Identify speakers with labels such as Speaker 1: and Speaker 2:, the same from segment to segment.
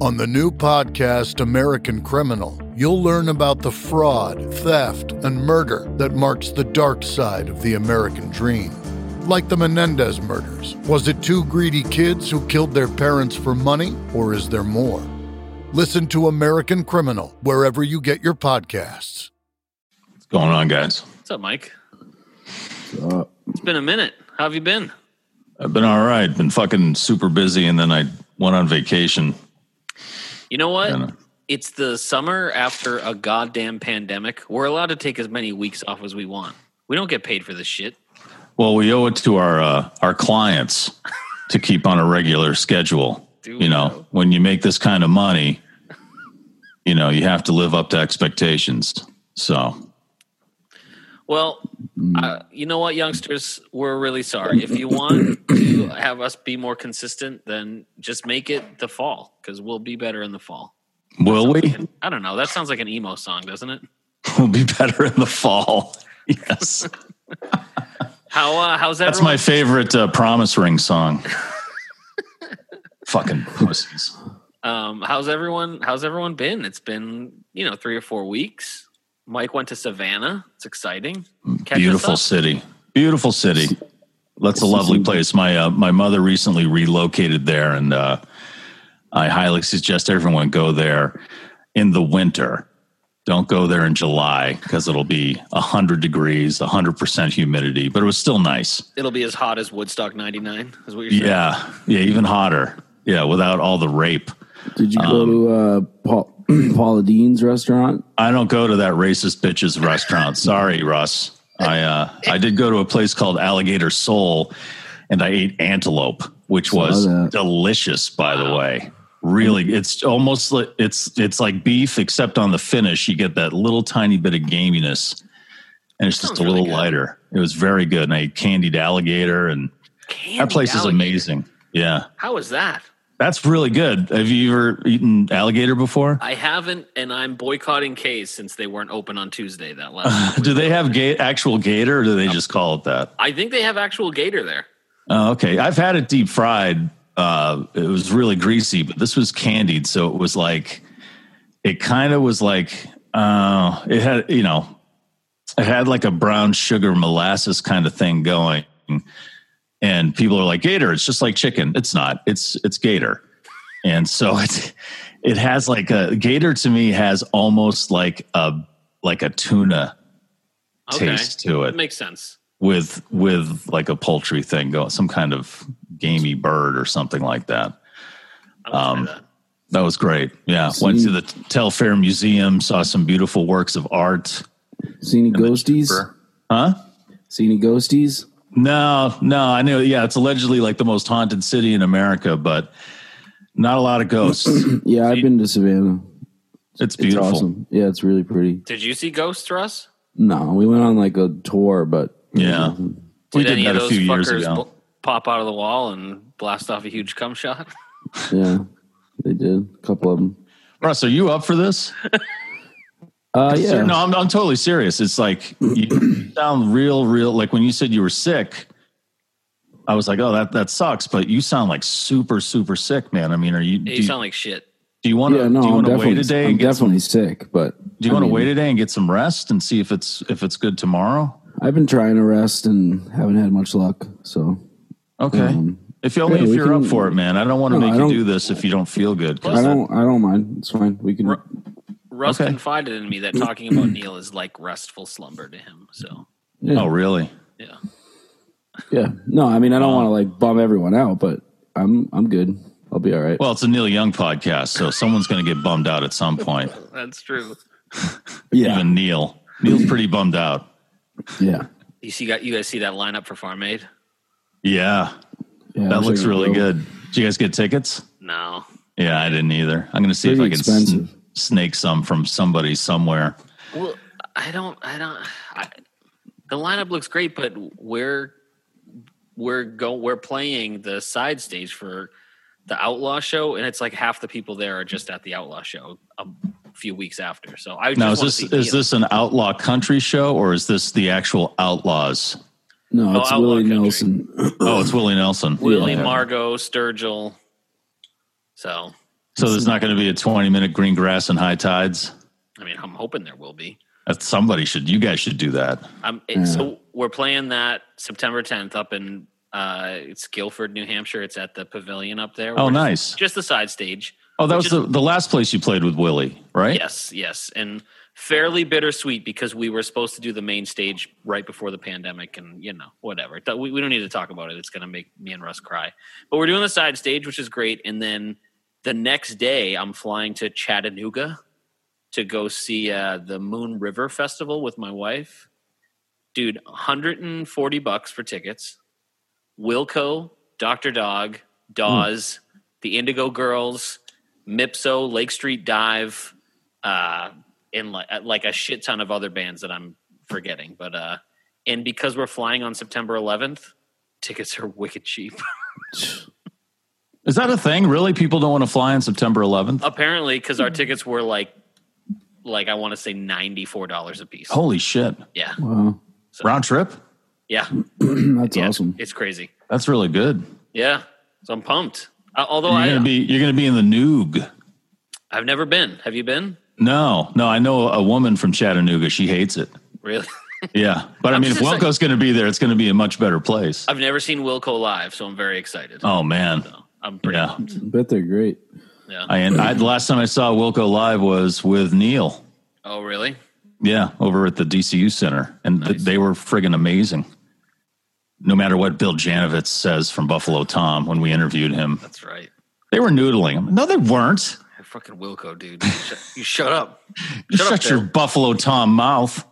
Speaker 1: On the new podcast, American Criminal, you'll learn about the fraud, theft, and murder that marks the dark side of the American dream. Like the Menendez murders, was it two greedy kids who killed their parents for money, or is there more? Listen to American Criminal wherever you get your podcasts.
Speaker 2: What's going on, guys?
Speaker 3: What's up, Mike? It's been a minute. How have you been?
Speaker 2: I've been all right. Been fucking super busy, and then I went on vacation.
Speaker 3: You know what?
Speaker 2: I dunno.
Speaker 3: It's the summer after a goddamn pandemic. We're allowed to take as many weeks off as we want. We don't get paid for this shit.
Speaker 2: Well, we owe it to our uh, our clients to keep on a regular schedule.
Speaker 3: Do we
Speaker 2: you know,
Speaker 3: though?
Speaker 2: when you make this kind of money, you know you have to live up to expectations. So
Speaker 3: Well,
Speaker 2: Mm.
Speaker 3: uh, you know what, youngsters? We're really sorry. If you want to have us be more consistent, then just make it the fall because we'll be better in the fall.
Speaker 2: will we?
Speaker 3: I don't know. That sounds like an emo song, doesn't it?
Speaker 2: We'll be better in the fall. Yes,
Speaker 3: How uh, how's that?
Speaker 2: that's my favorite uh, promise ring song. fucking pussies.
Speaker 3: um, how's everyone? How's everyone been? It's been you know three or four weeks. Mike went to Savannah. It's exciting. Catch us
Speaker 2: beautiful
Speaker 3: up.
Speaker 2: city beautiful city that's a lovely place my uh, my mother recently relocated there and uh, i highly suggest everyone go there in the winter don't go there in july because it'll be 100 degrees 100% humidity but it was still nice
Speaker 3: It'll be as hot as Woodstock '99. Is what you're saying?
Speaker 2: yeah yeah even hotter yeah without all the rape
Speaker 4: Did you
Speaker 2: Um,
Speaker 4: go to uh, Paul, Paula Dean's restaurant?
Speaker 2: I don't go to that racist bitch's restaurant. Sorry, Russ. I uh, I did go to a place called Alligator Soul, and I ate antelope, which was
Speaker 4: that.
Speaker 2: delicious. By the way, really, it's almost like it's it's like beef, except on the finish you get that little tiny bit of gaminess, and it's just
Speaker 3: Sounds
Speaker 2: a little
Speaker 3: really good.
Speaker 2: lighter. It was very good, and I ate candied alligator, and that
Speaker 3: Candy
Speaker 2: place is
Speaker 3: alligator.
Speaker 2: amazing. Yeah,
Speaker 3: How is that?
Speaker 2: that's really good. Have you ever eaten alligator before?
Speaker 3: I haven't, and I'm boycotting K's since they weren't open on Tuesday. That last.
Speaker 2: Do they have ga- actual gator, or do they just call it that?
Speaker 3: I think they have actual gator there.
Speaker 2: Oh, okay. I've had it deep fried. Uh, it was really greasy, but this was candied, so it was like it kind of was like uh, it had you know it had like a brown sugar molasses kind of thing going, and people are like gator. It's just like chicken. It's not. It's it's gator, and so it it has like a gator to me has almost like a like a tuna
Speaker 3: Okay,
Speaker 2: taste to it
Speaker 3: that makes sense.
Speaker 2: with with like a poultry thing going some kind of gamey bird or something like that Um,
Speaker 3: I'll try that.
Speaker 2: that was great yeah went to the telfair museum saw some beautiful works of art
Speaker 4: See any ghosties?
Speaker 2: huh
Speaker 4: See any ghosties?
Speaker 2: no no i knew yeah it's allegedly like the most haunted city in america but not a lot of ghosts
Speaker 4: Yeah, I've been to Savannah.
Speaker 2: it's
Speaker 4: It's
Speaker 2: beautiful
Speaker 4: awesome. Yeah, it's really pretty.
Speaker 3: Did you see ghosts, Russ?
Speaker 4: No, we went on like a tour, but
Speaker 2: yeah we
Speaker 3: Did
Speaker 2: did
Speaker 3: any
Speaker 2: that
Speaker 3: of
Speaker 2: a
Speaker 3: those
Speaker 2: few years
Speaker 3: fuckers
Speaker 2: ago
Speaker 3: bo- pop out of the wall and blast off a huge cum shot?
Speaker 4: yeah, they did a couple of them.
Speaker 2: russ are you up for this
Speaker 4: Uh, yeah,
Speaker 2: Ser- No, I'm, I'm totally serious. It's like you sound real, real. Like when you said you were sick, I was like, oh, that that sucks. But you sound like super, super sick, man. I mean, are you? Do
Speaker 3: Yeah,
Speaker 2: you,
Speaker 3: you sound like shit.
Speaker 2: do you want to?
Speaker 4: yeah. No,
Speaker 2: do you
Speaker 4: I'm
Speaker 2: want to wait
Speaker 4: definitely,
Speaker 2: a day
Speaker 4: I'm
Speaker 2: and get? Some,
Speaker 4: definitely sick, but
Speaker 2: do you want to wait a day and get some rest and see if it's if it's good tomorrow?
Speaker 4: I've been trying to rest and haven't had much luck. So
Speaker 2: Okay.
Speaker 4: Um,
Speaker 2: if you only
Speaker 4: yeah,
Speaker 2: if
Speaker 4: we
Speaker 2: you're
Speaker 4: can-
Speaker 2: up for it, man. I don't want to
Speaker 4: No, I
Speaker 2: make you
Speaker 4: don't-
Speaker 2: do this if you don't feel good. 'cause
Speaker 4: I
Speaker 2: that-
Speaker 4: don't, I don't mind. It's fine. We can.
Speaker 3: Russ
Speaker 2: Okay.
Speaker 3: confided in me that talking about Neil is like restful slumber to him. So
Speaker 4: Yeah,
Speaker 2: oh, really?
Speaker 3: yeah,
Speaker 4: yeah. No, I mean, I don't
Speaker 2: uh,
Speaker 4: want to like bum everyone out, but I'm, I'm good. I'll be all right.
Speaker 2: Well, it's a Neil Young podcast, so someone's going to get bummed out at some point.
Speaker 3: that's true.
Speaker 4: yeah,
Speaker 2: Even Neil. Neil's pretty bummed out.
Speaker 4: yeah,
Speaker 3: You see, got you guys see that lineup for Farm Aid?
Speaker 2: Yeah,
Speaker 4: yeah.
Speaker 2: That
Speaker 4: I'm
Speaker 2: looks
Speaker 4: sure
Speaker 2: really
Speaker 4: we'll-
Speaker 2: good. Did you guys get tickets?
Speaker 3: No,
Speaker 2: Yeah, I didn't either. I'm going to see if I
Speaker 4: Pretty
Speaker 2: can sn-
Speaker 4: expensive.
Speaker 2: snake some from somebody somewhere.
Speaker 3: well, I don't. I don't. I, the lineup looks great, but we're we're go we're playing the side stage for the Outlaw show, and it's like half the people there are just at the Outlaw show a few weeks after. So I just
Speaker 2: Now, is
Speaker 3: wanna
Speaker 2: this
Speaker 3: see
Speaker 2: is
Speaker 3: Neil.
Speaker 2: this an outlaw country show or is this the actual outlaws?
Speaker 4: No, it's
Speaker 3: Outlaw
Speaker 4: Willie
Speaker 3: Country.
Speaker 4: Nelson.
Speaker 2: Oh, it's Willie Nelson.
Speaker 3: Willie
Speaker 4: Yeah.
Speaker 3: Margot Sturgill? So
Speaker 2: So there's not going to be a 20 minute green grass and high tides.
Speaker 3: I mean, I'm hoping there will be.
Speaker 2: That somebody should. You guys should do that.
Speaker 3: Um, it- So we're playing that September 10th up in uh, it's Guilford, New Hampshire. It's at the pavilion up there.
Speaker 2: Oh,
Speaker 3: We're just-
Speaker 2: nice.
Speaker 3: Just, the side stage.
Speaker 2: Oh, that
Speaker 3: Which
Speaker 2: was the, the last place you played with Willie, right?
Speaker 3: Yes, yes, and fairly bittersweet because we were supposed to do the main stage right before the pandemic, and you know whatever. Th- We, we don't need to talk about it. It's going to make me and Russ cry. But we're doing the side stage, which is great. And then the next day, I'm flying to Chattanooga to go see uh, the Moon River Festival with my wife. Dude, 140 bucks for tickets. Wilco, Dr. Dog, Dawes, the Indigo Girls, Mipso, Lake Street Dive, uh, and like, like a shit ton of other bands that I'm forgetting. But uh, and because we're flying on September 11th, tickets are wicked cheap.
Speaker 2: Is that a thing? Really? People don't want to fly on September 11th?
Speaker 3: Uh, Apparently, because our tickets were like, like I want to say ninety four dollars a piece.
Speaker 2: Holy shit.
Speaker 3: Yeah,
Speaker 4: Wow,
Speaker 2: Round trip?
Speaker 3: yeah,
Speaker 4: that's
Speaker 3: yeah.
Speaker 4: awesome.
Speaker 3: It's crazy.
Speaker 2: That's really good.
Speaker 3: Yeah, so I'm pumped. Uh, although
Speaker 2: You're
Speaker 3: I,
Speaker 2: gonna be you're gonna be in the Noog.
Speaker 3: I've never been. Have you been?
Speaker 2: No, no, I know a woman from Chattanooga. She hates it.
Speaker 3: Really?
Speaker 2: Yeah, but I mean, if
Speaker 3: just saying-
Speaker 2: Wilco's gonna be there, it's gonna be a much better place.
Speaker 3: I've never seen Wilco live, so I'm very excited.
Speaker 2: Oh man,
Speaker 3: I'm pretty
Speaker 2: yeah.
Speaker 3: pumped.
Speaker 4: Bet they're great.
Speaker 3: Yeah.
Speaker 2: I and I the last time I saw Wilco live was with Neil.
Speaker 3: oh, really?
Speaker 2: Yeah, over at the DCU Center, and th- they were friggin' amazing. No matter what Bill Janovitz says from Buffalo Tom when we interviewed him,
Speaker 3: That's right.
Speaker 2: they were noodling him. No, they weren't.
Speaker 3: Fucking Wilco, dude. You shut, you shut up.
Speaker 2: You
Speaker 3: Shut up,
Speaker 2: shut your
Speaker 3: Bill.
Speaker 2: Buffalo Tom mouth.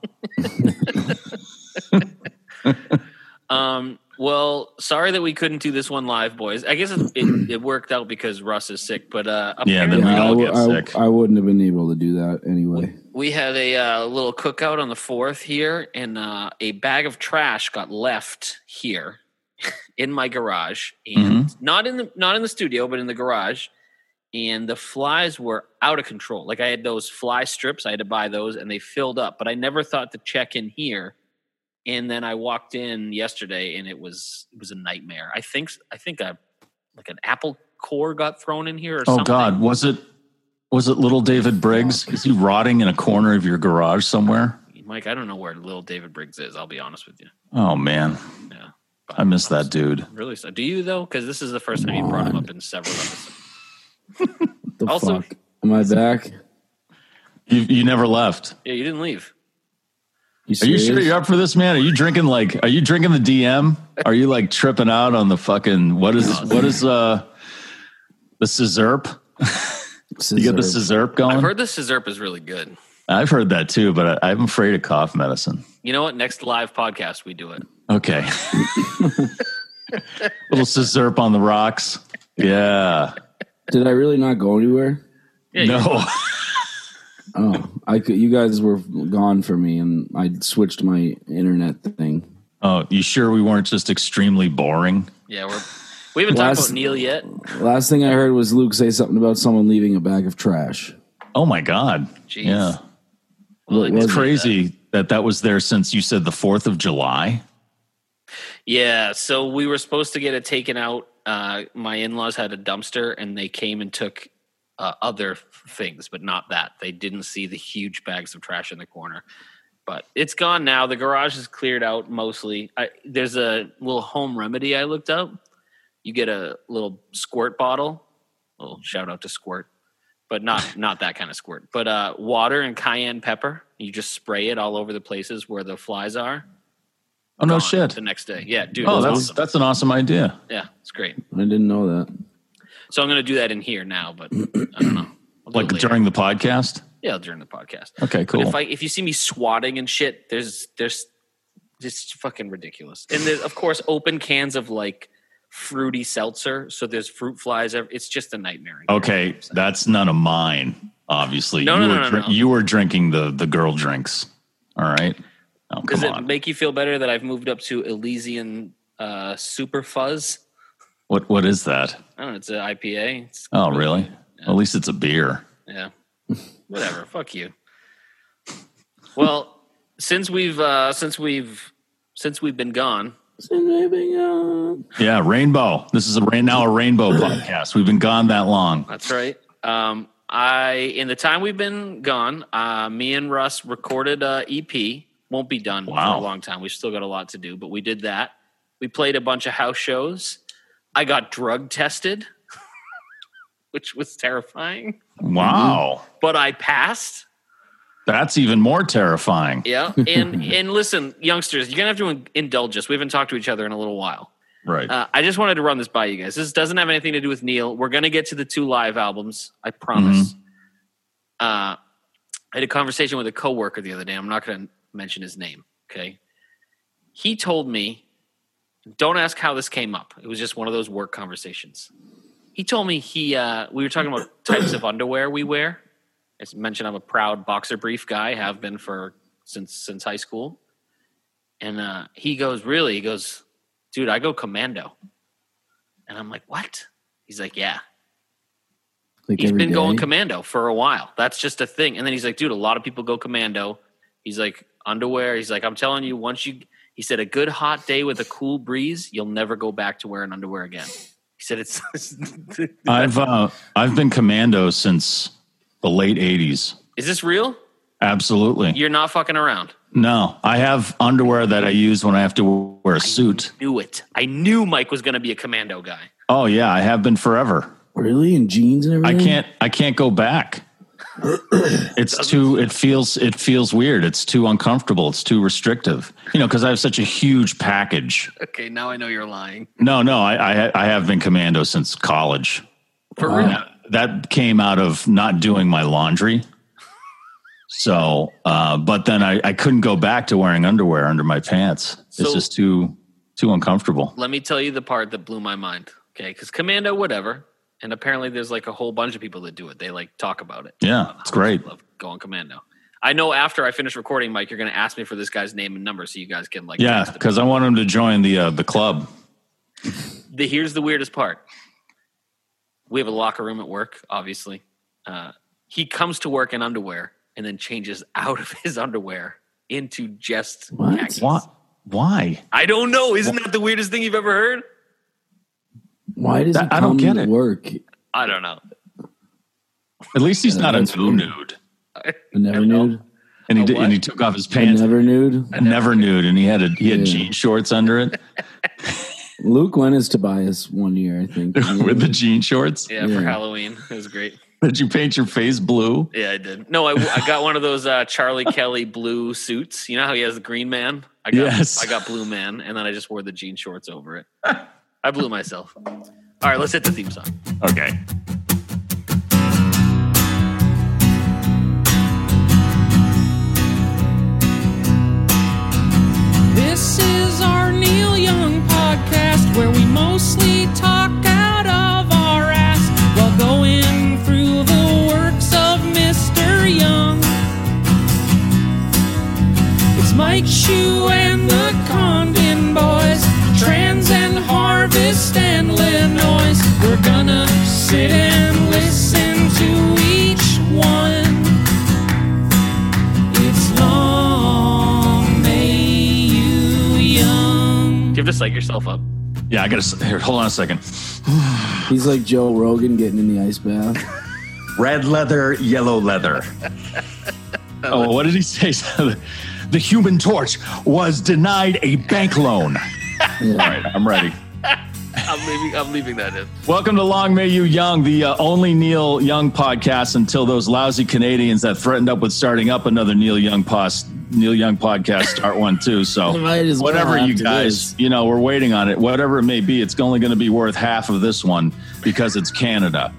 Speaker 3: Um, well, sorry that we couldn't do this one live, boys. I guess it, it, it worked out because Russ is sick, but uh,
Speaker 2: Yeah, then
Speaker 3: apparently
Speaker 2: we
Speaker 4: I,
Speaker 2: all
Speaker 4: w-
Speaker 2: get
Speaker 4: I-
Speaker 2: sick.
Speaker 4: I wouldn't have been able to do that anyway.
Speaker 3: we had a uh, little cookout on the fourth here, and uh, a bag of trash got left here in my garage, and
Speaker 2: Mm-hmm.
Speaker 3: not in the not in the studio, but in the garage. And the flies were out of control. Like I had those fly strips, I had to buy those, and they filled up. But I never thought to check in here. And then I walked in yesterday, and it was it was a nightmare. I think I think I like an apple core got thrown in here or
Speaker 2: Oh
Speaker 3: something.
Speaker 2: God, was it was it little David Briggs? Is he rotting in a corner of your garage somewhere?
Speaker 3: Mike, I don't know where little David Briggs is. I'll be honest with you.
Speaker 2: Oh man,
Speaker 3: Yeah.
Speaker 2: I miss that dude.
Speaker 3: Really? So, do you though? Because this is the first time you brought him up in several episodes.
Speaker 4: What the
Speaker 3: Also-
Speaker 4: fuck? Am I back?
Speaker 2: You you never left.
Speaker 3: Yeah, you didn't leave.
Speaker 2: Are
Speaker 4: You
Speaker 2: you
Speaker 4: serious?
Speaker 2: sure you're up for this, man? Are you drinking like are you drinking the DM? Are you like tripping out on the fucking what is what is uh the scissorp? You got the
Speaker 4: Scissor.
Speaker 2: scissorp going?
Speaker 3: I've heard the Scissorp is really good.
Speaker 2: I've heard that too, but I, I'm afraid of cough medicine.
Speaker 3: You know what? Next live podcast, we do it.
Speaker 2: Okay. Little scissorp on the rocks. Yeah.
Speaker 4: Did I really not go anywhere?
Speaker 3: Yeah, you-
Speaker 2: No.
Speaker 4: Oh, I could, you guys were gone for me, and I switched my internet thing.
Speaker 2: Oh, you sure we weren't just extremely boring?
Speaker 3: yeah, we're we haven't talked
Speaker 4: Last-
Speaker 3: about Neil yet.
Speaker 4: Last thing I heard was Luke say something about someone leaving a bag of trash.
Speaker 2: Oh my God.
Speaker 3: Jeez.
Speaker 2: Yeah.
Speaker 3: Well, I
Speaker 4: was
Speaker 3: did
Speaker 4: it?
Speaker 3: see that.
Speaker 2: Crazy that that was there since you said the 4th of July.
Speaker 3: Yeah, so we were supposed to get it taken out. Uh, my in-laws had a dumpster, and they came and took uh, other things, but not that. They didn't see the huge bags of trash in the corner. But it's gone now. The garage is cleared out mostly. I, there's a little home remedy I looked up. You get a little squirt bottle. Little shout out to Squirt, but not not that kind of squirt. But uh, water and cayenne pepper. You just spray it all over the places where the flies are.
Speaker 2: Oh, no
Speaker 3: Gone
Speaker 2: shit.
Speaker 3: The next day, yeah, dude.
Speaker 2: Oh,
Speaker 3: it's
Speaker 2: that's,
Speaker 3: awesome.
Speaker 2: that's an awesome idea.
Speaker 3: Yeah, it's great.
Speaker 4: I didn't know that.
Speaker 3: So I'm going to do that in here now, but I don't know. I'll do
Speaker 2: Like
Speaker 3: it later.
Speaker 2: during the podcast?
Speaker 3: yeah, during the podcast.
Speaker 2: Okay,
Speaker 3: But
Speaker 2: cool.
Speaker 3: if I if you see me swatting and shit, there's there's it's fucking ridiculous. And there's of course open cans of like fruity seltzer, so there's fruit flies. ev- It's just a nightmare. in here.
Speaker 2: okay, that's none of mine, obviously.
Speaker 3: No,
Speaker 2: you,
Speaker 3: no,
Speaker 2: were
Speaker 3: no, no,
Speaker 2: drink-
Speaker 3: no.
Speaker 2: you were drinking the, the girl drinks. All right. Oh,
Speaker 3: Does
Speaker 2: come
Speaker 3: it
Speaker 2: on.
Speaker 3: make you feel better that I've moved up to Elysian uh, Super Fuzz?
Speaker 2: what What is that?
Speaker 3: I don't know. It's an IPA. It's,
Speaker 2: Oh, really? At least it's a beer.
Speaker 3: Yeah. Whatever. Fuck you. Well, since we've uh since we've since we've been gone,
Speaker 4: uh,
Speaker 2: Yeah, rainbow. This is a rain now a rainbow podcast. We've been gone that long.
Speaker 3: that's right. Um, I in the time we've been gone, uh, me and Russ recorded a EP. Won't be done for
Speaker 2: Wow.
Speaker 3: a long time. We've still got a lot to do, but we did that. We played a bunch of house shows. I got drug tested, which was terrifying,
Speaker 2: Wow.
Speaker 3: but I passed.
Speaker 2: That's even more terrifying.
Speaker 3: Yeah, and and listen, youngsters, you're gonna have to in- indulge us. We haven't talked to each other in a little while.
Speaker 2: Right.
Speaker 3: Uh, I just wanted to run this by you guys. This doesn't have anything to do with Neil. We're going to get to the two live albums. I promise. Uh, I had a conversation with a coworker the other day. I'm not going to mention his name. Okay. He told me, don't ask how this came up. It was just one of those work conversations. He told me he, uh, we were talking about types of underwear we wear. As mentioned, I'm a proud boxer brief guy, have been for since, since high school. And uh, he goes, really? He goes, dude, I go commando. And I'm like, what? He's like, yeah.
Speaker 4: Like
Speaker 3: He's
Speaker 4: every
Speaker 3: been going
Speaker 4: day?
Speaker 3: commando for a while. That's just a thing. And then he's like, dude, a lot of people go commando. He's like, underwear. He's like, I'm telling you, once you, he said, a good hot day with a cool breeze, you'll never go back to wearing underwear again. He said, it's,
Speaker 2: I've uh, I've been commando since the late '80s.
Speaker 3: is this real?
Speaker 2: Absolutely.
Speaker 3: You're not fucking around.
Speaker 2: No, I have underwear that I use when I have to wear a suit.
Speaker 3: Knew it. I knew Mike was going to be a commando guy.
Speaker 2: Oh yeah, I have been forever.
Speaker 4: Really? In jeans and
Speaker 2: I
Speaker 4: everything?
Speaker 2: can't I can't go back. It's too it feels it feels weird. It's too uncomfortable. It's too restrictive. You know, because I have such a huge package.
Speaker 3: Okay, now I know you're lying.
Speaker 2: No, no, I I, ha- I have been commando since college. Uh,
Speaker 3: For real.
Speaker 2: that came out of not doing my laundry. So, uh, but then I, I couldn't go back to wearing underwear under my pants.
Speaker 3: So-
Speaker 2: it's just too too uncomfortable.
Speaker 3: let me tell you the part that blew my mind. Okay, because commando, whatever, and apparently there's like a whole bunch of people that do it. They like talk about it.
Speaker 2: Yeah, it's great.
Speaker 3: Love going commando. I know after I finish recording, Mike, you're going to ask me for this guy's name and number so you guys can like.
Speaker 2: Yeah,
Speaker 3: text him.
Speaker 2: because I want him to join the uh, the club.
Speaker 3: The, here's the weirdest part. We have a locker room at work, obviously. Uh, he comes to work in underwear and then changes out of his underwear into just
Speaker 4: What?
Speaker 3: khakis.
Speaker 2: What? Why?
Speaker 3: I don't know. Isn't that the weirdest thing you've ever heard?
Speaker 4: Why does
Speaker 2: That-
Speaker 4: it
Speaker 2: I don't
Speaker 4: come
Speaker 2: get
Speaker 4: to
Speaker 2: it.
Speaker 4: work?
Speaker 3: I don't know.
Speaker 2: At least he's not a
Speaker 4: that's
Speaker 2: new
Speaker 4: weird.
Speaker 2: nude,
Speaker 4: The never
Speaker 3: know.
Speaker 4: nude?
Speaker 2: and he
Speaker 3: A
Speaker 2: did,
Speaker 3: what?
Speaker 2: and he took off his
Speaker 4: The
Speaker 2: pants. Never,
Speaker 4: never nude?
Speaker 2: nude, and he had a he had
Speaker 4: Yeah.
Speaker 2: jean shorts under it
Speaker 4: Luke went as Tobias one year, I think.
Speaker 2: with the jean shorts.
Speaker 3: Yeah, for
Speaker 4: Yeah.
Speaker 3: Halloween, it was great.
Speaker 2: Did you paint your face blue?
Speaker 3: Yeah, I did. No, I, I got one of those uh, Charlie Kelly blue suits. You know how he has the green man? I got,
Speaker 2: Yes.
Speaker 3: I got blue man, and then I just wore the jean shorts over it. I blew myself. All right, let's hit the theme song.
Speaker 2: Okay.
Speaker 5: This is our Neil Young podcast where we mostly talk out of our ass while going through the works of Mr. Young. It's Mike Shue and the Condon Boys, Trans and Harvest and Linois. We're gonna sit and listen to each one. It's long may you young.
Speaker 3: Do you have to psych yourself up?
Speaker 2: Yeah, I got to here. Hold on a second.
Speaker 4: He's like Joe Rogan getting in the ice bath.
Speaker 2: red leather, yellow leather. oh, what did he say? the human torch was denied a bank loan. All right, I'm ready.
Speaker 3: I'm leaving. I'm leaving that in.
Speaker 2: Welcome to Long May You Young, the uh, only Neil Young podcast until those lousy Canadians that threatened up with starting up another Neil Young pos- Neil Young podcast start one too. So
Speaker 4: Might as well
Speaker 2: whatever you
Speaker 4: after
Speaker 2: guys, you know, we're waiting on it. Whatever it may be, it's only going to be worth half of this one because it's Canada.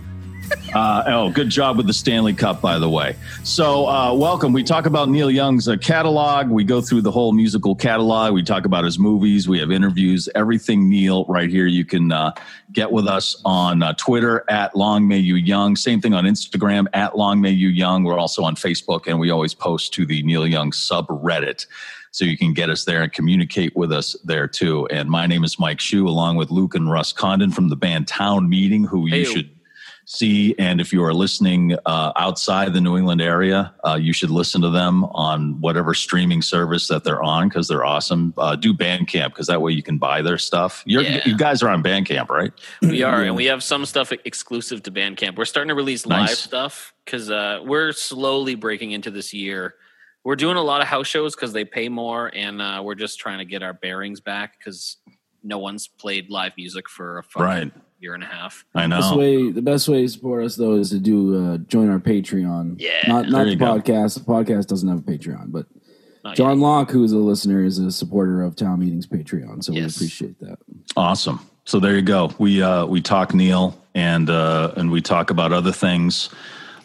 Speaker 2: Uh, oh, good job with the Stanley Cup, by the way. So, uh, welcome. We talk about Neil Young's uh, catalog. We go through the whole musical catalog. We talk about his movies. We have interviews. Everything Neil right here. You can uh, get with us on uh, Twitter at Long May You Young. Same thing on Instagram at Long May You Young. We're also on Facebook, and we always post to the Neil Young subreddit. So you can get us there and communicate with us there too. And my name is Mike Shu, along with Luke and Russ Condon from the band Town Meeting, who
Speaker 3: Hey.
Speaker 2: you should see. And if you are listening uh, outside the New England area, uh, you should listen to them on whatever streaming service that they're on because they're awesome. Uh, do Bandcamp because that way you can buy their stuff. You're,
Speaker 3: Yeah.
Speaker 2: You guys are on Bandcamp, right?
Speaker 3: We are, and we have some stuff exclusive to Bandcamp. We're starting to release live
Speaker 2: Nice.
Speaker 3: stuff because uh, we're slowly breaking into this year. We're doing a lot of house shows because they pay more, and uh, we're just trying to get our bearings back because no one's played live music for a fucking
Speaker 2: Right.
Speaker 3: year and a half.
Speaker 2: I know.
Speaker 4: Best way, the best way to support us though is to do uh, join our Patreon.
Speaker 3: Yeah.
Speaker 4: not not
Speaker 2: There
Speaker 4: the
Speaker 2: you go. Oh,
Speaker 4: podcast. The podcast doesn't have a Patreon, but
Speaker 3: Not
Speaker 4: John
Speaker 3: yet.
Speaker 4: Locke, who is a listener, is a supporter of Town Meeting's Patreon, so
Speaker 3: Yes.
Speaker 4: we appreciate that.
Speaker 2: Awesome. So there you go. We uh, we talk Neil and uh, and we talk about other things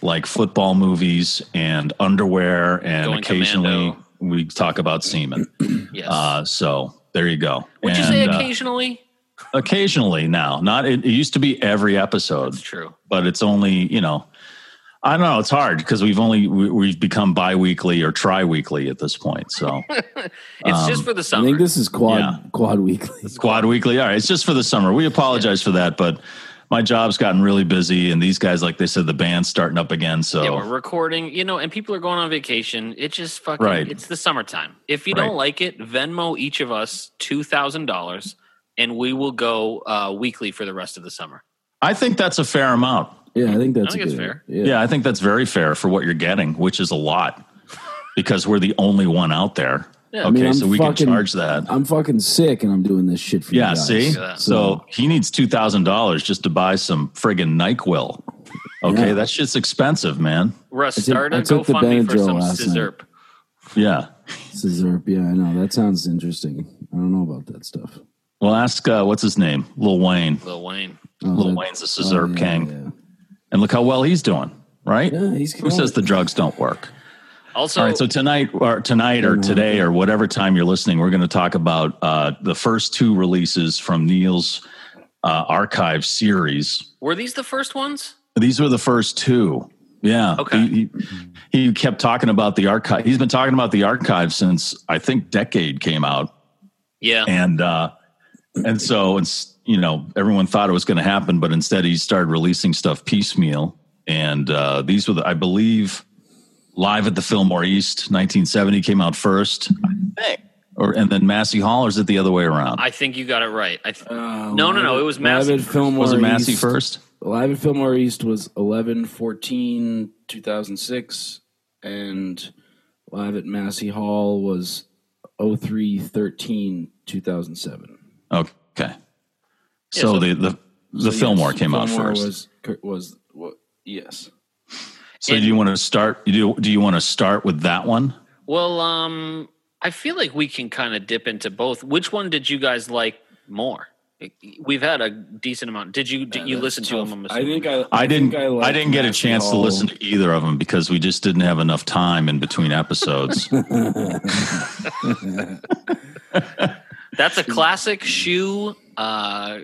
Speaker 2: like football movies and underwear and
Speaker 3: Going
Speaker 2: occasionally
Speaker 3: commando.
Speaker 2: we talk about semen.
Speaker 3: yes.
Speaker 2: Uh, so there you go.
Speaker 3: Would you
Speaker 2: And,
Speaker 3: say
Speaker 2: uh,
Speaker 3: occasionally?
Speaker 2: occasionally now? Not it, it used to be every episode,
Speaker 3: That's
Speaker 4: Um,
Speaker 3: true.
Speaker 2: but it's only you know. I don't know. It's hard because we've only we, we've become bi-weekly or tri-weekly at this point. So
Speaker 3: It's just for the
Speaker 4: I
Speaker 3: summer.
Speaker 4: think this is quad
Speaker 2: Yeah.
Speaker 4: quad weekly.
Speaker 2: Quad Weekly. All right, it's just for the summer. We apologize for that, but my job's gotten really busy, and these guys, like they said, the band's starting up again. So
Speaker 3: Yeah, we're recording, you know, and people are going on vacation. It just fucking
Speaker 2: Right.
Speaker 3: it's the summertime. If you
Speaker 2: Right.
Speaker 3: don't like it, Venmo each of us two thousand dollars and we will go uh, weekly for the rest of the summer.
Speaker 2: I think that's a fair amount.
Speaker 4: Yeah, I think that's
Speaker 3: I think
Speaker 4: a
Speaker 3: it's
Speaker 4: good-
Speaker 3: fair.
Speaker 4: Yeah.
Speaker 2: Yeah. I think that's very fair for what you're getting, which is a lot, because we're the only one out there.
Speaker 3: Yeah.
Speaker 2: okay,
Speaker 3: I
Speaker 4: mean, I'm
Speaker 2: so we can
Speaker 4: fucking-
Speaker 2: charge that.
Speaker 4: I'm fucking sick, and I'm doing this shit for
Speaker 2: yeah,
Speaker 4: you guys.
Speaker 2: see,
Speaker 3: that.
Speaker 2: so he needs two thousand dollars just to buy some friggin' Nyquil. Okay,
Speaker 4: Yeah.
Speaker 2: that shit's expensive, man.
Speaker 3: Russ,
Speaker 4: I took-
Speaker 3: start a
Speaker 4: I took the
Speaker 3: GoFundMe for
Speaker 4: Benadryl
Speaker 3: some
Speaker 4: last night.
Speaker 3: scissorp.
Speaker 2: Yeah.
Speaker 4: This is our- yeah, I know that sounds interesting. I don't know about that stuff.
Speaker 2: Well, ask uh, what's his name, Lil Wayne.
Speaker 3: Lil Wayne.
Speaker 4: Oh,
Speaker 2: Lil
Speaker 4: that-
Speaker 2: Wayne's a
Speaker 4: oh,
Speaker 2: Scissorp
Speaker 4: yeah,
Speaker 2: King.
Speaker 4: yeah.
Speaker 2: And look how well he's doing, right?
Speaker 4: Yeah, he's
Speaker 2: Who says the drugs don't work?
Speaker 3: Also
Speaker 2: All right, so tonight or tonight
Speaker 4: Mm-hmm.
Speaker 2: or today or whatever time you're listening, we're going to talk about uh, the first two releases from Neil's uh, archive series.
Speaker 3: were these the first ones?
Speaker 2: These were the first two. Yeah.
Speaker 3: Okay.
Speaker 2: He, he, he kept talking about the archive. He's been talking about the archive since I think Decade came out
Speaker 3: Yeah.
Speaker 2: and uh and so it's you know everyone thought it was going to happen but instead he started releasing stuff piecemeal and uh these were the, i believe live at the fillmore east 1970 came out first i think or and then massey hall or is it the other way around
Speaker 3: I think you got it right. I th- no, no, no. It was
Speaker 4: Live
Speaker 3: massive.
Speaker 4: at Fillmore
Speaker 2: was it massey
Speaker 4: East-
Speaker 2: first
Speaker 4: Live at Fillmore East was 11 14 2006 and live at Massey Hall was 03 13 2007.
Speaker 2: okay so,
Speaker 3: so-
Speaker 2: the the the
Speaker 4: So,
Speaker 2: fillmore
Speaker 4: yes,
Speaker 2: came out
Speaker 4: Fillmore
Speaker 2: first
Speaker 4: Was, was, wa- yes.
Speaker 2: so do you want to start you do, do you want to start with that one
Speaker 3: Well, um, I feel like we can kind of dip into both. Which one did you guys like more? We've had a decent amount. Did you did you listen to them? I'm
Speaker 4: I
Speaker 3: assuming.
Speaker 4: think I,
Speaker 2: I didn't.
Speaker 4: think
Speaker 2: I,
Speaker 4: liked
Speaker 2: didn't get a
Speaker 4: Massey
Speaker 2: chance to
Speaker 4: Hall.
Speaker 2: listen to either of them because we just didn't have enough time in between episodes.
Speaker 3: that's a classic shoe. Uh,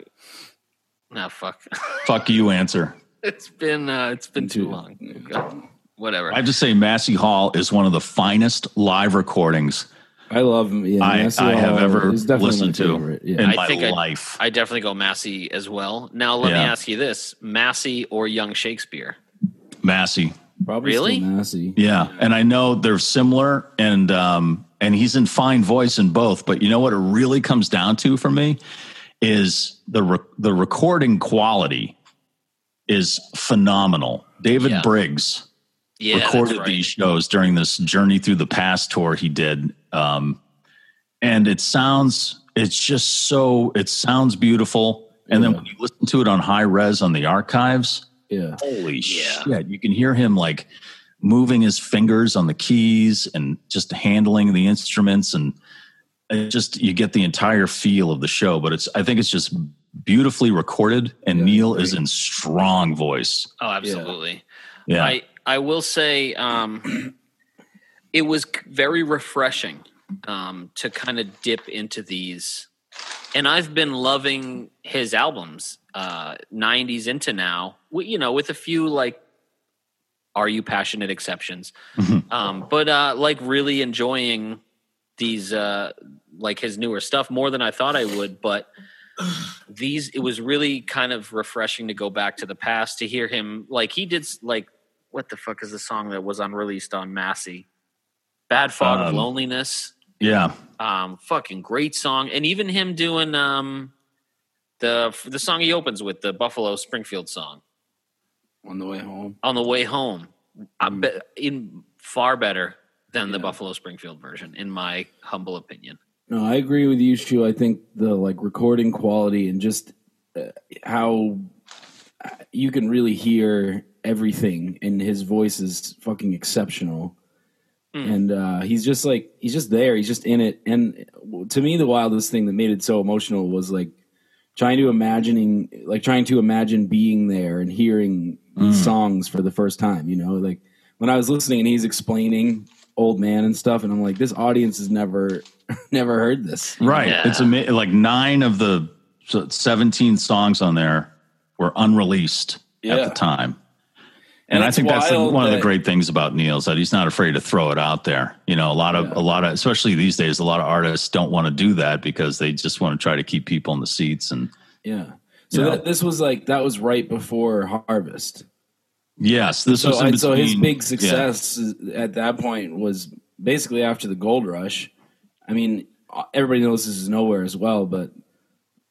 Speaker 3: no, fuck.
Speaker 2: Fuck you, answer.
Speaker 3: it's been uh, it's been too long. God, Whatever.
Speaker 2: I have to say, Massey Hall is one of the finest live recordings
Speaker 4: I love him. Yeah,
Speaker 2: I,
Speaker 4: Massey
Speaker 2: I have
Speaker 4: Hall
Speaker 2: ever
Speaker 4: is definitely my
Speaker 2: listened to
Speaker 4: favorite, yeah.
Speaker 2: in
Speaker 3: I
Speaker 2: my
Speaker 3: think I-
Speaker 2: life.
Speaker 3: I definitely go Massey as well. Now let me
Speaker 2: Yeah.
Speaker 3: ask you this: Massey or Young Shakespeare?
Speaker 2: Massey,
Speaker 4: Probably
Speaker 3: Really?
Speaker 4: still Massey.
Speaker 2: yeah, and I know they're similar, and um, and he's in fine voice in both. But you know what? It really comes down to for me is the re- the recording quality is phenomenal. David
Speaker 3: Yeah.
Speaker 2: Briggs.
Speaker 3: Yeah, that's
Speaker 2: recorded
Speaker 3: right.
Speaker 2: these shows during this journey through the past tour he did um, and it sounds it's just so it sounds beautiful and then
Speaker 4: Yeah.
Speaker 2: when you listen to it on high res on the archives
Speaker 4: Yeah.
Speaker 2: holy
Speaker 3: Yeah.
Speaker 2: shit you can hear him like moving his fingers on the keys and just handling the instruments and it just you get the entire feel of the show but it's i think it's just beautifully recorded and
Speaker 4: Yeah,
Speaker 2: neil
Speaker 4: great.
Speaker 2: is in strong voice
Speaker 3: Oh, absolutely.
Speaker 2: yeah
Speaker 3: I I will say um, it was c- very refreshing um, to kind of dip into these, and I've been loving his albums uh, '90s into now. wi- You know, with a few like "Are You Passionate" exceptions, um, but uh, like really enjoying these uh, like his newer stuff more than I thought I would, but. these it was really kind of refreshing to go back to the past to hear him like he did s- like what the fuck is the song that was unreleased on Massey? Bad Fog of
Speaker 2: Um,
Speaker 3: Loneliness.
Speaker 2: Yeah.
Speaker 3: Um fucking great song. And even him doing um the the song he opens with, the Buffalo Springfield song
Speaker 4: on the way home.
Speaker 3: on the way home. I
Speaker 4: Mm.
Speaker 3: bet in far better than the
Speaker 4: Yeah.
Speaker 3: Buffalo Springfield version, in my humble opinion.
Speaker 4: No, I agree with you, Shu. I think the like recording quality and just uh, how uh, you can really hear everything, and his voice is fucking exceptional.
Speaker 3: Mm.
Speaker 4: And uh, he's just like he's just there. He's just in it. And to me, the wildest thing that made it so emotional was like trying to imagining, like trying to imagine being there and hearing
Speaker 2: Hmm.
Speaker 4: these songs for the first time. You know, like when I was listening and he's explaining old man and stuff, and I'm like, this audience has never never heard this.
Speaker 2: Right.
Speaker 3: Yeah.
Speaker 2: It's ama- like nine of the s- 17 songs on there were unreleased at
Speaker 4: Yeah.
Speaker 2: the time.
Speaker 4: And
Speaker 2: And, I
Speaker 4: it's
Speaker 2: think that's the,
Speaker 4: wild
Speaker 2: one of the
Speaker 4: that-
Speaker 2: great things about Neil is that he's not afraid to throw it out there. You know, a lot of,
Speaker 4: Yeah.
Speaker 2: a lot of, especially these days, a lot of artists don't want to do that because they just want to try to keep people in the seats. And
Speaker 4: Yeah. So
Speaker 2: Yeah.
Speaker 4: that, this was like that was right before Harvest.
Speaker 2: yes, this
Speaker 4: So,
Speaker 2: was in
Speaker 4: and so his
Speaker 2: between-
Speaker 4: big
Speaker 2: Yeah.
Speaker 4: success at that point was basically after the gold rush. I mean, uh, everybody knows this is nowhere as well, but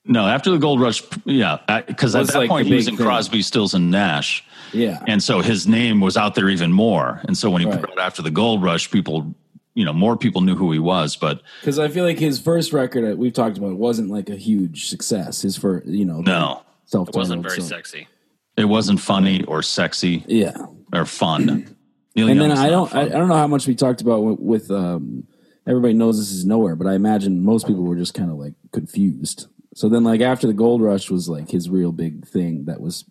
Speaker 2: No, after the gold rush. Yeah. Because at
Speaker 4: Was
Speaker 2: that
Speaker 4: like
Speaker 2: point,
Speaker 4: the
Speaker 2: he was
Speaker 4: big
Speaker 2: in
Speaker 4: thing.
Speaker 2: Crosby, Stills and Nash.
Speaker 4: yeah,
Speaker 2: and so his name was out there even more and so when he
Speaker 4: Right.
Speaker 2: put it out after the gold rush people you know more people knew who he was but
Speaker 4: because I feel like his first record uh, we've talked about wasn't like a huge success. His first, you know,
Speaker 2: no
Speaker 4: self
Speaker 3: It wasn't very sexy.
Speaker 2: it wasn't funny or sexy
Speaker 4: Yeah,
Speaker 2: or fun Neil Young
Speaker 4: and then
Speaker 2: is not
Speaker 4: I don't, I, I
Speaker 2: fun.
Speaker 4: don't know how much we talked about with, with um, everybody knows this is nowhere, but I imagine most people were just kind of like confused. So then, like after the gold rush was like his real big thing that was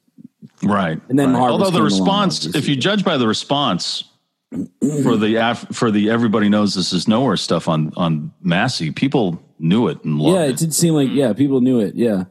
Speaker 2: right
Speaker 4: and then
Speaker 2: right.
Speaker 4: Harvest
Speaker 2: although the
Speaker 4: came along,
Speaker 2: response if
Speaker 4: obviously.
Speaker 2: you judge by the response for the af- for the everybody knows this is nowhere stuff on on massey people knew it and loved
Speaker 4: yeah, it
Speaker 2: it
Speaker 4: did seem like yeah, people knew it. Yeah,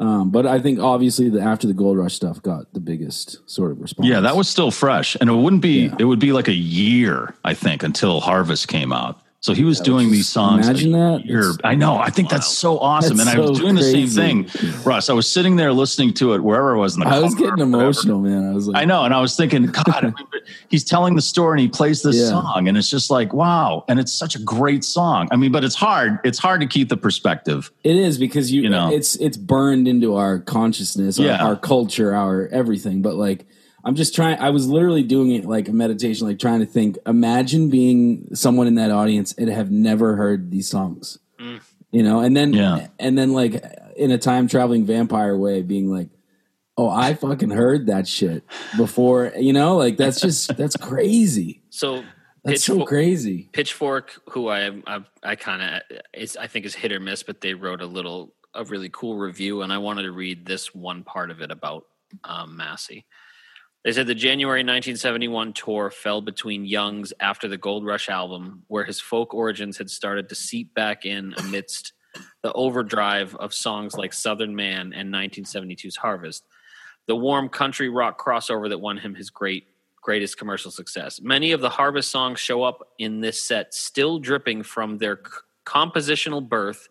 Speaker 4: um, but I think obviously the after the gold rush stuff got the biggest sort of response.
Speaker 2: yeah that was still fresh and it wouldn't be
Speaker 4: Yeah.
Speaker 2: it would be like a year i think until harvest came out so he was doing these songs
Speaker 4: imagine
Speaker 2: a
Speaker 4: that.
Speaker 2: year.
Speaker 4: It's-
Speaker 2: i know i think that's so awesome
Speaker 4: That's
Speaker 2: and i was
Speaker 4: so
Speaker 2: doing the
Speaker 4: crazy.
Speaker 2: same thing russ i was sitting there listening to it wherever i was in the
Speaker 4: I was
Speaker 2: car or
Speaker 4: getting
Speaker 2: whatever.
Speaker 4: emotional, man. I was like,
Speaker 2: i know and i was thinking god I remember- he's telling the story and he plays this
Speaker 4: Yeah.
Speaker 2: song and it's just like wow and it's such a great song i mean but it's hard it's hard to keep the perspective
Speaker 4: it is because you,
Speaker 2: You know.
Speaker 4: it's it's burned into our consciousness, our-
Speaker 2: Yeah.
Speaker 4: our, culture, our everything. But like, I'm just trying. I was literally doing it like a meditation, like trying to think. Imagine being someone in that audience and have never heard these songs, you know. And then
Speaker 2: Yeah.
Speaker 4: and then like in a time traveling vampire way, being like. Oh, I fucking heard that shit before. You know, like that's just that's crazy.
Speaker 3: So
Speaker 4: That's so
Speaker 3: Pitchfork-
Speaker 4: crazy.
Speaker 3: Pitchfork, who I I, I kind of is I think is hit or miss, but they wrote a little a really cool review, and I wanted to read this one part of it about um, Massey. They said the January 1971 tour fell between Young's After the Gold Rush album, where his folk origins had started to seep back in amidst the overdrive of songs like Southern Man and 1972's Harvest, the warm country rock crossover that won him his great greatest commercial success. Many of the Harvest songs show up in this set still dripping from their c- compositional birth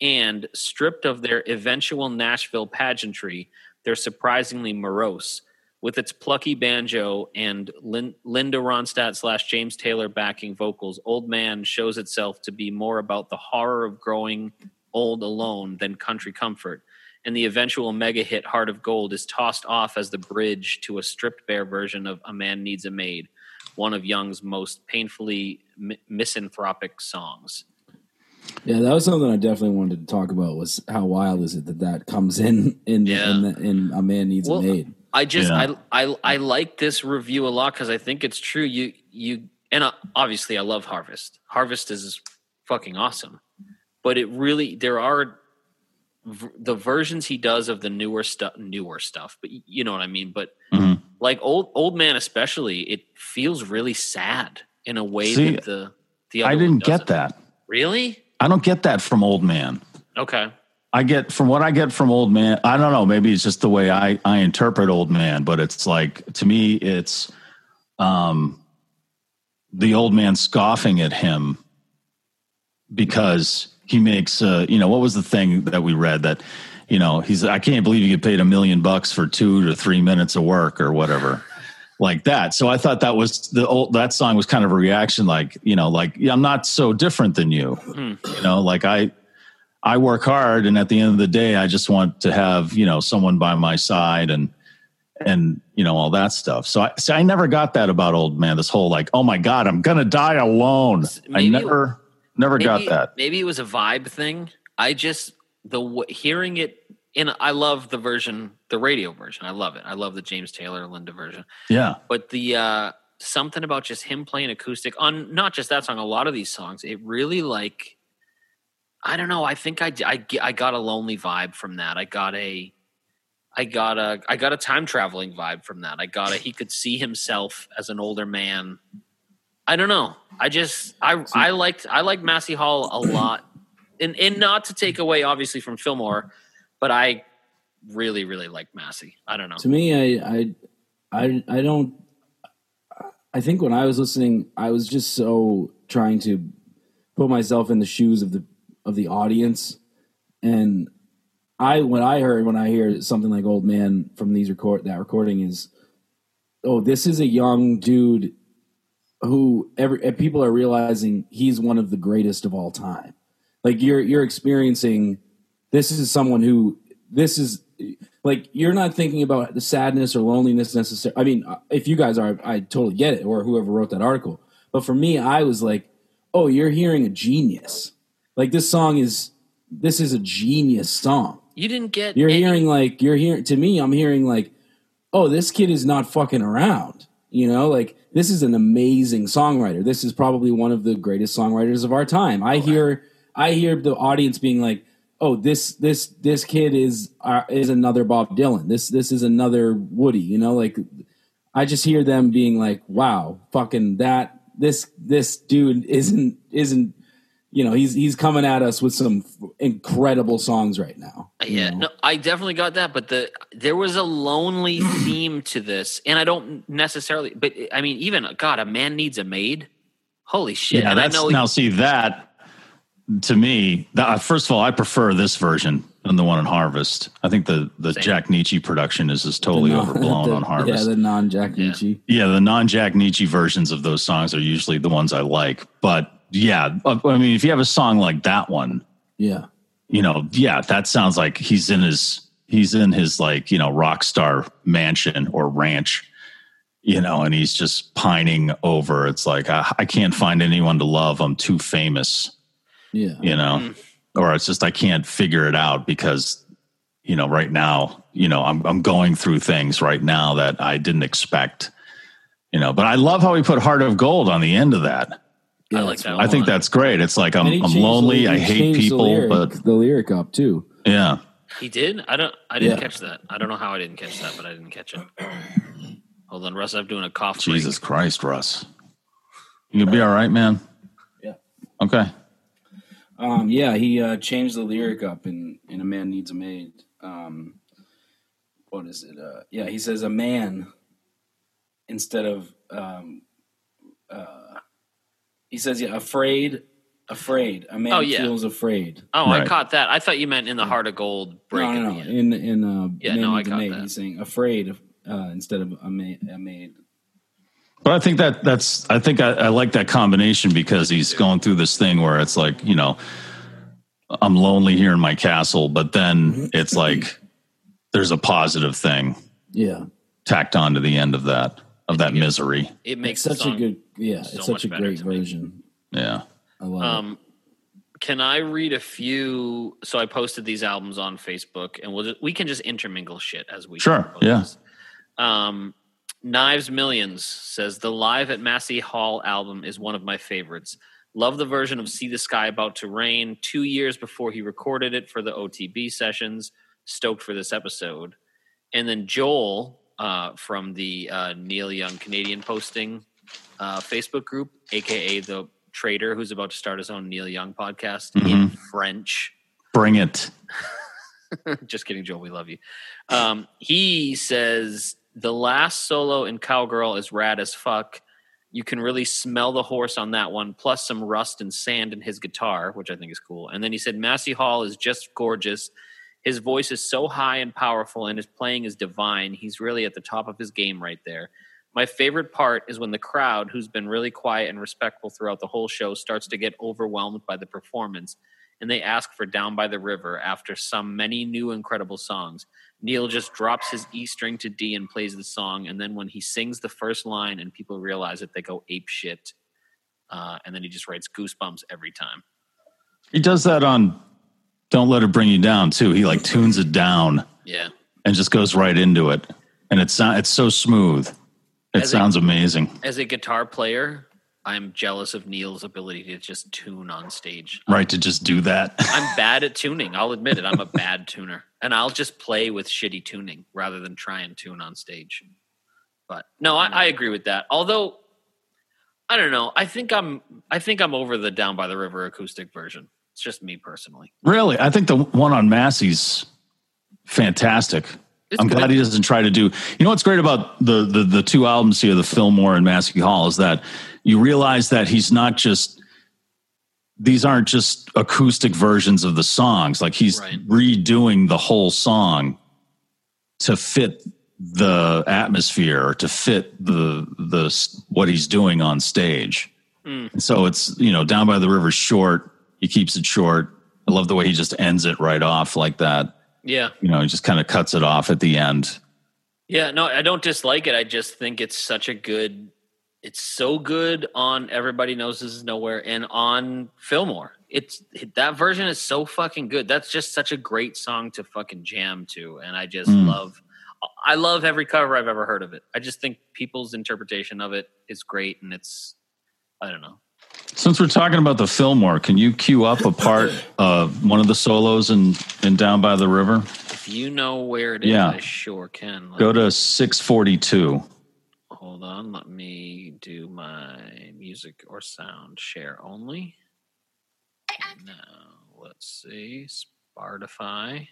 Speaker 3: and stripped of their eventual Nashville pageantry, they're surprisingly morose. With its plucky banjo and Lin- Linda Ronstadt slash James Taylor backing vocals, Old Man shows itself to be more about the horror of growing old alone than country comfort and the eventual mega hit Heart of Gold is tossed off as the bridge to a stripped bare version of A Man Needs a Maid, one of Young's most painfully mi- misanthropic songs.
Speaker 4: Yeah, that was something I definitely wanted to talk about. Was how wild is it that that comes in in
Speaker 3: Yeah.
Speaker 4: in, the, in a man needs
Speaker 3: Well,
Speaker 4: a maid?
Speaker 3: I just
Speaker 2: Yeah.
Speaker 3: I, I I like this review a lot because I think it's true. You you and uh, obviously I love Harvest. Harvest is fucking awesome, but it really there are v- the versions he does of the newer stuff newer stuff. But y- you know what I mean. But
Speaker 2: Mhm.
Speaker 3: like old old man especially, it feels really sad in a way
Speaker 2: See,
Speaker 3: that the the other
Speaker 2: i
Speaker 3: one
Speaker 2: didn't get
Speaker 3: doesn't.
Speaker 2: that
Speaker 3: really
Speaker 2: i don't get that from old man
Speaker 3: okay.
Speaker 2: I get from what I get from old man. I don't know. Maybe it's just the way I I interpret old man, but it's like to me, it's um the old man scoffing at him because he makes uh you know what was the thing that we read that you know, he's I can't believe you get paid a million bucks for two to three minutes of work or whatever. Like that. So I thought that was the old that song was kind of a reaction, like, you know, like yeah, I'm not so different than you. You know, like I I work hard and at the end of the day I just want to have, you know, someone by my side and and you know all that stuff. So I so I never got that about old man. This whole like, oh my god, I'm gonna die alone.
Speaker 3: Maybe-
Speaker 2: I never never got
Speaker 3: maybe,
Speaker 2: that.
Speaker 3: Maybe it was a vibe thing. I just the w- hearing it in. I love the version, the radio version. I love it. I love the James Taylor Linda version.
Speaker 2: Yeah,
Speaker 3: But the uh something about just him playing acoustic on not just that song, a lot of these songs. It really like I don't know. I think I I ge- I got a lonely vibe from that. I got a I got a I got a time traveling vibe from that. I got a he could see himself as an older man. I don't know. I just I I liked I liked Massey Hall a lot. And and not to take away obviously from Fillmore, but I really really liked Massey. I don't know.
Speaker 4: To me, I, I, I, I don't. I think when I was listening, I was just so trying to put myself in the shoes of the of the audience, and I what I heard when I hear something like "Old Man" from these record that recording is, oh, this is a young dude who every and people are realizing he's one of the greatest of all time. Like you're you're experiencing this is someone who this is like you're not thinking about the sadness or loneliness necessarily. I mean, uh, if you guys are, I totally get it, or whoever wrote that article. But for me, I was like, oh, you're hearing a genius. Like this song is this is a genius song.
Speaker 3: You didn't get
Speaker 4: You're
Speaker 3: any-
Speaker 4: hearing like you're hearing to me. I'm hearing like, oh, this kid is not fucking around. You know, like this is an amazing songwriter. This is probably one of the greatest songwriters of our time. I hear, I hear the audience being like, oh, this this this kid is uh, is another Bob Dylan. This this is another Woody. You know, like I just hear them being like, wow, fucking that this this dude isn't isn't. You know he's he's coming at us with some incredible songs right now. you
Speaker 3: Yeah,
Speaker 4: know?
Speaker 3: no, I definitely got that, but the there was a lonely theme to this, and I don't necessarily. But eh, I mean, even God, a man needs a maid. Holy shit!
Speaker 2: yeah.
Speaker 3: and I
Speaker 2: That's
Speaker 3: know
Speaker 2: now see that to me. That, first of all, I prefer this version than the one on Harvest. I think the the
Speaker 3: Same.
Speaker 2: Jack Nietzsche production is is totally
Speaker 4: non-
Speaker 2: overblown
Speaker 4: the-
Speaker 2: on Harvest.
Speaker 4: Yeah, the non Jack
Speaker 3: Yeah.
Speaker 4: Nietzsche.
Speaker 2: yeah the non-jack nietzsche versions of those songs are usually the ones i like but yeah i I mean if you have a song like that one
Speaker 4: Yeah.
Speaker 2: you know yeah that sounds like he's in his he's in his like you know rock star mansion or ranch you know and he's just pining over it's like i, I can't find anyone to love i'm too famous
Speaker 4: Yeah.
Speaker 2: you know
Speaker 4: Mm-hmm.
Speaker 2: or it's just i can't figure it out because you know right now you know i'm i'm going through things right now that i didn't expect you know but i love how he put heart of gold on the end of that
Speaker 3: I
Speaker 4: Yeah,
Speaker 3: like that.
Speaker 2: i think
Speaker 3: one.
Speaker 2: that's great it's like i'm
Speaker 4: Oh, And he
Speaker 2: i'm
Speaker 4: changed the-
Speaker 2: lonely
Speaker 4: he
Speaker 2: i hate
Speaker 4: changed the
Speaker 2: people
Speaker 4: lyric-
Speaker 2: but
Speaker 4: the lyric up too.
Speaker 2: yeah
Speaker 3: he did. I don't. I didn't
Speaker 4: Yeah.
Speaker 3: catch that. I don't know how I didn't catch that, but I didn't catch it. Hold on, Russ. I'm doing a cough. break.
Speaker 2: jesus christ russ you'll be all right man
Speaker 4: Yeah.
Speaker 2: okay
Speaker 4: Um, yeah, he uh, changed the lyric up in, in "A Man Needs a Maid." Um, what is it? Uh, yeah, he says a man instead of um, uh, he says yeah, afraid, afraid. A man
Speaker 3: Oh, yeah.
Speaker 4: feels afraid.
Speaker 3: Oh, I
Speaker 2: Right.
Speaker 3: caught that. I thought you meant in the heart of gold break.
Speaker 4: No,
Speaker 3: at
Speaker 4: no,
Speaker 3: the
Speaker 4: no.
Speaker 3: end.
Speaker 4: In in uh,
Speaker 3: Yeah,
Speaker 4: man
Speaker 3: no, I
Speaker 4: needs a
Speaker 3: got
Speaker 4: maid.
Speaker 3: that.
Speaker 4: He's saying afraid of, uh, instead of a, ma- a maid.
Speaker 2: But I think that that's I think I, I like that combination because he's going through this thing where it's like you know I'm lonely here in my castle, but then it's like there's a positive thing
Speaker 4: Yeah,
Speaker 2: tacked on to the end of that of that misery.
Speaker 3: It makes
Speaker 4: such
Speaker 3: the song.
Speaker 4: a good yeah, it's
Speaker 3: much
Speaker 4: such a
Speaker 3: better
Speaker 4: great
Speaker 3: to me.
Speaker 4: version.
Speaker 2: Yeah,
Speaker 4: I love
Speaker 2: Mm-hmm.
Speaker 4: it.
Speaker 3: Um, can I read a few? So I posted these albums on Facebook, and we'll just, we can just intermingle shit as we
Speaker 2: Sure,
Speaker 3: go.
Speaker 2: yeah.
Speaker 3: Um, Knives Millions says the live at Massey Hall album is one of my favorites. Love the version of "See the Sky About to Rain" two years before he recorded it for the OTB sessions. Stoked for this episode, and then Joel uh, from the uh, Neil Young Canadian posting uh, Facebook group, aka the trader who's about to start his own Neil Young podcast in French.
Speaker 2: bring it.
Speaker 3: Just kidding, Joel. We love you. Um, he says the last solo in Cowgirl is rad as fuck. You can really smell the horse on that one, plus some rust and sand in his guitar, which I think is cool. And then he said Massey Hall is just gorgeous. His voice is so high and powerful, and his playing is divine. He's really at the top of his game right there. My favorite part is when the crowd, who's been really quiet and respectful throughout the whole show, starts to get overwhelmed by the performance and they ask for Down by the River after some many new incredible songs. Neil just drops his E string to D and plays the song. And then when he sings the first line and people realize it, they go ape shit. Uh, and then he just writes goosebumps every time.
Speaker 2: He does that on Don't Let It Bring You Down too. He like tunes it down
Speaker 3: Yeah.
Speaker 2: and just goes right into it. And it's not, it's so smooth. It
Speaker 3: As a-
Speaker 2: sounds amazing.
Speaker 3: As a guitar player, I'm jealous of Neil's ability to just tune on stage.
Speaker 2: Right to just do that.
Speaker 3: I'm bad at tuning. I'll admit it. I'm a bad tuner, and I'll just play with shitty tuning rather than try and tune on stage. But no, I, I agree with that. Although I don't know. I think I'm. I think I'm over the Down by the River acoustic version. It's just me personally.
Speaker 2: Really, I think the one on Massey's fantastic.
Speaker 3: It's
Speaker 2: I'm
Speaker 3: good.
Speaker 2: glad he doesn't try to do. You know what's great about the, the the two albums here, the Fillmore and Massey Hall, is that you realize that he's not just these aren't just acoustic versions of the songs. Like he's
Speaker 3: Right.
Speaker 2: redoing the whole song to fit the atmosphere or to fit the the s- what he's doing on stage.
Speaker 3: Hmm.
Speaker 2: And so it's you know down by the river short. He keeps it short. I love the way he just ends it right off like that.
Speaker 3: Yeah,
Speaker 2: You know, he just kind of cuts it off at the end.
Speaker 3: yeah. No, I don't dislike it. I just think it's such a good. It's so good on Everybody Knows This Is Nowhere and on Fillmore. It's that version is so fucking good. That's just such a great song to fucking jam to, and I just
Speaker 2: Mm.
Speaker 3: love. I love every cover I've ever heard of it. I just think people's interpretation of it is great, and it's. I don't know.
Speaker 2: Since we're talking about the Fillmore, can you cue up a part of one of the solos in in Down by the River?
Speaker 3: If you know where it is,
Speaker 2: Yeah.
Speaker 3: I sure can. Let
Speaker 2: Go
Speaker 3: me-
Speaker 2: to six forty two.
Speaker 3: Hold on, let me do my music or sound share only. Now, let's see. Spotify.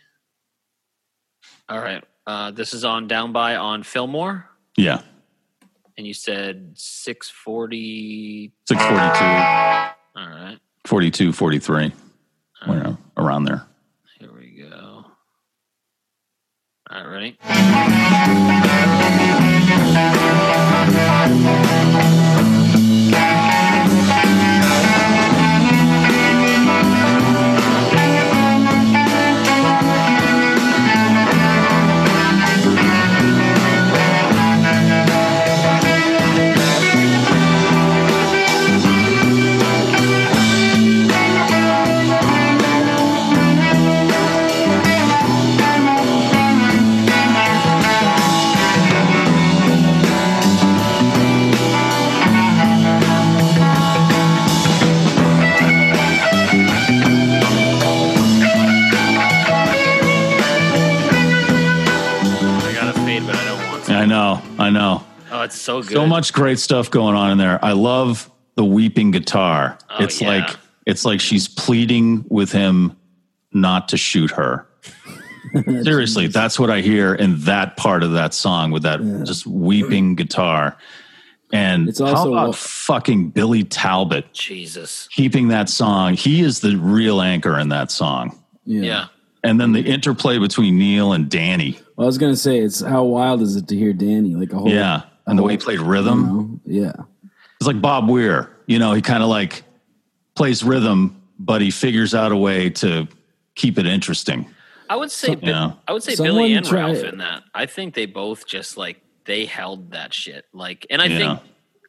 Speaker 3: All right. Uh, this is on Down by on Fillmore.
Speaker 2: Yeah,
Speaker 3: And you said 640.
Speaker 2: 642,
Speaker 3: All right.
Speaker 2: 42, 43, you
Speaker 3: All right.
Speaker 2: know, around there.
Speaker 3: Here we go. All right. I got to fade, but I don't want to.
Speaker 2: I know, I know.
Speaker 3: Oh, it's so good.
Speaker 2: So much great stuff going on in there. I love the weeping guitar.
Speaker 3: Oh,
Speaker 2: it's
Speaker 3: yeah.
Speaker 2: like it's like she's pleading with him not to shoot her. Seriously, that's what I hear in that part of that song with that just weeping guitar. And
Speaker 4: It's also
Speaker 2: how about
Speaker 4: lo-
Speaker 2: fucking Billy Talbot
Speaker 3: Jesus.
Speaker 2: keeping that song? He is the real anchor in that song.
Speaker 4: Yeah.
Speaker 3: Yeah.
Speaker 2: And then the
Speaker 4: Mm.
Speaker 2: interplay between Neil and Danny.
Speaker 4: Well, I was gonna say it's how wild is it to hear Danny like a whole
Speaker 2: Yeah. And the
Speaker 4: oh,
Speaker 2: way he played
Speaker 4: you
Speaker 2: rhythm.
Speaker 4: know? yeah.
Speaker 2: It's like Bob Weir, you know, he kind of like plays rhythm, but he figures out a way to keep it interesting.
Speaker 3: I would say Bi-
Speaker 2: Yeah.
Speaker 3: I would say
Speaker 4: Someone
Speaker 3: Billy and
Speaker 4: try-
Speaker 3: Ralph in that. I think they both just like they held that shit. Like, and I
Speaker 2: Yeah.
Speaker 3: think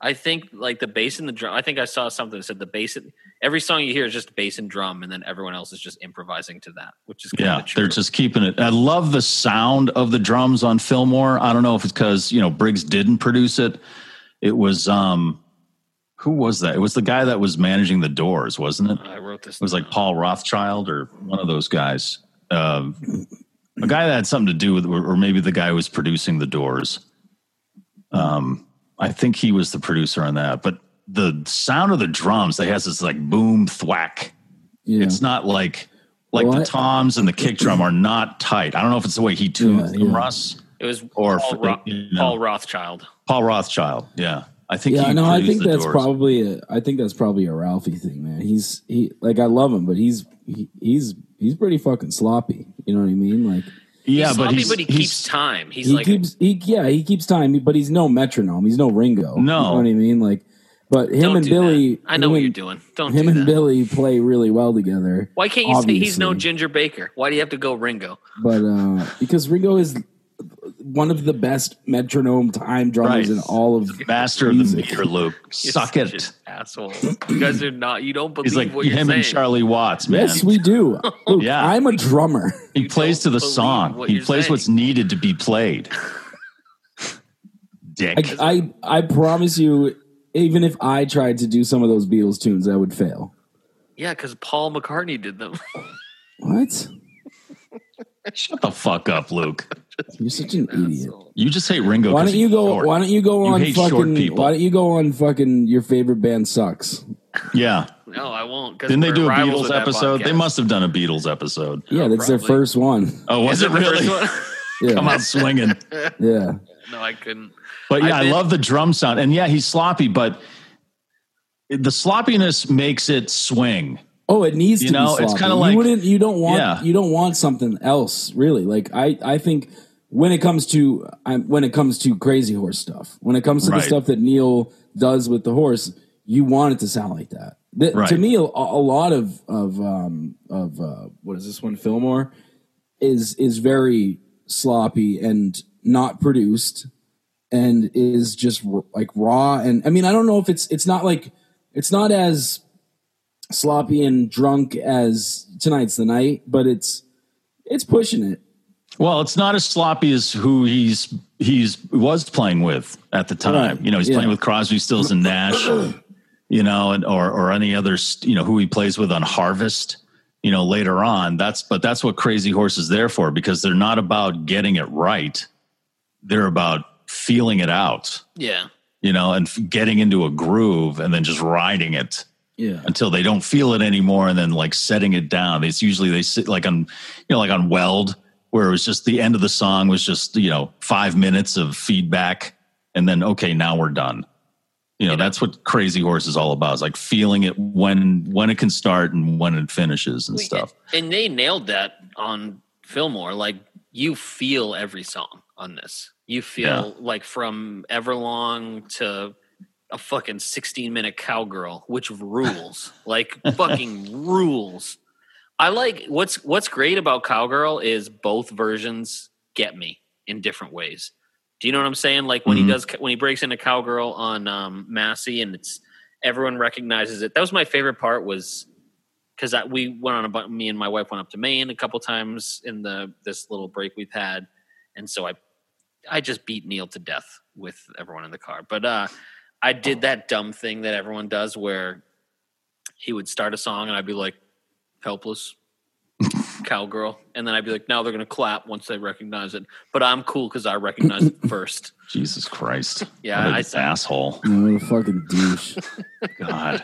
Speaker 3: I think like the bass and the drum. I think I saw something that said the bass. And, every song you hear is just bass and drum, and then everyone else is just improvising to that, which is kind
Speaker 2: Yeah,
Speaker 3: of true.
Speaker 2: they're just keeping it. I love the sound of the drums on Fillmore. I don't know if it's because you know Briggs didn't produce it. It was um, who was that? It was the guy that was managing the Doors, wasn't it?
Speaker 3: I wrote this.
Speaker 2: It was like
Speaker 3: down.
Speaker 2: Paul Rothschild or one of those guys. Um, a guy that had something to do with, or or maybe the guy who was producing the Doors. Um, I think he was the producer on that. But the sound of the drums, they has this like boom thwack.
Speaker 4: Yeah.
Speaker 2: It's not like like
Speaker 4: Well, I-
Speaker 2: the toms and the kick drum are not tight. I don't know if it's the way he tunes
Speaker 4: Yeah,
Speaker 2: them,
Speaker 4: yeah.
Speaker 2: Russ
Speaker 3: It was
Speaker 2: or
Speaker 3: Paul,
Speaker 2: if-
Speaker 3: Ro-
Speaker 2: you know,
Speaker 3: Paul Rothschild.
Speaker 2: Paul Rothschild. Yeah, I think.
Speaker 4: yeah,
Speaker 2: he
Speaker 4: no, I
Speaker 2: produced
Speaker 4: think
Speaker 2: the
Speaker 4: that's
Speaker 2: Doors.
Speaker 4: probably a, I think that's probably a Ralphie thing, man. He's he like I love him, but he's he, he's he's pretty fucking sloppy. You know what I mean? Like
Speaker 2: yeah,
Speaker 3: he's
Speaker 2: but
Speaker 3: sloppy,
Speaker 2: he's,
Speaker 3: but he
Speaker 2: he's-
Speaker 3: keeps time. He's
Speaker 4: he
Speaker 3: like,
Speaker 4: keeps he yeah he keeps time, but he's no metronome. He's no Ringo. you
Speaker 2: No.
Speaker 4: know what I mean. Like, but him
Speaker 3: don't
Speaker 4: and
Speaker 3: do
Speaker 4: Billy,
Speaker 3: that. I know
Speaker 4: him
Speaker 3: what
Speaker 4: and-
Speaker 3: you're doing. Don't
Speaker 4: Him
Speaker 3: do
Speaker 4: and
Speaker 3: that.
Speaker 4: Billy play really well together.
Speaker 3: Why can't you say he's no
Speaker 4: obviously.
Speaker 3: Ginger Baker? Why do you have to go Ringo?
Speaker 4: but uh, because Ringo is one of the best metronome time drummers
Speaker 2: Right.
Speaker 4: in all of
Speaker 2: master of the
Speaker 4: music.
Speaker 2: meter, Luke.
Speaker 3: You're
Speaker 2: Suck
Speaker 3: such
Speaker 2: it.
Speaker 3: an asshole. You guys are not. You don't believe
Speaker 2: He's like
Speaker 3: what you're
Speaker 2: him
Speaker 3: saying.
Speaker 2: and Charlie Watts, man.
Speaker 4: Yes, we do. Look,
Speaker 2: Yeah.
Speaker 4: I'm a drummer.
Speaker 2: he
Speaker 3: You
Speaker 2: plays
Speaker 3: don't
Speaker 2: to the
Speaker 3: believe
Speaker 2: song.
Speaker 3: what
Speaker 2: He
Speaker 3: you're
Speaker 2: plays
Speaker 3: saying.
Speaker 2: what's needed to be played. Dick.
Speaker 4: I, I I promise you, even if I tried to do some of those Beatles tunes, I would fail.
Speaker 3: Yeah, because Paul McCartney did them.
Speaker 4: What?
Speaker 2: Shut the fuck up, Luke.
Speaker 4: You're such an idiot.
Speaker 2: You just hate Ringo.
Speaker 4: Why
Speaker 2: 'cause
Speaker 4: don't you
Speaker 2: he's
Speaker 4: go?
Speaker 2: short.
Speaker 4: Why don't you go
Speaker 2: You
Speaker 4: on
Speaker 2: hate short
Speaker 4: fucking?
Speaker 2: people.
Speaker 4: Why don't you go on fucking? Your favorite band sucks.
Speaker 2: Yeah.
Speaker 3: No, I won't.
Speaker 2: Didn't they do a Beatles episode? They must have done a Beatles episode.
Speaker 4: Yeah, that's their
Speaker 3: probably.
Speaker 4: first one.
Speaker 2: Oh, was it really?
Speaker 4: Yeah,
Speaker 2: Come out swinging.
Speaker 4: yeah.
Speaker 3: no, I couldn't.
Speaker 2: But yeah,
Speaker 3: I've
Speaker 2: I
Speaker 3: been-
Speaker 2: love the drum sound. And yeah, he's sloppy, but the sloppiness makes it swing.
Speaker 4: Oh, it needs
Speaker 2: You
Speaker 4: to
Speaker 2: know,
Speaker 4: be
Speaker 2: it's
Speaker 4: sloppy.
Speaker 2: kinda
Speaker 4: you
Speaker 2: like-
Speaker 4: wouldn't you don't want
Speaker 2: Yeah.
Speaker 4: you don't want something else really. Like I I think when it comes to I, when it comes to crazy horse stuff, when it comes to
Speaker 2: Right.
Speaker 4: the stuff that Neil does with the horse, you want it to sound like that. Th- To
Speaker 2: Right.
Speaker 4: me, a, a lot of of um, of uh, what is this one Fillmore is is very sloppy and not produced and is just r- like raw and I mean I don't know if it's it's not like it's not as sloppy and drunk as tonight's the night, but it's it's pushing it.
Speaker 2: Well, it's not as sloppy as who he's he's was playing with at the time.
Speaker 4: Right,
Speaker 2: You know, he's
Speaker 4: yeah.
Speaker 2: playing with Crosby, Stills, and Nash. you know, and or or any other st- you know who he plays with on Harvest. You know, later on. That's but that's what Crazy Horse is there for because they're not about getting it right. They're about feeling it out.
Speaker 3: Yeah.
Speaker 2: You know, and f- getting into a groove and then just riding it
Speaker 4: Yeah.
Speaker 2: until they don't feel it anymore and then like setting it down it's usually they sit like on you know like on weld where it was just the end of the song was just you know five minutes of feedback and then okay now we're done you know that's what crazy horse is all about is like feeling it when when it can start and when it finishes and stuff
Speaker 3: And they nailed that on Fillmore. Like you feel every song on this. You feel like from Everlong to a fucking 16 minute cowgirl, which rules. like fucking rules. I like what's what's great about cowgirl is both versions get me in different ways. Do you know what I'm saying? Like when
Speaker 2: Mhm.
Speaker 3: he does when he breaks into cowgirl on um, Massey and it's everyone recognizes it. That was my favorite part was because we went on a bu- me and my wife went up to Maine a couple times in the this little break we've had, and so I I just beat Neil to death with everyone in the car. But uh, I did that dumb thing that everyone does where he would start a song and I'd be like helpless cowgirl, and then I'd be like now they're gonna clap once they recognize it, but I'm cool because I recognize it first.
Speaker 2: jesus christ
Speaker 3: Yeah,
Speaker 2: what
Speaker 3: I
Speaker 2: an
Speaker 3: said-
Speaker 2: asshole
Speaker 4: No, what a fucking douche.
Speaker 2: god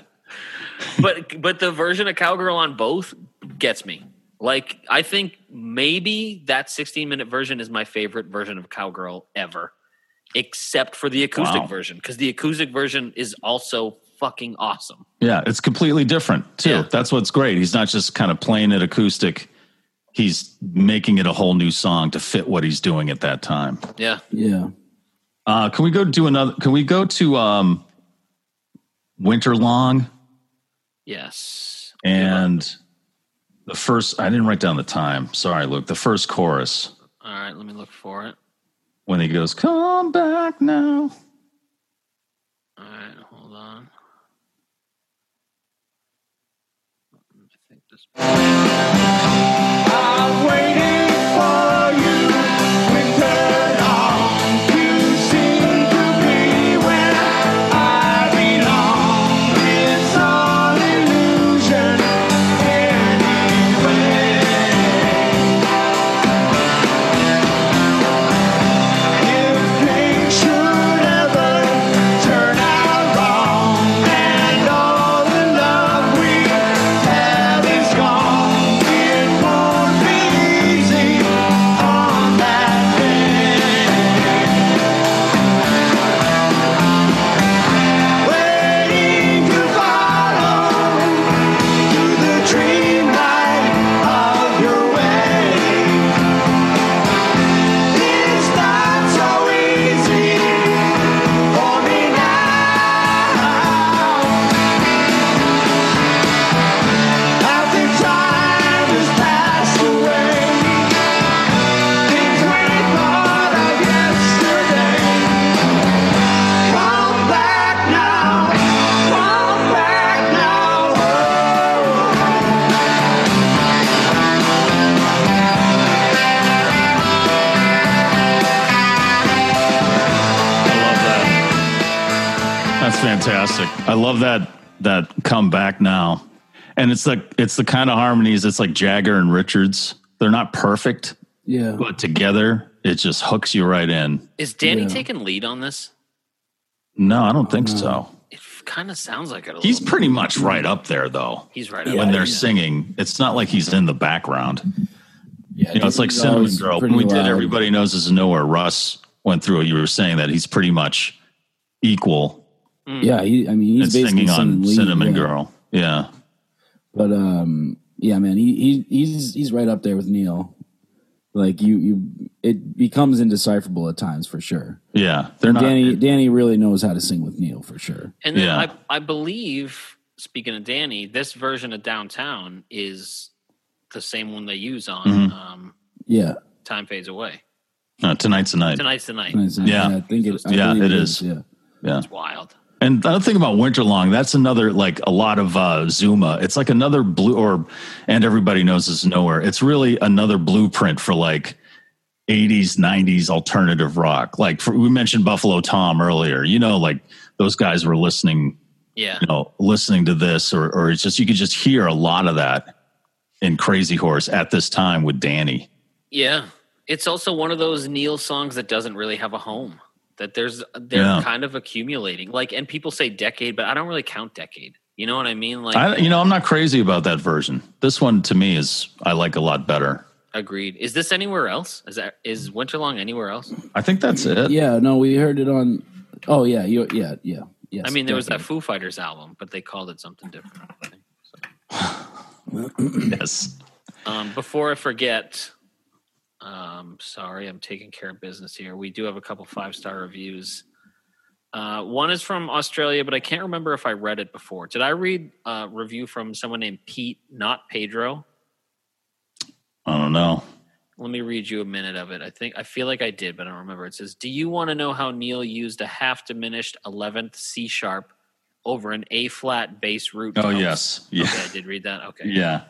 Speaker 3: but but the version of cowgirl on both gets me like i think maybe that 16 minute version is my favorite version of cowgirl ever except for the acoustic
Speaker 2: Wow.
Speaker 3: version because the acoustic version is also fucking awesome
Speaker 2: Yeah, it's completely different too.
Speaker 3: Yeah.
Speaker 2: That's what's great. He's not just kind of playing it acoustic. He's making it a whole new song to fit what he's doing at that time.
Speaker 3: yeah
Speaker 4: Yeah.
Speaker 2: Uh, can we go do another? Can we go to um, Winter Long
Speaker 3: yes
Speaker 2: and the first? I didn't write down the time. Sorry, Luke. The first chorus
Speaker 3: all right let me look for it
Speaker 2: when he goes, "Come back now."
Speaker 3: all right hold on I think this-
Speaker 6: All the love we have is gone. It won't
Speaker 2: That's fantastic. I love that that come back now. And it's like it's the kind of harmonies it's like Jagger and Richards. They're not perfect,
Speaker 4: Yeah.
Speaker 2: but together it just hooks you right in.
Speaker 3: Is Danny
Speaker 4: Yeah.
Speaker 3: taking lead on this?
Speaker 2: No, I don't think so.
Speaker 3: It kind of sounds like it. A
Speaker 2: He's
Speaker 3: little.
Speaker 2: pretty much right up there though.
Speaker 3: he's right.
Speaker 2: when
Speaker 3: Yeah.
Speaker 2: they're singing, it's not like he's in the background.
Speaker 4: yeah
Speaker 2: You know, it's like
Speaker 4: he's
Speaker 2: Cinnamon
Speaker 4: always
Speaker 2: Girl. When
Speaker 4: pretty
Speaker 2: we did
Speaker 4: loud.
Speaker 2: Everybody Knows Is Nowhere, Russ went through it. You were saying that he's pretty much equal
Speaker 4: Yeah, he, I mean,
Speaker 2: in
Speaker 4: he's basically
Speaker 2: Mm-hmm. singing on
Speaker 4: singing lead,
Speaker 2: Cinnamon
Speaker 4: yeah.
Speaker 2: Girl. Yeah.
Speaker 4: But um, yeah, man, he, he he's he's right up there with Neil. Like you, you, it becomes indecipherable at times for sure.
Speaker 2: Yeah. They're not
Speaker 4: Danny, Danny really knows how to sing with Neil for sure.
Speaker 3: And then
Speaker 2: Yeah.
Speaker 3: I, I believe, speaking of Danny, this version of Downtown is the same one they use on
Speaker 2: Mm-hmm.
Speaker 3: um,
Speaker 4: Yeah,
Speaker 3: Time Fades Away.
Speaker 2: no, tonight's the night.
Speaker 3: Tonight's the night.
Speaker 4: And it's-
Speaker 2: Yeah.
Speaker 4: I think it, I
Speaker 2: Yeah,
Speaker 4: believe
Speaker 2: it
Speaker 4: it
Speaker 2: is.
Speaker 4: is. Yeah,
Speaker 2: Yeah.
Speaker 3: Wild.
Speaker 2: And another thing about Winterlong, that's another like a lot of uh, Zuma. It's like another blue or and everybody knows this nowhere. It's really another blueprint for like 80s, 90s alternative rock. Like for, we mentioned Buffalo Tom earlier. You know, like those guys were listening,
Speaker 3: Yeah.
Speaker 2: you know, listening to this or or it's just you could just hear a lot of that in Crazy Horse at this time with Danny.
Speaker 3: Yeah. It's also one of those Neil songs that doesn't really have a home. That there's they're
Speaker 2: Yeah.
Speaker 3: kind of accumulating. Like and people say decade, but I don't really count decade. You know what I mean? Like
Speaker 2: I, you know, I'm not crazy about that version. This one to me is I like a lot better.
Speaker 3: agreed. Is this anywhere else? Is that is Winterlong anywhere else?
Speaker 2: I think that's it.
Speaker 4: yeah. No, we heard it on. Oh yeah, you, yeah, yeah. Yes,
Speaker 3: I mean, there was that
Speaker 4: definitely.
Speaker 3: Foo Fighters album, but they called it something different. I think.
Speaker 2: Yes.
Speaker 3: Um, before I forget, um, sorry, I'm taking care of business here. We do have a couple five star reviews. Uh, one is from Australia, but I can't remember if I read it before. Did I read a review from someone named Pete, not Pedro?
Speaker 2: I don't know.
Speaker 3: Let me read you a minute of it. I think I feel like I did, but I don't remember. It says, "Do you want to know how Neil used a half diminished eleventh C sharp over an A flat bass root?"
Speaker 2: Oh
Speaker 3: tone?"
Speaker 2: yes, yeah,
Speaker 3: Okay, I did read that. Okay,
Speaker 2: yeah.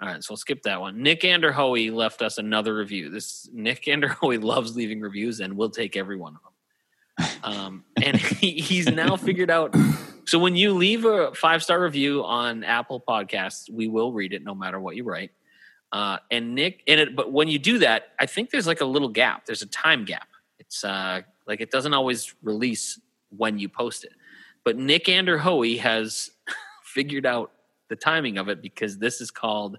Speaker 3: All right, so we'll skip that one. Nick Anderhoey left us another review. This Nick Anderhoey loves leaving reviews, and we'll take every one of them. Um, and he, he's now figured out. So when you leave a five star review on Apple Podcasts, we will read it no matter what you write. Uh, and Nick, and it, but when you do that, I think there's like a little gap. There's a time gap. It's uh, like it doesn't always release when you post it. But Nick Anderhoey has figured out the timing of it because this is called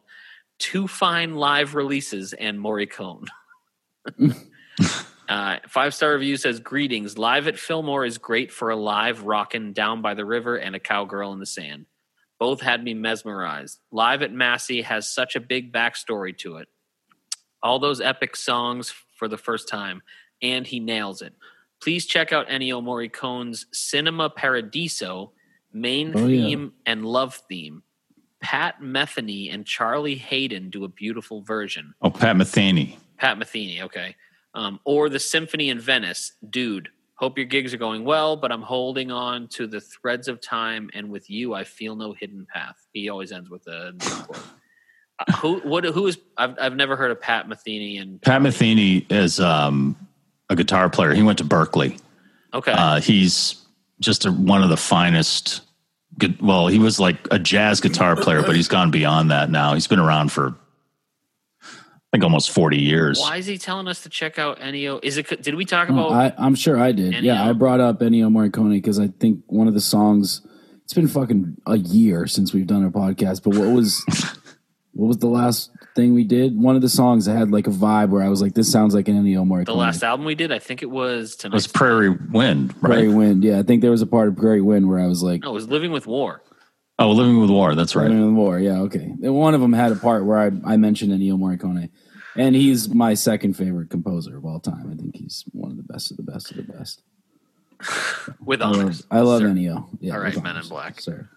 Speaker 3: Two Fine Live Releases and Morricone. uh, Five star review says Greetings. Live at Fillmore is great for a live rockin' down by the river and a cowgirl in the sand. Both had me mesmerized. Live at Massey has such a big backstory to it. All those epic songs for the first time, and he nails it. Please check out Ennio Morricone's Cinema Paradiso, main
Speaker 4: Oh, yeah.
Speaker 3: theme and love theme. Pat Metheny and Charlie Hayden do a beautiful version.
Speaker 2: Oh, Pat Metheny.
Speaker 3: Pat Metheny, okay. Um, or the Symphony in Venice, dude. Hope your gigs are going well, but I'm holding on to the threads of time, and with you, I feel no hidden path. He always ends with a quote. Uh, who? What? Who is? I've I've never heard of Pat Metheny and
Speaker 2: Pat Metheny is um, a guitar player. He went to Berkeley.
Speaker 3: okay,
Speaker 2: Uh, he's just a, one of the finest. Good, well, he was like a jazz guitar player, but he's gone beyond that now. He's been around for, I think, almost forty years.
Speaker 3: why is he telling us to check out Ennio? Is it? Did we talk
Speaker 4: No,
Speaker 3: about?
Speaker 4: I, I'm sure I did. Yeah,
Speaker 3: Ennio.
Speaker 4: I brought up Ennio Morricone because I think one of the songs. It's been fucking a year since we've done a podcast, but what was what was the last thing we did? One of the songs that had like a vibe where I was like, "This sounds like an Ennio Morricone."
Speaker 3: the
Speaker 2: Mm.
Speaker 3: last album we did, I think it was
Speaker 2: It was
Speaker 3: tonight.
Speaker 2: Prairie Wind, right?
Speaker 4: Prairie Wind. Yeah, I think there was a part of Prairie Wind where I was like,
Speaker 3: No, it was Living with War.
Speaker 2: Oh, Living with War. That's right.
Speaker 4: Women in the War. Yeah, okay. And one of them had a part where I, I mentioned Ennio Morricone, and he's my second favorite composer of all time. I think he's one of the best of the best of the best.
Speaker 3: With
Speaker 2: Mm,
Speaker 4: I
Speaker 3: honors,
Speaker 4: love, I love
Speaker 3: sir.
Speaker 2: E
Speaker 4: Ennio. Yeah,
Speaker 3: All right,
Speaker 4: with
Speaker 3: Men in
Speaker 4: honors,
Speaker 3: Black.
Speaker 4: sir.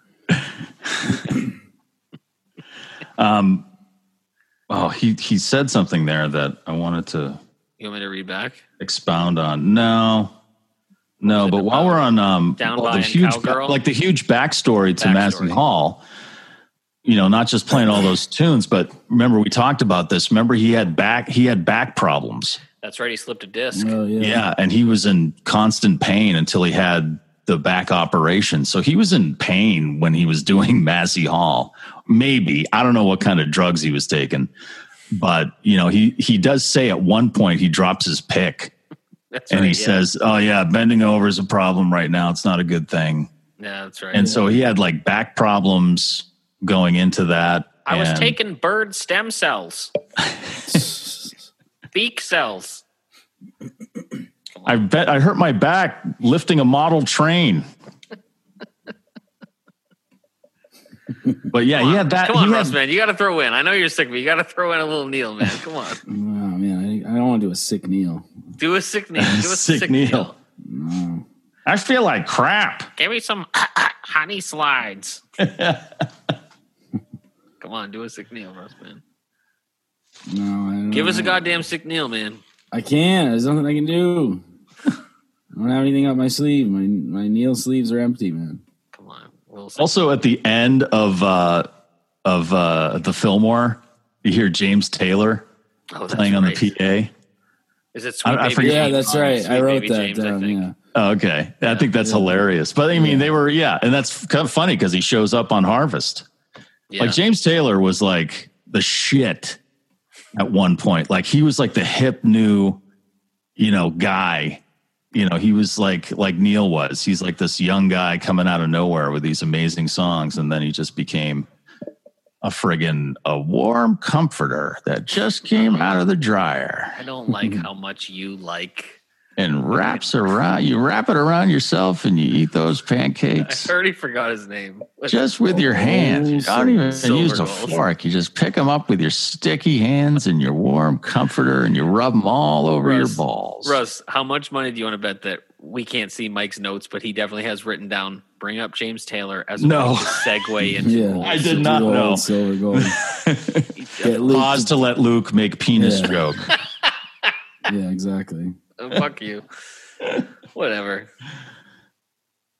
Speaker 2: Oh, he he said something there that I wanted to
Speaker 3: You want me to read back?
Speaker 2: expound on. No, no. But while we're on um,
Speaker 3: Down
Speaker 2: well,
Speaker 3: by
Speaker 2: the
Speaker 3: and
Speaker 2: huge,
Speaker 3: Cowgirl?
Speaker 2: like the huge backstory to
Speaker 3: Backstory.
Speaker 2: Massey Hall, you know, not just playing all those tunes, but remember we talked about this. Remember he had back he had back problems. Mm.
Speaker 3: That's right. He slipped a disc.
Speaker 4: Oh yeah.
Speaker 2: Yeah, and he was in constant pain until he had the back operation. So he was in pain when he was doing Massey Hall. Maybe I don't know what kind of drugs he was taking, but you know he he does say at one point he drops his pick
Speaker 3: That's
Speaker 2: and
Speaker 3: right,
Speaker 2: he
Speaker 3: yeah.
Speaker 2: says, "Oh yeah, bending over is a problem right now. It's not a good thing."
Speaker 3: "Yeah, that's right."
Speaker 2: And so he had like back problems going into that.
Speaker 3: I was
Speaker 2: and-
Speaker 3: taking bird stem cells, beak cells.
Speaker 2: I bet I hurt my back lifting a model train. but yeah, he had that.
Speaker 3: Come on,
Speaker 2: he had-
Speaker 3: Russ, man, you got to throw in. I know you're sick, but you got to throw in a little kneel, man. Come on,
Speaker 4: Oh, man, I, I don't want to do a sick kneel.
Speaker 3: do a sick kneel. Do a
Speaker 2: Sick
Speaker 3: sick,
Speaker 2: kneel.
Speaker 3: kneel.
Speaker 2: I feel like crap.
Speaker 3: Give me some honey slides. Come on, do a sick kneel, Russ, man.
Speaker 4: No, I don't
Speaker 3: Give us
Speaker 2: Mm.
Speaker 3: a
Speaker 4: I-
Speaker 3: goddamn sick kneel, man.
Speaker 4: I can't. There's nothing I can do. I don't have anything up my sleeve. My my kneel sleeves are empty, man.
Speaker 3: Come on, we'll see.
Speaker 2: Also, at the end of uh, of uh, the Fillmore, you hear James Taylor
Speaker 3: Oh, that's
Speaker 2: playing on
Speaker 3: right.
Speaker 2: the
Speaker 3: Is it sweet?
Speaker 2: I- I
Speaker 3: Baby
Speaker 2: forget-
Speaker 4: Yeah,
Speaker 3: James?
Speaker 4: that's
Speaker 3: Oh,
Speaker 4: right.
Speaker 3: Sweet
Speaker 4: I wrote
Speaker 3: Baby
Speaker 4: that
Speaker 3: James, I
Speaker 4: down.
Speaker 3: think.
Speaker 4: yeah.
Speaker 2: PA. Oh, okay, I think that's hilarious. But I mean, they were yeah, and that's kind of funny because he shows up on Harvest.
Speaker 3: Yeah.
Speaker 2: Like James Taylor was like the shit at one point. Like he was like the hip new, you know, guy. You know, he was like like Neil was. He's like this young guy coming out of nowhere with these amazing songs, and then he just became a friggin' a warm comforter that just came out of the dryer
Speaker 3: I don't like how much you like.
Speaker 2: and wraps around you wrap it around yourself and you eat those
Speaker 3: I
Speaker 2: pancakes
Speaker 3: already forgot his name.
Speaker 2: just with your hands. You don't even
Speaker 3: Silver
Speaker 2: use a
Speaker 3: rolls.
Speaker 2: fork. You just pick them up with your sticky hands and your warm comforter, and you rub them all over
Speaker 3: Russ,
Speaker 2: your balls.
Speaker 3: Russ, how much money do you want to bet that we can't see Mike's notes, but he definitely has written down bring up James Taylor as a
Speaker 2: No.
Speaker 3: way to segue into
Speaker 4: Yeah,
Speaker 3: goals.
Speaker 2: I did
Speaker 4: Do
Speaker 2: not
Speaker 4: the old
Speaker 2: know.
Speaker 4: Silver gold. Get Luke.
Speaker 2: Pause to let Luke make penis
Speaker 4: Yeah.
Speaker 2: joke.
Speaker 4: Yeah, exactly.
Speaker 3: Oh, Fuck you. Whatever.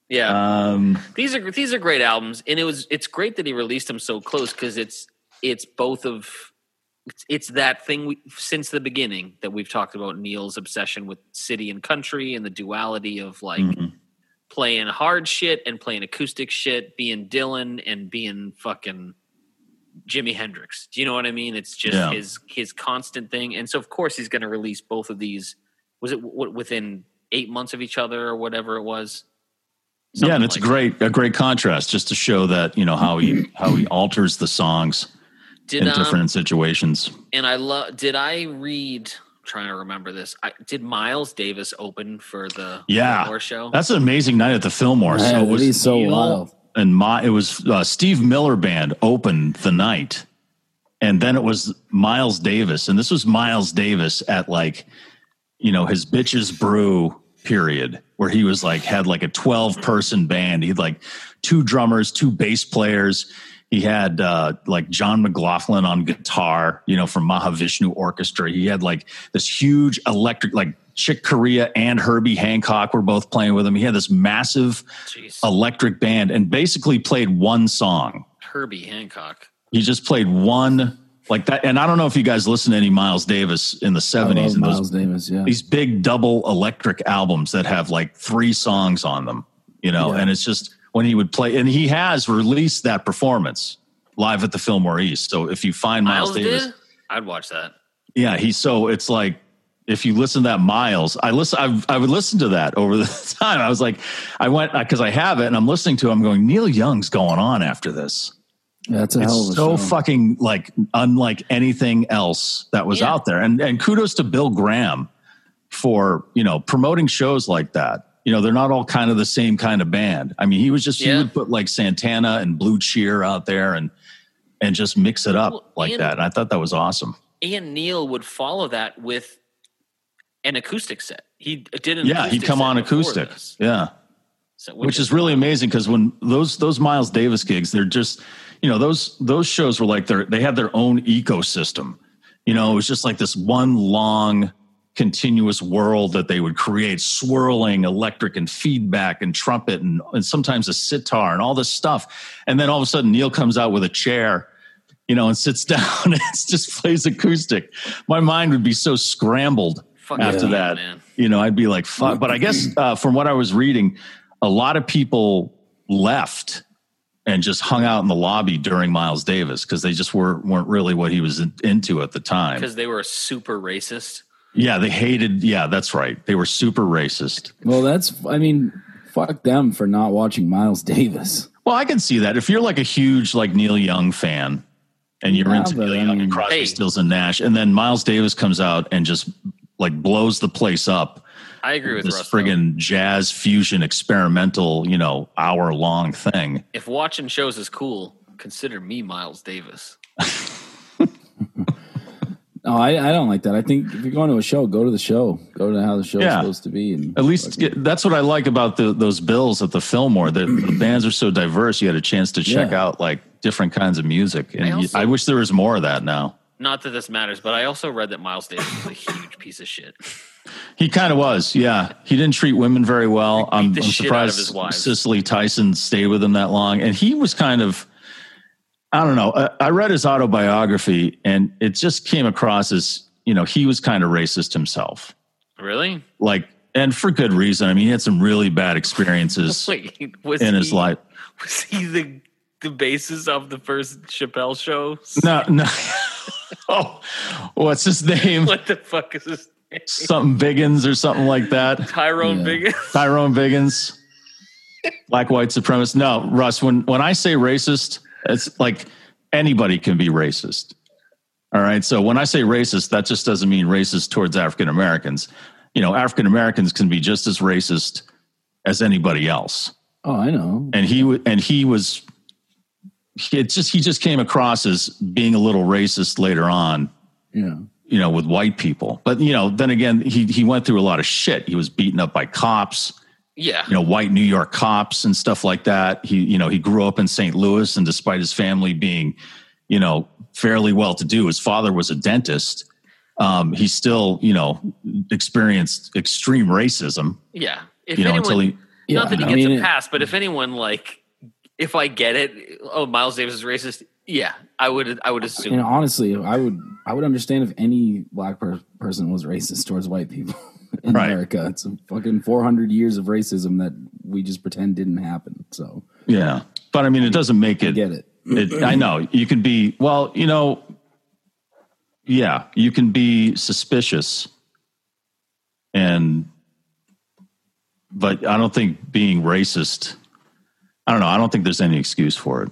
Speaker 3: Yeah,
Speaker 2: Um,
Speaker 3: these are these are great albums, and it was it's great that he released them so close because it's it's both of it's, it's that thing we, since the beginning that we've talked about Neil's obsession with city and country and the duality of like
Speaker 2: mhm.
Speaker 3: playing hard shit and playing acoustic shit, being Dylan and being fucking Jimi Hendrix. Do you know what I mean? It's just
Speaker 2: Yeah.
Speaker 3: his his constant thing, and so of course he's going to release both of these. Was it what within eight months of each other or whatever it was?
Speaker 2: yeah, and it's
Speaker 3: like
Speaker 2: great a great contrast just to show that you know how he how he alters the songs
Speaker 3: Did
Speaker 2: in
Speaker 3: um,
Speaker 2: different situations.
Speaker 3: and I love. Did I read? Trying to remember this. I, did Miles Davis open for the
Speaker 2: Yeah.
Speaker 3: Fillmore show?
Speaker 2: That's an amazing night at the Fillmore.
Speaker 4: Man,
Speaker 2: so it
Speaker 4: that
Speaker 2: was
Speaker 4: is so
Speaker 2: Neil
Speaker 4: wild.
Speaker 2: And my it was uh, Steve Miller Band opened the night, and then it was Miles Davis, and this was Miles Davis at like, you know, his bitches brew period where he was like had like a 12 person band he'd like two drummers two bass players he had uh like john mclaughlin on guitar you know from mahavishnu orchestra he had like this huge electric like chick corea and herbie hancock were both playing with him he had this massive
Speaker 3: Jeez.
Speaker 2: electric band and basically played one song
Speaker 3: Herbie Hancock.
Speaker 2: he just played one like that and i don't know if you guys listen to any miles davis in the
Speaker 4: I
Speaker 2: 70s
Speaker 4: love
Speaker 2: and those
Speaker 4: Miles Davis. Yeah,
Speaker 2: these big double electric albums that have like three songs on them, you know,
Speaker 4: Yeah.
Speaker 2: and it's just when he would play, and he has released that performance live at the Fillmore East. So if you find Miles,
Speaker 3: Miles
Speaker 2: Davis,
Speaker 3: did. I'd watch that.
Speaker 2: yeah, he's so it's like if you listen to that Miles, I listen, I've, I would listen to that over the time. I was like, I went because I have it and I'm listening to, it, I'm going, Neil Young's going on after this.
Speaker 4: that's a hell of
Speaker 2: It's
Speaker 4: a
Speaker 2: so
Speaker 4: show.
Speaker 2: fucking like unlike anything else that was
Speaker 3: Yeah.
Speaker 2: out there. And and kudos to Bill Graham for, you know, promoting shows like that. You know, they're not all kind of the same kind of band. I mean, he was just he
Speaker 3: Yeah.
Speaker 2: would put like Santana and Blue Cheer out there and and just mix it up
Speaker 3: Well,
Speaker 2: like
Speaker 3: and-
Speaker 2: that. And I thought that was awesome.
Speaker 3: Ian Neal would follow that with an acoustic set. He did an
Speaker 2: yeah,
Speaker 3: acoustic
Speaker 2: he'd come
Speaker 3: set
Speaker 2: on
Speaker 3: before
Speaker 2: acoustic.
Speaker 3: this,
Speaker 2: Yeah.
Speaker 3: so-
Speaker 2: which is really amazing because when those those Miles Davis gigs, they're just you know those those shows were like they they had their own ecosystem. You know, it was just like this one long continuous world that they would create, swirling electric and feedback and trumpet and and sometimes a sitar and all this stuff. And then all of a sudden, Neil comes out with a chair. You know, and sits down and just plays acoustic. My mind would be so scrambled
Speaker 3: Fuck
Speaker 2: after
Speaker 3: yeah,
Speaker 2: that
Speaker 3: man.
Speaker 2: you know i'd be like fuck but i guess uh, from what i was reading a lot of people left and just hung out in the lobby during Miles Davis because they just were weren't really what he was in- into at the time.
Speaker 3: because they were super racist.
Speaker 2: Yeah, they hated. Yeah, that's right. They were super racist.
Speaker 4: Well, that's I mean, fuck them for not watching Miles Davis.
Speaker 2: Well, I can see that if you're like a huge like Neil Young fan and you're
Speaker 4: Yeah,
Speaker 2: into
Speaker 4: but
Speaker 2: Neil
Speaker 4: I
Speaker 2: Young
Speaker 4: mean-
Speaker 2: and Crosby,
Speaker 3: Hey.
Speaker 2: Stills and Nash, and then Miles Davis comes out and just like blows the place up.
Speaker 3: I agree with
Speaker 2: This
Speaker 3: Russ. though.
Speaker 2: friggin' jazz fusion experimental, you know, hour long thing.
Speaker 3: If watching shows is cool, consider me Miles Davis.
Speaker 4: No, I, I don't like that. I think if you're going to a show, go to the show. Go to how the show's
Speaker 2: Yeah.
Speaker 4: supposed to be. And
Speaker 2: At least get, that's what I like about the, those bills at the Fillmore. The, the bands are so diverse. You had a chance to check
Speaker 4: Yeah.
Speaker 2: out like different kinds of music, and
Speaker 3: I
Speaker 2: you- I,
Speaker 3: also-
Speaker 2: wish there was more of that now.
Speaker 3: Not that this matters, but I also read that Miles Davis was a huge piece of shit.
Speaker 2: He kind of was, yeah. He didn't treat women very well. I'm, I'm
Speaker 3: the shit out of
Speaker 2: surprised
Speaker 3: his wives.
Speaker 2: Cicely Tyson stayed with him that long, and he was kind of. I don't know. I, I read his autobiography, and it just came across as you know he was kind of racist himself,
Speaker 3: Really?
Speaker 2: like, and for good reason. I mean, he had some really bad experiences
Speaker 3: Wait, was
Speaker 2: in
Speaker 3: he,
Speaker 2: his life.
Speaker 3: Was he the the basis of the first Chappelle show?
Speaker 2: No, no. oh, what's his name?
Speaker 3: What the fuck is this? name?
Speaker 2: Something Biggins or something like that.
Speaker 3: Tyrone
Speaker 4: Yeah.
Speaker 3: Biggins.
Speaker 2: Tyrone Biggins, black white supremacist. No, Russ. When when I say racist, it's like anybody can be racist. All right. So when I say racist, that just doesn't mean racist towards African Americans. You know, African Americans can be just as racist as anybody else.
Speaker 4: oh, I know.
Speaker 2: and he wa- and he was he- it's just he just came across as being a little racist later on
Speaker 4: Yeah.
Speaker 2: you know with white people but you know then again he he went through a lot of shit he was beaten up by cops
Speaker 3: Yeah.
Speaker 2: you know white new york cops and stuff like that he you know he grew up in st louis and despite his family being you know fairly well to do his father was a dentist um, he still you know experienced extreme racism
Speaker 3: Yeah. If
Speaker 2: you know
Speaker 3: anyone,
Speaker 2: until he
Speaker 4: Yeah,
Speaker 3: not that he
Speaker 4: I
Speaker 3: gets
Speaker 4: mean,
Speaker 3: a pass, but if anyone like, if I get it, oh, Miles Davis is racist. Yeah, I would. I would assume.
Speaker 4: You know, honestly, I would I would understand if any black per- person was racist towards white people in
Speaker 2: Right.
Speaker 4: America. It's a fucking 400 years of racism that we just pretend didn't happen. So
Speaker 2: yeah but i mean it doesn't make it
Speaker 4: get it.
Speaker 2: It, I know you can be well. You know, yeah, you can be suspicious, and but I don't think being racist. I don't know. I don't think there's any excuse for it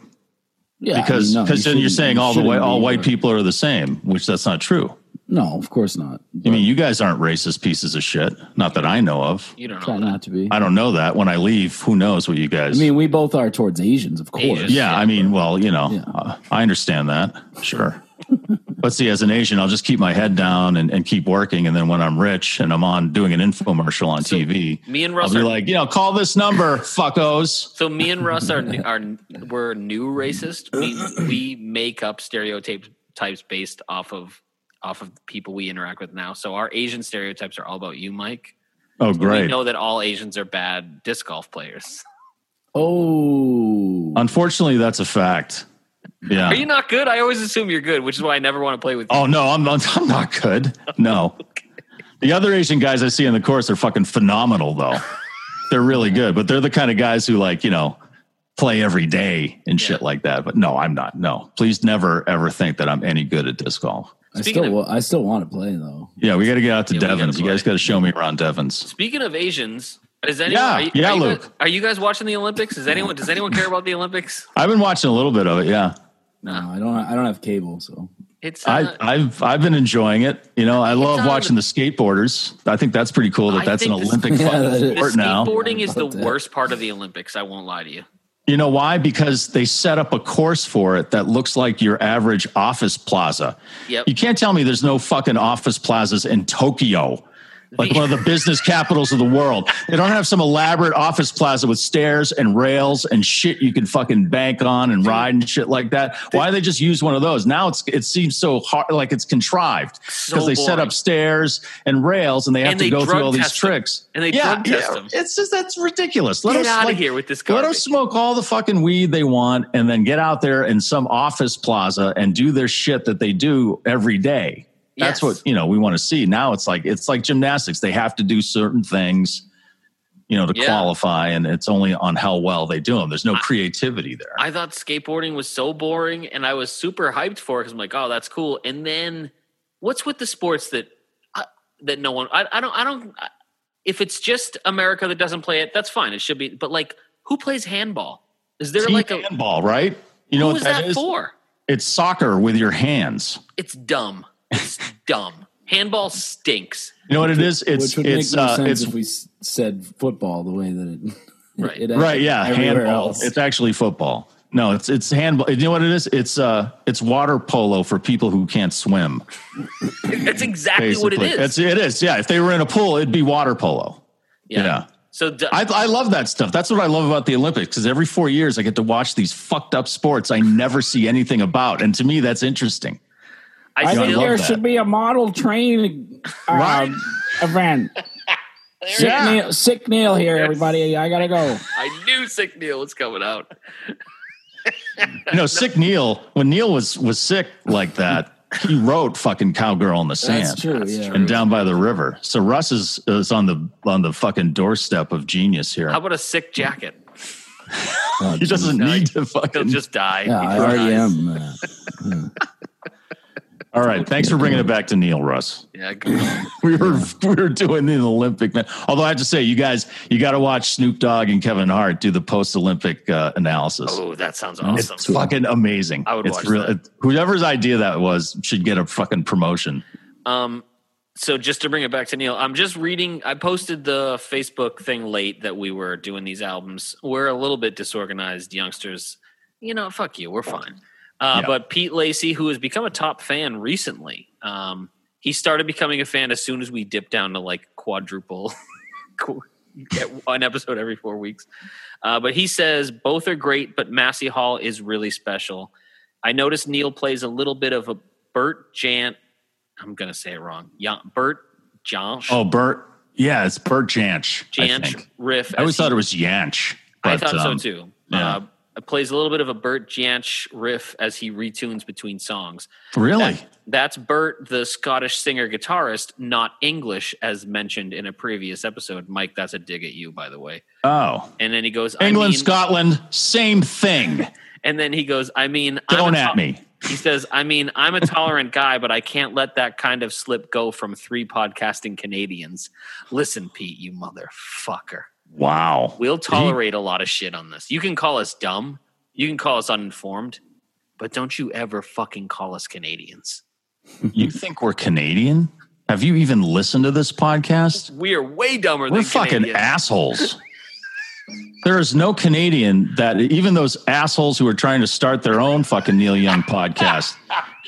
Speaker 4: Yeah,
Speaker 2: because because
Speaker 4: I mean, no, you
Speaker 2: then you're
Speaker 4: shouldn't-
Speaker 2: saying
Speaker 4: you
Speaker 2: all the
Speaker 4: shouldn't
Speaker 2: way all
Speaker 4: be,
Speaker 2: white
Speaker 4: but-
Speaker 2: people are the same, which that's not true.
Speaker 4: No, of course not.
Speaker 2: I mean, you guys aren't racist pieces of shit. Not that I know of.
Speaker 3: you don't
Speaker 4: Try
Speaker 3: know that.
Speaker 4: not to be.
Speaker 2: I don't know that. When I leave, who knows what you guys?
Speaker 4: I mean, we both are towards Asians, of course.
Speaker 3: Asians.
Speaker 2: Yeah, I mean, well, you know,
Speaker 4: Yeah.
Speaker 2: uh, I understand that. Sure. but see, as an Asian, I'll just keep my head down and, and keep working. And then when I'm rich and I'm on doing an infomercial on TV,
Speaker 3: me and
Speaker 2: I'll
Speaker 3: Russ
Speaker 2: be
Speaker 3: are-
Speaker 2: like, you know, call this number, fuckos.
Speaker 3: So me and Russ are are we're new racist. We we make up stereotypes types based off of off of people we interact with now. So our Asian stereotypes are all about you, Mike.
Speaker 2: Oh,
Speaker 3: We
Speaker 2: great.
Speaker 3: know that all Asians are bad disc golf players.
Speaker 2: Uh,
Speaker 4: Oh,
Speaker 2: Unfortunately, that's a fact.
Speaker 3: Are
Speaker 2: Yeah.
Speaker 3: you not good? I always assume you're good, which is why I never want to play with you.
Speaker 2: Oh, no, I'm not, I'm not good. No. The other Asian guys I see in the course are fucking phenomenal, though. they're really good, but they're the kind of guys who, like, you know, play every day and shit
Speaker 3: Yeah.
Speaker 2: like that. But no, I'm not. No, please never ever think that I'm any good at disc golf.
Speaker 4: I
Speaker 3: Speaking
Speaker 4: still
Speaker 3: of-
Speaker 4: wa- I still want to play though.
Speaker 2: Yeah, we got to get out to
Speaker 3: Yeah, we gotta
Speaker 2: Devons. You
Speaker 3: play.
Speaker 2: guys got to show me around Devons.
Speaker 3: Speaking of Asians, is anyone
Speaker 2: Yeah,
Speaker 3: are you,
Speaker 2: yeah,
Speaker 3: are you
Speaker 2: Luke.
Speaker 3: Guys, are you guys watching the Olympics? Is anyone does anyone care about the Olympics?
Speaker 2: I've been watching a little bit of it. Yeah,
Speaker 4: No, I don't. I don't have cable, so
Speaker 3: It's
Speaker 2: I,
Speaker 3: uh,
Speaker 2: I've I've been enjoying it. You know, I love
Speaker 3: on
Speaker 2: watching the skateboarders. I think that's pretty cool that
Speaker 3: I
Speaker 2: that's an
Speaker 3: think this-
Speaker 2: Olympic
Speaker 4: Yeah,
Speaker 2: fucking
Speaker 4: that is.
Speaker 2: sport now.
Speaker 3: skateboarding is the
Speaker 4: About that.
Speaker 3: worst part of the Olympics. I won't lie to you.
Speaker 2: You know why? Because they set up a course for it that looks like your average office plaza.
Speaker 3: Yep.
Speaker 2: You can't tell me there's no fucking office plazas in Tokyo, like one of the business capitals of the world. They don't have some elaborate office plaza with stairs and rails and shit you can fucking bank on and ride and shit like that. Why do they just use one of those? Now it's it seems so hard, like it's contrived because they set
Speaker 3: boring.
Speaker 2: up stairs and rails and they have
Speaker 3: And
Speaker 2: to
Speaker 3: they
Speaker 2: go through
Speaker 3: drug
Speaker 2: all these
Speaker 3: test them.
Speaker 2: tricks.
Speaker 3: And they drug test them.
Speaker 2: It's just that's ridiculous. Let
Speaker 3: Get
Speaker 2: us,
Speaker 3: outta
Speaker 2: like,
Speaker 3: here with this
Speaker 2: Let them
Speaker 3: garbage.
Speaker 2: smoke all the fucking weed they want, and then get out there in some office plaza and do their shit that they do every day. That's
Speaker 3: Yes.
Speaker 2: what you know we want to see. Now it's like it's like gymnastics. They have to do certain things. you know, to
Speaker 3: Yeah.
Speaker 2: qualify, and it's only on how well they do them. There's no creativity there.
Speaker 3: I thought skateboarding was so boring, and I was super hyped for it because I'm like, oh, that's cool. And then, what's with the sports that I that no one? I, I don't. I don't. I- If it's just America that doesn't play it, that's fine. It should be. But like, who plays handball? Is there
Speaker 2: Team
Speaker 3: like a
Speaker 2: handball, right? You know
Speaker 3: who
Speaker 2: what
Speaker 3: is that
Speaker 2: is?
Speaker 3: for?
Speaker 2: It's soccer with your hands.
Speaker 3: It's dumb. It's dumb. Handball stinks.
Speaker 2: You know what it is? It's
Speaker 4: Which would
Speaker 2: it's
Speaker 4: make no
Speaker 2: uh,
Speaker 4: sense
Speaker 2: it's
Speaker 4: if we s- said football the way that it.
Speaker 3: Right.
Speaker 4: it
Speaker 2: right.
Speaker 4: acts
Speaker 2: Yeah,
Speaker 4: everywhere
Speaker 2: handball.
Speaker 4: else.
Speaker 2: It's actually football. No, it's it's handball. You know what it is? It's uh it's water polo for people who can't swim.
Speaker 3: That's exactly
Speaker 2: Basically,
Speaker 3: what it is.
Speaker 2: It's, it is. Yeah, if they were in a pool, it'd be water polo. yeah.
Speaker 3: So d-
Speaker 2: I, I love that stuff. That's what I love about the Olympics because every four years I get to watch these fucked up sports I never see anything about, and to me that's interesting.
Speaker 3: I,
Speaker 2: I
Speaker 3: still,
Speaker 2: think love
Speaker 6: there
Speaker 2: that.
Speaker 6: should be a model train uh,
Speaker 2: Right.
Speaker 6: event. sick,
Speaker 2: Yeah.
Speaker 6: Neil, sick Neil here, everybody. I gotta go.
Speaker 3: I knew sick Neil was coming out.
Speaker 2: You know, sick Neil when Neil was was sick like that, he wrote fucking cowgirl in the sand.
Speaker 4: That's true. yeah.
Speaker 2: and down by the river. So Russ is, is on the on the fucking doorstep of genius here.
Speaker 3: How about a sick jacket?
Speaker 4: Oh,
Speaker 2: he doesn't
Speaker 3: No,
Speaker 2: need to
Speaker 3: He'll
Speaker 2: fucking.
Speaker 3: just die.
Speaker 4: Yeah,
Speaker 3: He
Speaker 4: I
Speaker 3: just
Speaker 4: already
Speaker 3: dies.
Speaker 4: am. Uh,
Speaker 2: All right, thanks for bringing it back to Neil Russ.
Speaker 3: Yeah, good.
Speaker 2: We were we were doing the Olympic man. Although I have to say, you guys, you got to watch Snoop Dogg and Kevin Hart do the post Olympic uh, analysis.
Speaker 3: Oh, that sounds
Speaker 2: it's
Speaker 3: awesome.
Speaker 2: fucking amazing.
Speaker 3: I would
Speaker 2: it's
Speaker 3: watch
Speaker 2: real-
Speaker 3: that.
Speaker 2: it- whoever's idea that was should get a fucking promotion.
Speaker 3: Um, so just to bring it back to Neil, I'm just reading. I posted the Facebook thing late that we were doing these albums. We're a little bit disorganized, youngsters. You know, fuck you. We're fine. Uh,
Speaker 2: Yeah.
Speaker 3: But Pete Lacey, who has become a top fan recently, um, he started becoming a fan as soon as we dipped down to like quadruple, qu- get one episode every four weeks. Uh, but he says both are great, but Massey Hall is really special. I noticed Neil plays a little bit of a Bert Jant. I'm gonna say it wrong. Yeah, Bert Jansch.
Speaker 2: Oh, Bert, yeah, it's Bert Janch. I
Speaker 3: Jansch
Speaker 2: think.
Speaker 3: riff.
Speaker 2: I always
Speaker 3: as
Speaker 2: thought
Speaker 3: he-
Speaker 2: it was Yanch.
Speaker 3: I
Speaker 2: but,
Speaker 3: thought
Speaker 2: um,
Speaker 3: so too.
Speaker 2: yeah.
Speaker 3: Uh, it plays a little bit of a Bert Jansch riff as he retunes between songs.
Speaker 2: Really?
Speaker 3: That's Bert, the Scottish singer guitarist, not English, as mentioned in a previous episode. Mike, that's a dig at you, by the way.
Speaker 2: Oh.
Speaker 3: And then he goes, I
Speaker 2: England,
Speaker 3: mean-
Speaker 2: Scotland, same thing.
Speaker 3: And then he goes, I mean, I'm
Speaker 2: Don't
Speaker 3: a
Speaker 2: at
Speaker 3: to-
Speaker 2: me.
Speaker 3: He says, I mean, I'm a tolerant guy, but I can't let that kind of slip go from three podcasting Canadians. Listen, Pete, you motherfucker.
Speaker 2: Wow.
Speaker 3: We'll tolerate a lot of shit on this. You can call us dumb, you can call us uninformed, but don't you ever fucking call us Canadians.
Speaker 2: You think we're Canadian? Have you even listened to this podcast?
Speaker 3: We are way dumber
Speaker 2: We're
Speaker 3: than
Speaker 2: fucking
Speaker 3: Canadians.
Speaker 2: assholes. there is no Canadian that even those assholes who are trying to start their own fucking Neil Young podcast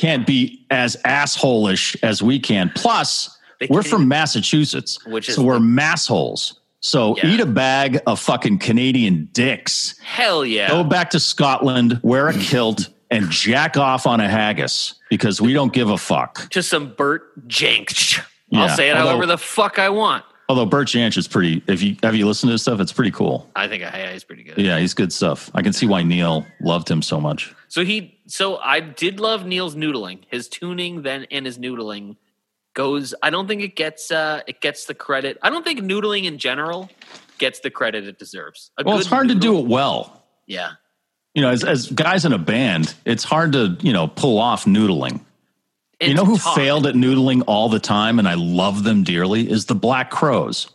Speaker 2: can't be as assholish as we can. Plus,
Speaker 3: They
Speaker 2: we're
Speaker 3: can't-
Speaker 2: from Massachusetts,
Speaker 3: Which is
Speaker 2: so we're
Speaker 3: the-
Speaker 2: massholes. So
Speaker 3: Yeah.
Speaker 2: eat a bag of fucking Canadian dicks.
Speaker 3: Hell yeah.
Speaker 2: Go back to Scotland, wear a kilt, and jack off on a haggis because we don't give a fuck.
Speaker 3: To some Bert Jenks.
Speaker 2: Yeah,
Speaker 3: I'll say it
Speaker 2: although-
Speaker 3: however the fuck I want.
Speaker 2: Although Bert Jansch is pretty. If you have you listened to his stuff, it's pretty cool.
Speaker 3: I think I is pretty good.
Speaker 2: Yeah, he's good stuff. I can see why Neil loved him so much.
Speaker 3: So he, so I did love Neil's noodling, his tuning, then and his noodling goes. I don't think it gets uh it gets the credit. I don't think noodling in general gets the credit it deserves. A
Speaker 2: Well, it's
Speaker 3: good
Speaker 2: hard to do
Speaker 3: noodle-
Speaker 2: it well.
Speaker 3: Yeah,
Speaker 2: You know, as, as guys in a band, it's hard to you know pull off noodling. you
Speaker 3: And
Speaker 2: know
Speaker 3: to
Speaker 2: who
Speaker 3: talk.
Speaker 2: failed at noodling all the time, and I love them dearly, is the Black Crows.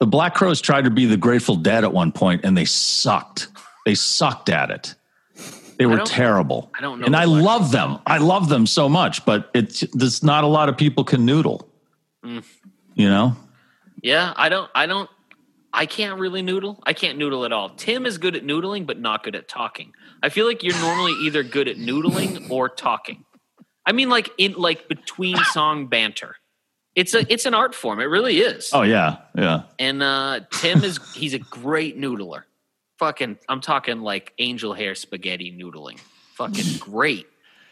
Speaker 2: The Black Crows tried to be the Grateful Dead at one point, and they sucked. They sucked at it. They were
Speaker 3: don't-
Speaker 2: terrible.
Speaker 3: I don't know
Speaker 2: And
Speaker 3: the
Speaker 2: I
Speaker 3: Black
Speaker 2: love them. I love them so much, but it's there's not a lot of people can noodle.
Speaker 3: Mm.
Speaker 2: You know,
Speaker 3: Yeah, I don't. I don't. I can't really noodle. I can't noodle at all. Tim is good at noodling, but not good at talking. I feel like you're normally either good at noodling or talking. I mean, like in like between song banter. It's a it's an art form. It really is.
Speaker 2: Oh yeah, yeah.
Speaker 3: And uh, Tim is he's a great noodler. Fucking, I'm talking like angel hair spaghetti noodling. Fucking great.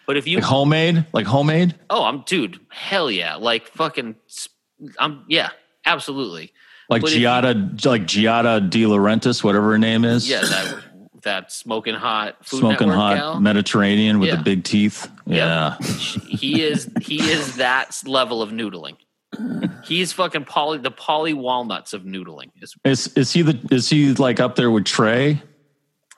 Speaker 3: But if you,
Speaker 2: Like homemade, like homemade.
Speaker 3: oh, I'm dude, hell yeah, like fucking, sp- I'm yeah, absolutely.
Speaker 2: Like
Speaker 3: But if you-
Speaker 2: Giada, like Giada De Laurentiis, whatever her name is.
Speaker 3: Yeah, that that smoking hot food
Speaker 2: smoking
Speaker 3: network
Speaker 2: hot
Speaker 3: gal.
Speaker 2: Mediterranean with
Speaker 3: Yeah.
Speaker 2: the big teeth.
Speaker 3: Yep.
Speaker 2: Yeah.
Speaker 3: he is he is that level of noodling. He's fucking poly the poly walnuts of noodling. Is
Speaker 2: Is is he the is he like up there with Trey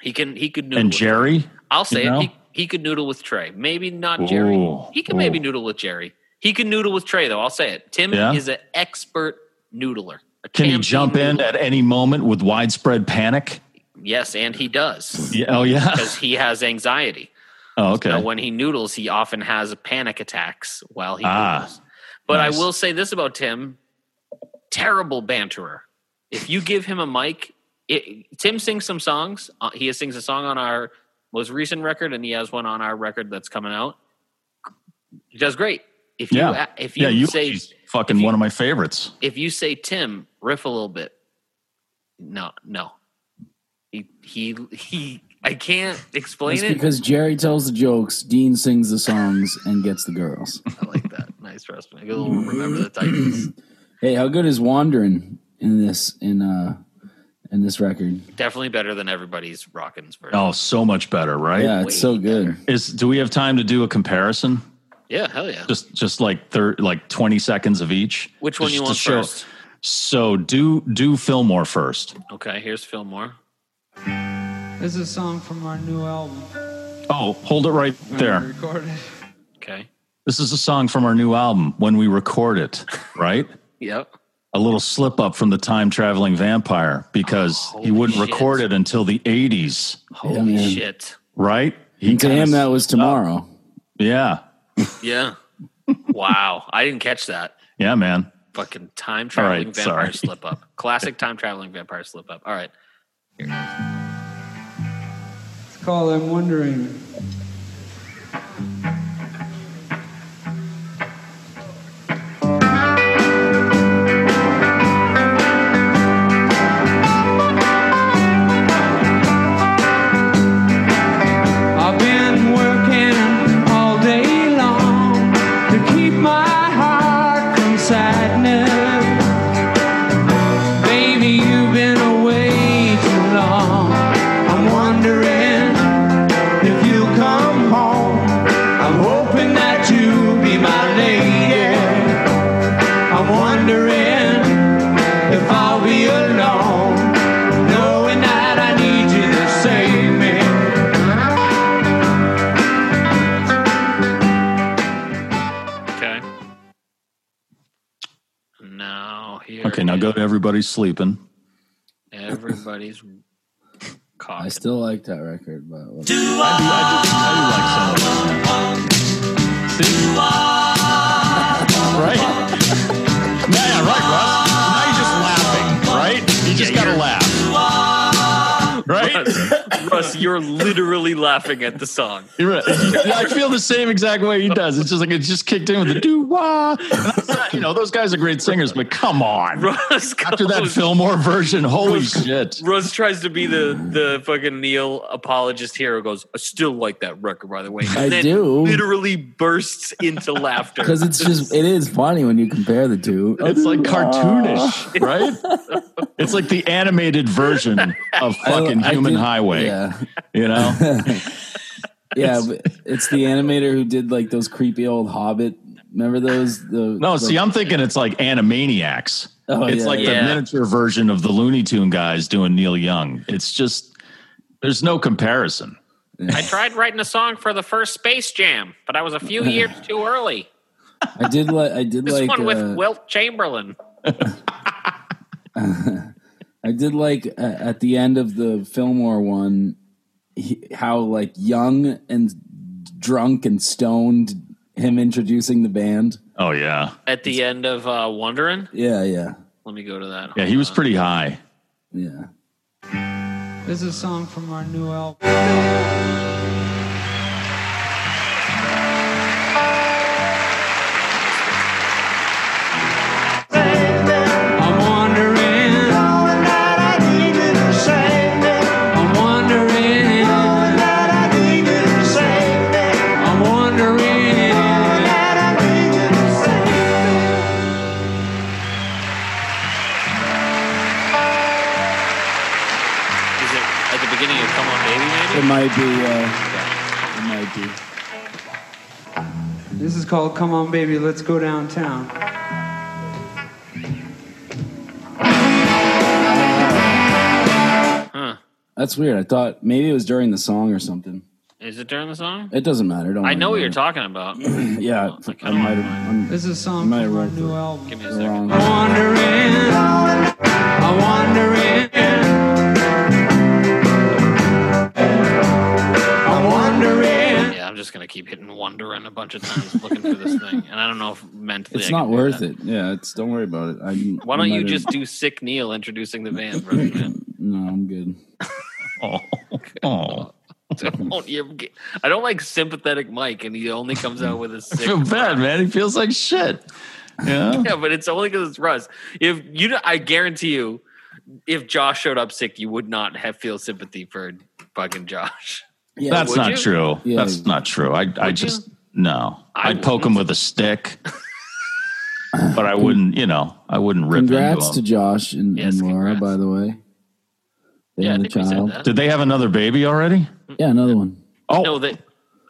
Speaker 3: he can he could noodle
Speaker 2: and
Speaker 3: with-
Speaker 2: Jerry?
Speaker 3: I'll say
Speaker 2: you know?
Speaker 3: it. He, he could noodle with Trey. Maybe not Jerry.
Speaker 2: Ooh,
Speaker 3: he could maybe
Speaker 2: ooh.
Speaker 3: noodle with Jerry. He can noodle with Trey though. I'll say it. Tim
Speaker 2: Yeah?
Speaker 3: is an expert noodler. A
Speaker 2: Can he
Speaker 3: champion
Speaker 2: jump in
Speaker 3: noodler.
Speaker 2: at any moment with widespread panic?
Speaker 3: Yes, and he does
Speaker 2: Yeah, oh yeah.
Speaker 3: because he has anxiety.
Speaker 2: Oh
Speaker 3: Now,
Speaker 2: okay.
Speaker 3: when he noodles, he often has panic attacks while he
Speaker 2: Ah,
Speaker 3: noodles. But
Speaker 2: nice.
Speaker 3: I will say this about Tim: terrible banterer. If you give him a mic, it, Tim sings some songs. Uh, he sings a song on our most recent record, and he has one on our record that's coming out. He does great. If you
Speaker 2: Yeah.
Speaker 3: a- if you
Speaker 2: Yeah, you
Speaker 3: say
Speaker 2: he's fucking
Speaker 3: if you-
Speaker 2: one of my favorites.
Speaker 3: if you say Tim riff a little bit, no, no, he he he. I can't explain
Speaker 4: It's
Speaker 3: it.
Speaker 4: because Jerry tells the jokes, Dean sings the songs, and gets the girls.
Speaker 3: I like that. Nice Russman. I will remember the Titans.
Speaker 4: Hey, how good is Wandering in this in uh in this record?
Speaker 3: Definitely better than everybody's Rockins version.
Speaker 2: Oh, so much better, right?
Speaker 4: Yeah, it's so
Speaker 3: way
Speaker 4: good.
Speaker 2: Is do we have time to do a comparison?
Speaker 3: Yeah, hell yeah.
Speaker 2: Just just like thir- like twenty seconds of each.
Speaker 3: Which one
Speaker 2: Just
Speaker 3: you
Speaker 2: to
Speaker 3: want
Speaker 2: show-
Speaker 3: first?
Speaker 2: So do do Fillmore first.
Speaker 3: Okay, here's Fillmore.
Speaker 7: This is a song from our new album.
Speaker 2: Oh, hold it right
Speaker 7: when we
Speaker 2: there.
Speaker 7: Recorded.
Speaker 3: Okay.
Speaker 2: This is a song from our new album when we record it, right?
Speaker 3: Yep.
Speaker 2: a little slip up from the time traveling vampire because
Speaker 3: Oh,
Speaker 2: he wouldn't
Speaker 3: holy shit.
Speaker 2: record it until the 80s,
Speaker 3: Holy
Speaker 4: man.
Speaker 3: shit.
Speaker 2: right? He
Speaker 4: And to
Speaker 2: kinda
Speaker 4: him,
Speaker 2: s-
Speaker 4: that was
Speaker 2: Oh.
Speaker 4: tomorrow.
Speaker 2: yeah,
Speaker 3: Yeah. wow. I didn't catch that.
Speaker 2: yeah, man.
Speaker 3: Fucking time traveling
Speaker 2: right,
Speaker 3: vampire
Speaker 2: sorry.
Speaker 3: slip up. Classic time traveling vampire slip up. All right.
Speaker 7: It's called I'm Wondering. I've been working all day long to keep my heart from sadness. Baby, you've been away too long. I'm wondering if you'll come home. I'm hoping that you'll be my lady. I'm wondering if I'll be alone, knowing that I need you to save me.
Speaker 3: Okay. Now here.
Speaker 2: Okay, now go to everybody's sleeping.
Speaker 3: Everybody's
Speaker 4: I
Speaker 3: cock.
Speaker 4: still like that record, but
Speaker 2: I do, I do, I do like some of them. See? Right? Yeah, yeah, right, Russ. Now you're just laughing, right? You just
Speaker 3: Yeah,
Speaker 2: gotta
Speaker 3: you're-
Speaker 2: laugh. Right?
Speaker 3: Russ, you're literally laughing at the song.
Speaker 2: You're right. Yeah, I feel the same exact way he does. It's just like it just kicked in with the doo wah. You know, those guys are great singers, but come on.
Speaker 3: Russ
Speaker 2: After that
Speaker 3: goes-
Speaker 2: Fillmore version, holy shit.
Speaker 3: Rose tries to be the the fucking Neil apologist here. who Goes, I still like that record, by the way. And
Speaker 4: I
Speaker 3: then
Speaker 4: do.
Speaker 3: Literally bursts into laughter.
Speaker 4: because it's just it is funny when you compare the two.
Speaker 2: It's like cartoonish, right? It's like the animated version of
Speaker 4: I-
Speaker 2: fucking
Speaker 4: I
Speaker 2: Human
Speaker 4: did-
Speaker 2: Highway,
Speaker 4: Yeah,
Speaker 2: you know?
Speaker 4: yeah. but it's the animator who did like those creepy old Hobbit. Remember those? The,
Speaker 2: No,
Speaker 4: the-
Speaker 2: see, I'm thinking it's like Animaniacs.
Speaker 4: Oh,
Speaker 2: it's
Speaker 4: yeah,
Speaker 2: like the
Speaker 3: yeah.
Speaker 2: miniature version of the Looney Tune guys doing Neil Young. It's just, there's no comparison.
Speaker 3: I tried writing a song for the first Space Jam, but I was a few years too early.
Speaker 4: I did like I did
Speaker 3: This
Speaker 4: like
Speaker 3: one with
Speaker 4: uh,
Speaker 3: Wilt Chamberlain.
Speaker 4: I did like uh, at the end of the Fillmore one, he, how like young and drunk and stoned him introducing the band.
Speaker 2: Oh, yeah.
Speaker 3: At the end of uh, Wondering,
Speaker 4: Yeah, yeah,
Speaker 3: let me go to that.
Speaker 2: Yeah, he was pretty high.
Speaker 4: yeah.
Speaker 7: This is a song from our new album. I'm wondering. I'm wondering. I'm wondering.
Speaker 3: Is it at the beginning of Come On Baby? Maybe.
Speaker 4: It might be. Uh, it might be.
Speaker 7: This is called Come On Baby, Let's Go Downtown.
Speaker 4: That's weird. I thought maybe it was during the song or something.
Speaker 3: Is it during the song?
Speaker 4: It doesn't matter. Don't
Speaker 3: I
Speaker 4: worry
Speaker 3: know what
Speaker 4: about
Speaker 3: you're
Speaker 4: it.
Speaker 3: talking about. Give
Speaker 4: Yeah,
Speaker 3: Like, I
Speaker 4: I
Speaker 3: don't
Speaker 4: might have. I'm
Speaker 7: This is a song
Speaker 4: Might
Speaker 7: from our
Speaker 4: write
Speaker 7: new
Speaker 4: that.
Speaker 7: album.
Speaker 3: me a second.
Speaker 4: wrong.
Speaker 7: I'm wondering, I'm wondering, I'm wondering.
Speaker 3: Yeah, I'm just gonna keep hitting wondering a bunch of times looking for this thing, and I don't know if mentally.
Speaker 4: It's
Speaker 3: I
Speaker 4: not
Speaker 3: can do
Speaker 4: worth
Speaker 3: that.
Speaker 4: it. Yeah, it's. Don't worry about it. I,
Speaker 3: Why
Speaker 4: I
Speaker 3: don't you
Speaker 4: might have-
Speaker 3: just do sick Neil introducing the band, brother? Man?
Speaker 4: No, I'm good.
Speaker 2: Oh, oh.
Speaker 3: Don't you- I don't like sympathetic Mike, and he only comes out with a
Speaker 2: I
Speaker 3: sick.
Speaker 2: feel bad, man. He feels like shit. Yeah.
Speaker 3: Yeah, but it's only because it's Russ. If you, don't- I guarantee you, if Josh showed up sick, you would not have feel sympathy for fucking Josh.
Speaker 4: Yeah,
Speaker 2: That's
Speaker 3: would
Speaker 2: not
Speaker 3: you?
Speaker 2: true.
Speaker 4: Yeah.
Speaker 2: That's not true. I I just no.
Speaker 3: I
Speaker 2: I'd poke him with a stick, but I wouldn't. You know, I wouldn't rip
Speaker 4: Congrats to
Speaker 2: into him.
Speaker 4: Josh and,
Speaker 3: Yes,
Speaker 4: and Laura,
Speaker 3: congrats.
Speaker 4: by the way. They
Speaker 3: Yeah, I
Speaker 4: had a
Speaker 3: think we said
Speaker 4: child.
Speaker 3: that.
Speaker 2: Did they have another baby already?
Speaker 4: Yeah, another one.
Speaker 2: Oh
Speaker 3: No,
Speaker 2: no,
Speaker 3: that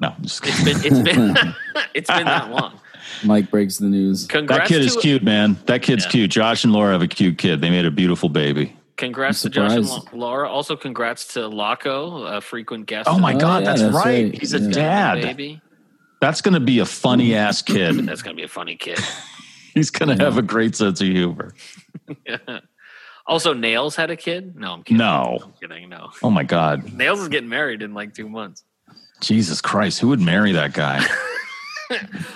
Speaker 2: I'm just kidding.
Speaker 3: it's been it's been it's been that long.
Speaker 4: Mike breaks the news.
Speaker 3: Congrats
Speaker 2: that kid
Speaker 3: to,
Speaker 2: is cute, man. That kid's
Speaker 3: Yeah.
Speaker 2: cute. Josh and Laura have a cute kid. They made a beautiful baby.
Speaker 3: Congrats to
Speaker 4: I'm
Speaker 3: Josh and
Speaker 4: surprised.
Speaker 3: Lau- Laura. Also, congrats to Laco, a frequent guest.
Speaker 2: Oh my
Speaker 3: of the
Speaker 2: god,
Speaker 4: yeah,
Speaker 2: that's,
Speaker 4: that's
Speaker 2: right.
Speaker 4: right.
Speaker 2: He's a
Speaker 4: Yeah.
Speaker 2: dad.
Speaker 3: Baby.
Speaker 2: That's gonna be a funny ass kid.
Speaker 3: That's gonna be a funny kid.
Speaker 2: He's gonna have a great sense of humor.
Speaker 3: also, Nails had a kid. No, I'm kidding.
Speaker 2: No.
Speaker 3: I'm kidding. No,
Speaker 2: Oh my god.
Speaker 3: Nails is getting married in like two months.
Speaker 2: Jesus Christ, who would marry that guy?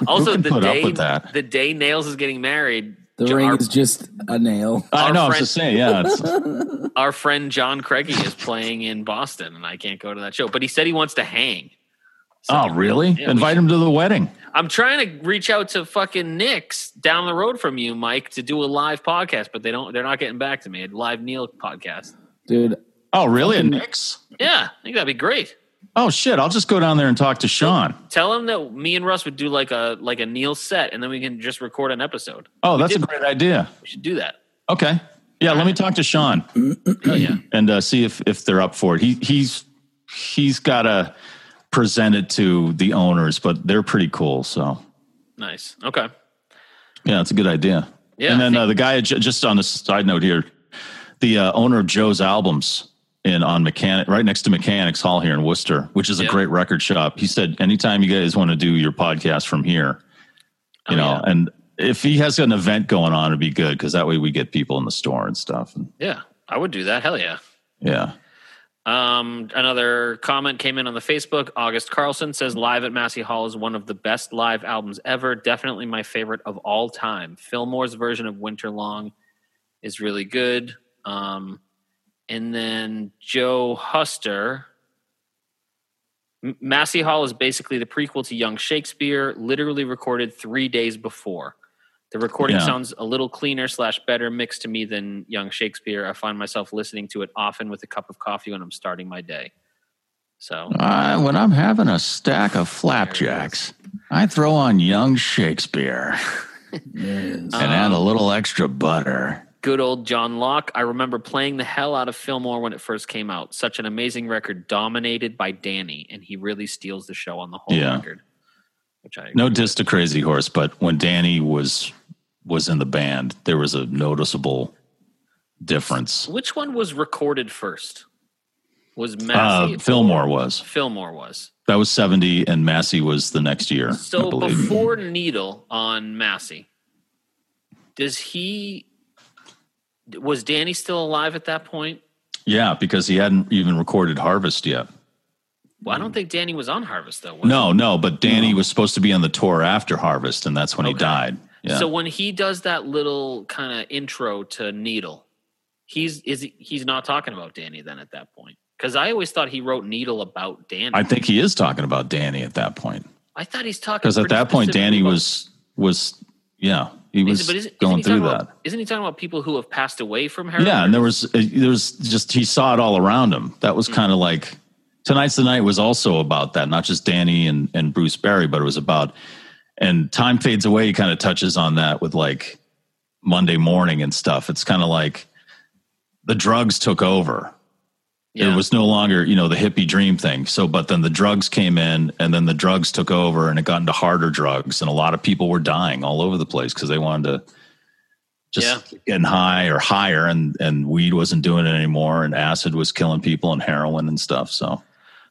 Speaker 3: Also,
Speaker 2: can
Speaker 3: the
Speaker 2: put up
Speaker 3: day
Speaker 2: with that?
Speaker 3: the day Nails is getting married,
Speaker 4: The
Speaker 3: Jo-
Speaker 4: ring
Speaker 3: our,
Speaker 4: is just a nail.
Speaker 2: I
Speaker 3: Our
Speaker 2: know, I was
Speaker 3: friend-
Speaker 2: just saying, yeah. It's,
Speaker 3: our friend John Craigie is playing in Boston, and I can't go to that show. But he said he wants to hang.
Speaker 2: oh, really?
Speaker 3: Yeah, we
Speaker 2: Invite him to the wedding.
Speaker 3: I'm trying to reach out to fucking Nick's down the road from you, Mike, to do a live podcast, but they don't. They're not getting back to me. A live Neil podcast.
Speaker 4: Dude,
Speaker 2: Oh, really? A Knicks?
Speaker 3: Yeah, I think that'd be great.
Speaker 2: Oh shit! I'll just go down there and talk to Sean.
Speaker 3: Tell him that me and Russ would do like a like a Neil set, and then we can just record an episode.
Speaker 2: Oh, that's a
Speaker 3: did-
Speaker 2: great idea.
Speaker 3: We should do that.
Speaker 2: Okay. Yeah, let me talk to Sean
Speaker 3: Hell yeah,
Speaker 2: and uh, see if if they're up for it. He he's he's got to present it to the owners, but they're pretty cool. So
Speaker 3: nice. Okay,
Speaker 2: yeah, it's a good idea.
Speaker 3: Yeah,
Speaker 2: And then
Speaker 3: I
Speaker 2: uh, the guy j- just on a side note here, the uh, owner of Joe's Albums in on mechanic right next to Mechanics Hall here in Worcester, which is a
Speaker 3: Yeah.
Speaker 2: great record shop. He said, anytime you guys want to do your podcast from here, you
Speaker 3: Oh,
Speaker 2: know, and if he has an event going on, it'd be good because that way we get people in the store and stuff. And
Speaker 3: yeah, I would do that. Hell yeah.
Speaker 2: yeah,
Speaker 3: Um, another comment came in on the Facebook. August Carlson says, "Live at Massey Hall is one of the best live albums ever. Definitely my favorite of all time. Fillmore's version of Winter Long is really good." Um, and then Joe Huster. "M- Massey Hall is basically the prequel to Young Shakespeare, literally recorded three days before. The recording
Speaker 2: Yeah.
Speaker 3: sounds a little cleaner slash better mixed to me than Young Shakespeare. I find myself listening to it often with a cup of coffee when I'm starting my day. So
Speaker 2: uh, when I'm having a stack of flapjacks, I throw on young Shakespeare
Speaker 4: yes.
Speaker 2: and
Speaker 3: Uh,
Speaker 2: add a little extra butter.
Speaker 3: good old John Locke. I remember playing the hell out of Fillmore when it first came out. Such an amazing record, dominated by Danny, and he really steals the show on the whole
Speaker 2: Yeah.
Speaker 3: record. Which I
Speaker 2: No diss to Crazy Horse, but when Danny was was in the band, there was a noticeable difference.
Speaker 3: Which one was recorded first? Was Massey
Speaker 2: Uh, Fillmore was
Speaker 3: Fillmore was
Speaker 2: that was seventy, and Massey was the next year. I
Speaker 3: so
Speaker 2: believe.
Speaker 3: before Needle on Massey. Does he? Was Danny still alive at that point?
Speaker 2: yeah, because he hadn't even recorded Harvest yet.
Speaker 3: Well, I don't think Danny was on Harvest though. was he?
Speaker 2: Mm. No, no, but Danny was supposed to be on the tour after Harvest, and that's when he
Speaker 3: Okay.
Speaker 2: died. Yeah.
Speaker 3: So when he does that little kind of intro to Needle, he's is he- he's not talking about Danny then at that point. Because I always thought he wrote Needle about Danny.
Speaker 2: I
Speaker 3: I,
Speaker 2: think he is talking about Danny at that point,
Speaker 3: thought he's talking
Speaker 2: because at
Speaker 3: pretty
Speaker 2: that point,
Speaker 3: specifically
Speaker 2: Danny
Speaker 3: about-
Speaker 2: was was yeah, he
Speaker 3: Is-
Speaker 2: was
Speaker 3: but isn't- isn't
Speaker 2: going
Speaker 3: he
Speaker 2: through
Speaker 3: talking
Speaker 2: that.
Speaker 3: about- Isn't he talking about people who have passed away from heroin?
Speaker 2: Yeah, and there was uh, there was just he saw it all around him. That
Speaker 3: Hmm.
Speaker 2: was kind of like tonight's the night was also about that, not just Danny and and Bruce Barry, but it was about and time fades away. He kind of touches on that with like Monday morning and stuff. It's kind of like the drugs took over.
Speaker 3: Yeah.
Speaker 2: It was no longer you know the hippie dream thing. So, but then the drugs came in, and then the drugs took over, and it got into harder drugs, and a lot of people were dying all over the place because they wanted to just getting high or higher, and and weed wasn't doing it anymore, and acid was killing people, and heroin and stuff. So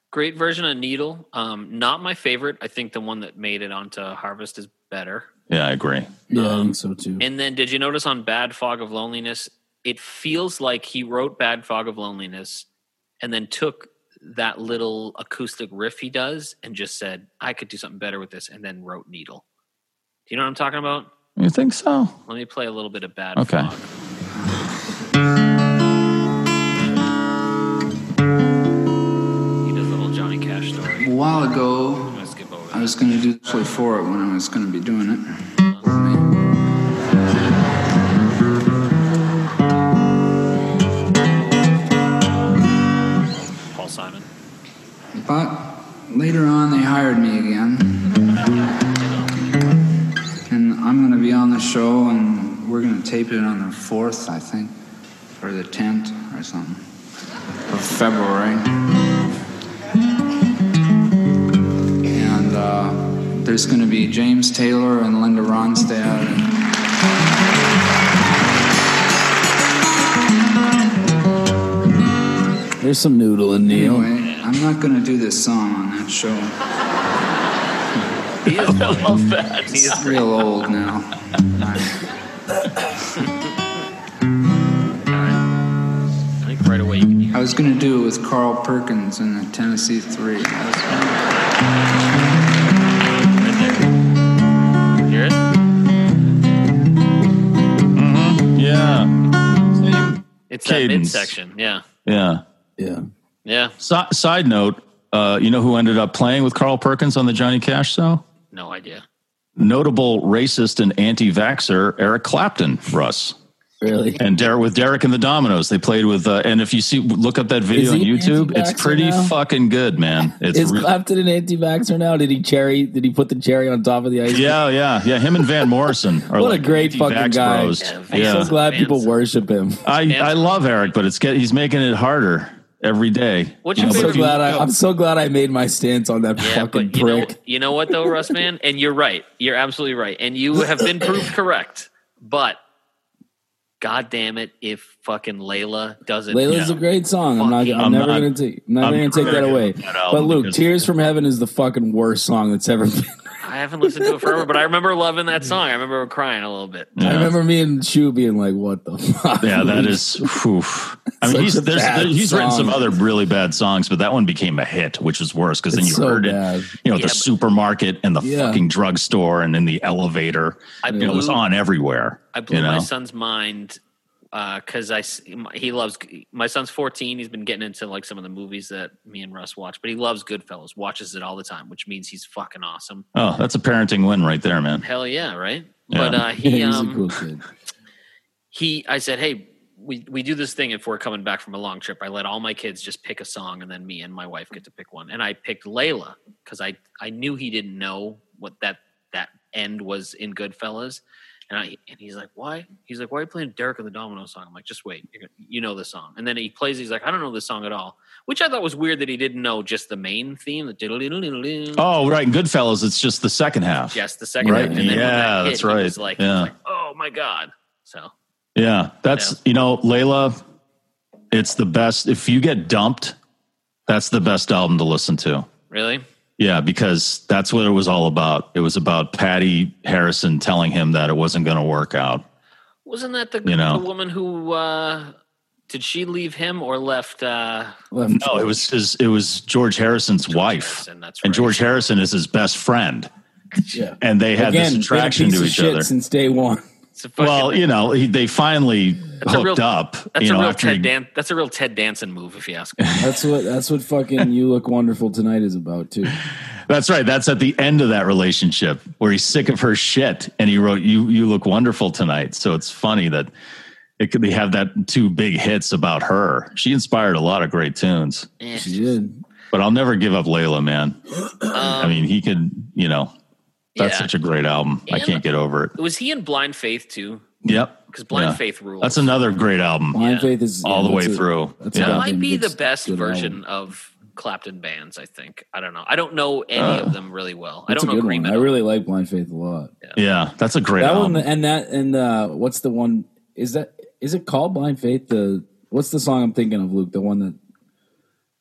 Speaker 3: Great version of Needle. Um, not my favorite. I think the one that made it onto Harvest is better.
Speaker 2: yeah, I agree.
Speaker 4: Yeah, I think so too.
Speaker 3: um, And then did you notice on Bad Fog of Loneliness, it feels like he wrote Bad Fog of Loneliness and then took that little acoustic riff he does and just said, I could do something better with this, and then wrote Needle. Do you know what I'm talking about?
Speaker 2: You think so?
Speaker 3: Let me play a little bit of Bad
Speaker 2: Okay.
Speaker 3: Fog. He does the whole Johnny Cash story.
Speaker 8: A while ago,
Speaker 3: I'm gonna skip over
Speaker 8: I
Speaker 3: that.
Speaker 8: was going to do play for it when I was going to be doing it.
Speaker 3: Paul Simon.
Speaker 8: But later on, they hired me again, and I'm going to be on the show, and we're going to tape it on the 4th, I think, or the 10th, or something, of February. And uh, there's going to be James Taylor and Linda Ronstadt. And
Speaker 4: There's some noodling, Neil.
Speaker 8: Anyway, I'm not gonna do this song on that show.
Speaker 3: He is, I love that. He is
Speaker 8: It's real old now.
Speaker 3: I think right away you can hear.
Speaker 8: I was gonna do it with Carl Perkins and the Tennessee Three.
Speaker 3: Right there. Hear it?
Speaker 2: Yeah,
Speaker 3: It's that
Speaker 2: Cadence.
Speaker 3: midsection. Yeah.
Speaker 2: yeah.
Speaker 4: Yeah.
Speaker 3: Yeah.
Speaker 2: Si- side note, uh, you know who ended up playing with Carl Perkins on the Johnny Cash show?
Speaker 3: No idea.
Speaker 2: Notable racist and anti-vaxxer Eric Clapton, Russ,
Speaker 4: Really?
Speaker 2: and Der- with Derek and the Dominoes. They played with, uh, and if you see, look up that video
Speaker 4: Is
Speaker 2: on
Speaker 4: he
Speaker 2: YouTube. It's
Speaker 4: anti-vaxxer
Speaker 2: pretty
Speaker 4: now?
Speaker 2: fucking good, man. It's
Speaker 4: Is
Speaker 2: re-
Speaker 4: Clapton an anti-vaxxer now? Did he cherry? Did he put the cherry on top of the ice? cream?
Speaker 2: yeah, yeah, yeah. Him and Van Morrison are
Speaker 4: What a
Speaker 2: like
Speaker 4: great fucking
Speaker 2: anti-vax
Speaker 4: guy.
Speaker 2: bros.
Speaker 3: Yeah,
Speaker 2: Yeah,
Speaker 3: Van-
Speaker 4: I'm so glad
Speaker 3: Fans.
Speaker 4: people worship him.
Speaker 2: I I love Eric, but it's get he's making it harder every day.
Speaker 3: What's your
Speaker 2: You know, but
Speaker 4: So
Speaker 3: favorite-
Speaker 4: glad I, I'm so glad I made my stance on that
Speaker 3: Yeah,
Speaker 4: fucking
Speaker 3: but you know,
Speaker 4: prick.
Speaker 3: you know what though, Russ man, and you're right. You're absolutely right, and you have been proved correct. But God damn it, if fucking Layla doesn't,
Speaker 4: Layla's a great song. I'm not. I'm,
Speaker 2: I'm
Speaker 4: never
Speaker 2: not-
Speaker 4: gonna take. I'm not
Speaker 2: I'm
Speaker 4: gonna take
Speaker 2: never
Speaker 4: that
Speaker 2: gonna
Speaker 4: away.
Speaker 2: get that album
Speaker 4: but Luke,
Speaker 2: because-
Speaker 4: "Tears from Heaven" is the fucking worst song that's ever been.
Speaker 3: I haven't listened to it forever, but I remember loving that song. I remember crying a little bit.
Speaker 4: I remember me and Shu being like, "What the fuck?"
Speaker 2: Yeah, that is. oof. I mean,
Speaker 4: Such
Speaker 2: he's
Speaker 4: a
Speaker 2: there's,
Speaker 4: bad
Speaker 2: there, he's written some
Speaker 4: song.
Speaker 2: other really bad songs, but that one became a hit, which is worse because then
Speaker 4: It's
Speaker 2: you
Speaker 4: so
Speaker 2: heard
Speaker 4: bad.
Speaker 2: it, you know, at the
Speaker 3: Yeah, but-
Speaker 2: supermarket and the
Speaker 4: Yeah.
Speaker 2: fucking drugstore and in the elevator.
Speaker 3: I
Speaker 2: You know, it was
Speaker 3: blew-
Speaker 2: on everywhere.
Speaker 3: I blew
Speaker 2: you know?
Speaker 3: my son's mind because I s- he loves my son's 14. He's been getting into like some of the movies that me and Russ watch, but he loves Goodfellas, watches it all the time, which means he's fucking awesome.
Speaker 2: Oh, that's a parenting win right there, man.
Speaker 3: Hell yeah, right?
Speaker 2: Yeah.
Speaker 3: But uh, he
Speaker 4: he's
Speaker 3: um,
Speaker 4: a cool kid.
Speaker 3: he i said hey we, we do this thing if we're coming back from a long trip i let all my kids just pick a song and then me and my wife get to pick one and i picked layla because i i knew he didn't know what that that end was in goodfellas and i and he's like why he's like why are you playing derek and the domino song i'm like just wait You're gonna, you know the song and then he plays it, he's like i don't know this song at all which i thought was weird that he didn't know just the main theme the diddle-diddle-diddle-diddle.
Speaker 2: Oh, right. in Goodfellas, it's just the second half.
Speaker 3: just the second
Speaker 2: Right.
Speaker 3: half. and then when
Speaker 2: Yeah,
Speaker 3: that hit,
Speaker 2: that's
Speaker 3: he
Speaker 2: right.
Speaker 3: was like,
Speaker 2: Yeah.
Speaker 3: he was like oh my god so
Speaker 2: Yeah, that's
Speaker 3: Yeah.
Speaker 2: you know, Layla. It's the best. If you get dumped, that's the best album to listen to.
Speaker 3: really
Speaker 2: Yeah, because that's what it was all about. It was about Patty Harrison telling him that it wasn't going to work out.
Speaker 3: Wasn't that the,
Speaker 2: You know.
Speaker 3: the woman who uh, did she leave him or left? Uh,
Speaker 4: Left
Speaker 2: No, Oh, it was his, it was George Harrison's wife,
Speaker 3: Harrison, that's
Speaker 2: and
Speaker 3: right.
Speaker 2: George Harrison is his best friend,
Speaker 4: Yeah.
Speaker 2: and they had
Speaker 4: Again,
Speaker 2: this
Speaker 4: been a
Speaker 2: attraction
Speaker 4: piece
Speaker 2: to
Speaker 4: of
Speaker 2: each
Speaker 4: shit
Speaker 2: other.
Speaker 4: since day one.
Speaker 3: it's a fucking,
Speaker 2: Well, you know, he, they finally
Speaker 3: a
Speaker 2: hooked
Speaker 3: real-
Speaker 2: up.
Speaker 3: that's
Speaker 2: you
Speaker 3: a
Speaker 2: know,
Speaker 3: real
Speaker 2: after
Speaker 3: Ted
Speaker 2: he-
Speaker 3: Dan- That's a real Ted Danson move, if you ask me.
Speaker 4: That's what. That's what fucking "You Look Wonderful Tonight" is about too.
Speaker 2: that's right. That's at the end of that relationship where he's sick of her shit, and he wrote, "You you look wonderful tonight." So it's funny that it could they have that two big hits about her. She inspired a lot of great tunes.
Speaker 3: Eh.
Speaker 4: She did.
Speaker 2: But I'll never give up Layla, man. I mean, he could, you know, that's
Speaker 3: Um, Yeah.
Speaker 2: such a great album. I
Speaker 3: And-
Speaker 2: can't get over it.
Speaker 3: Was he in Blind Faith too?
Speaker 2: Yep.
Speaker 3: Because Blind
Speaker 2: Yeah.
Speaker 3: Faith rules.
Speaker 2: That's another great album
Speaker 4: Blind Faith is
Speaker 2: all the
Speaker 4: yeah,
Speaker 2: way
Speaker 4: that's a-
Speaker 2: through.
Speaker 4: that's a
Speaker 2: Yeah.
Speaker 4: lot.
Speaker 3: might be the
Speaker 4: It's
Speaker 3: best
Speaker 4: good
Speaker 3: version of Clapton bands. I think I don't know. I don't know any
Speaker 2: Uh.
Speaker 3: of them really well. I
Speaker 4: That's
Speaker 3: don't know
Speaker 4: a good
Speaker 3: Green
Speaker 4: one. I
Speaker 3: Metal.
Speaker 4: really like Blind Faith a lot.
Speaker 2: Yeah, that's a great
Speaker 4: that
Speaker 2: album.
Speaker 4: one and that and uh, what's the one? Is that is it called Blind Faith? The what's the song I'm thinking of, Luke? The one that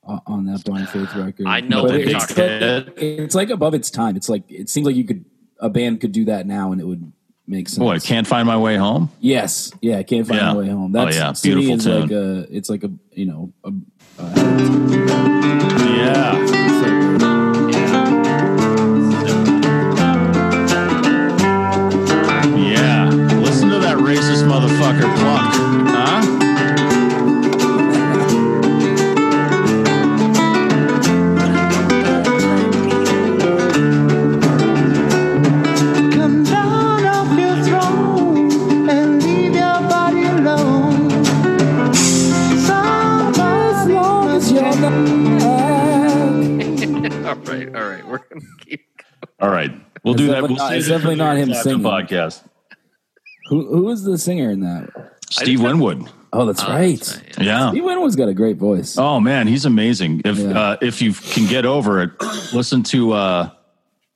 Speaker 4: uh, on that Blind Faith record.
Speaker 3: I know
Speaker 4: But
Speaker 3: what you're
Speaker 4: it's,
Speaker 3: talking
Speaker 2: about.
Speaker 4: it's like above its time. It's like it seems like you could a band could do that now and it would make sense.
Speaker 2: Boy, can't find my way home.
Speaker 4: Yes, yeah, I can't find
Speaker 2: Yeah.
Speaker 4: my way home.
Speaker 2: Oh,
Speaker 4: That's
Speaker 2: yeah,
Speaker 4: to me
Speaker 2: beautiful
Speaker 4: is
Speaker 2: tune.
Speaker 4: like a it's like a you know a,
Speaker 2: Yeah, yeah. Listen to that racist motherfucker pluck, huh?
Speaker 7: Come down off your throne and leave your body alone. Sometimes long as you're
Speaker 3: all right, all right. We're gonna keep.
Speaker 2: All right, we'll
Speaker 4: It's
Speaker 2: do that. We'll
Speaker 4: definitely not-
Speaker 2: save
Speaker 4: it's
Speaker 2: it for
Speaker 4: definitely
Speaker 2: the
Speaker 4: not him
Speaker 2: Clapton
Speaker 4: singing.
Speaker 2: podcast.
Speaker 4: who who is the singer in that?
Speaker 2: Steve Winwood.
Speaker 4: Oh, that's
Speaker 3: Oh,
Speaker 4: right.
Speaker 3: that's right, yeah.
Speaker 2: Yeah.
Speaker 4: Steve Winwood's got a great voice.
Speaker 2: Oh man, he's amazing. If
Speaker 4: Yeah.
Speaker 2: uh, if you can get over it, listen to uh,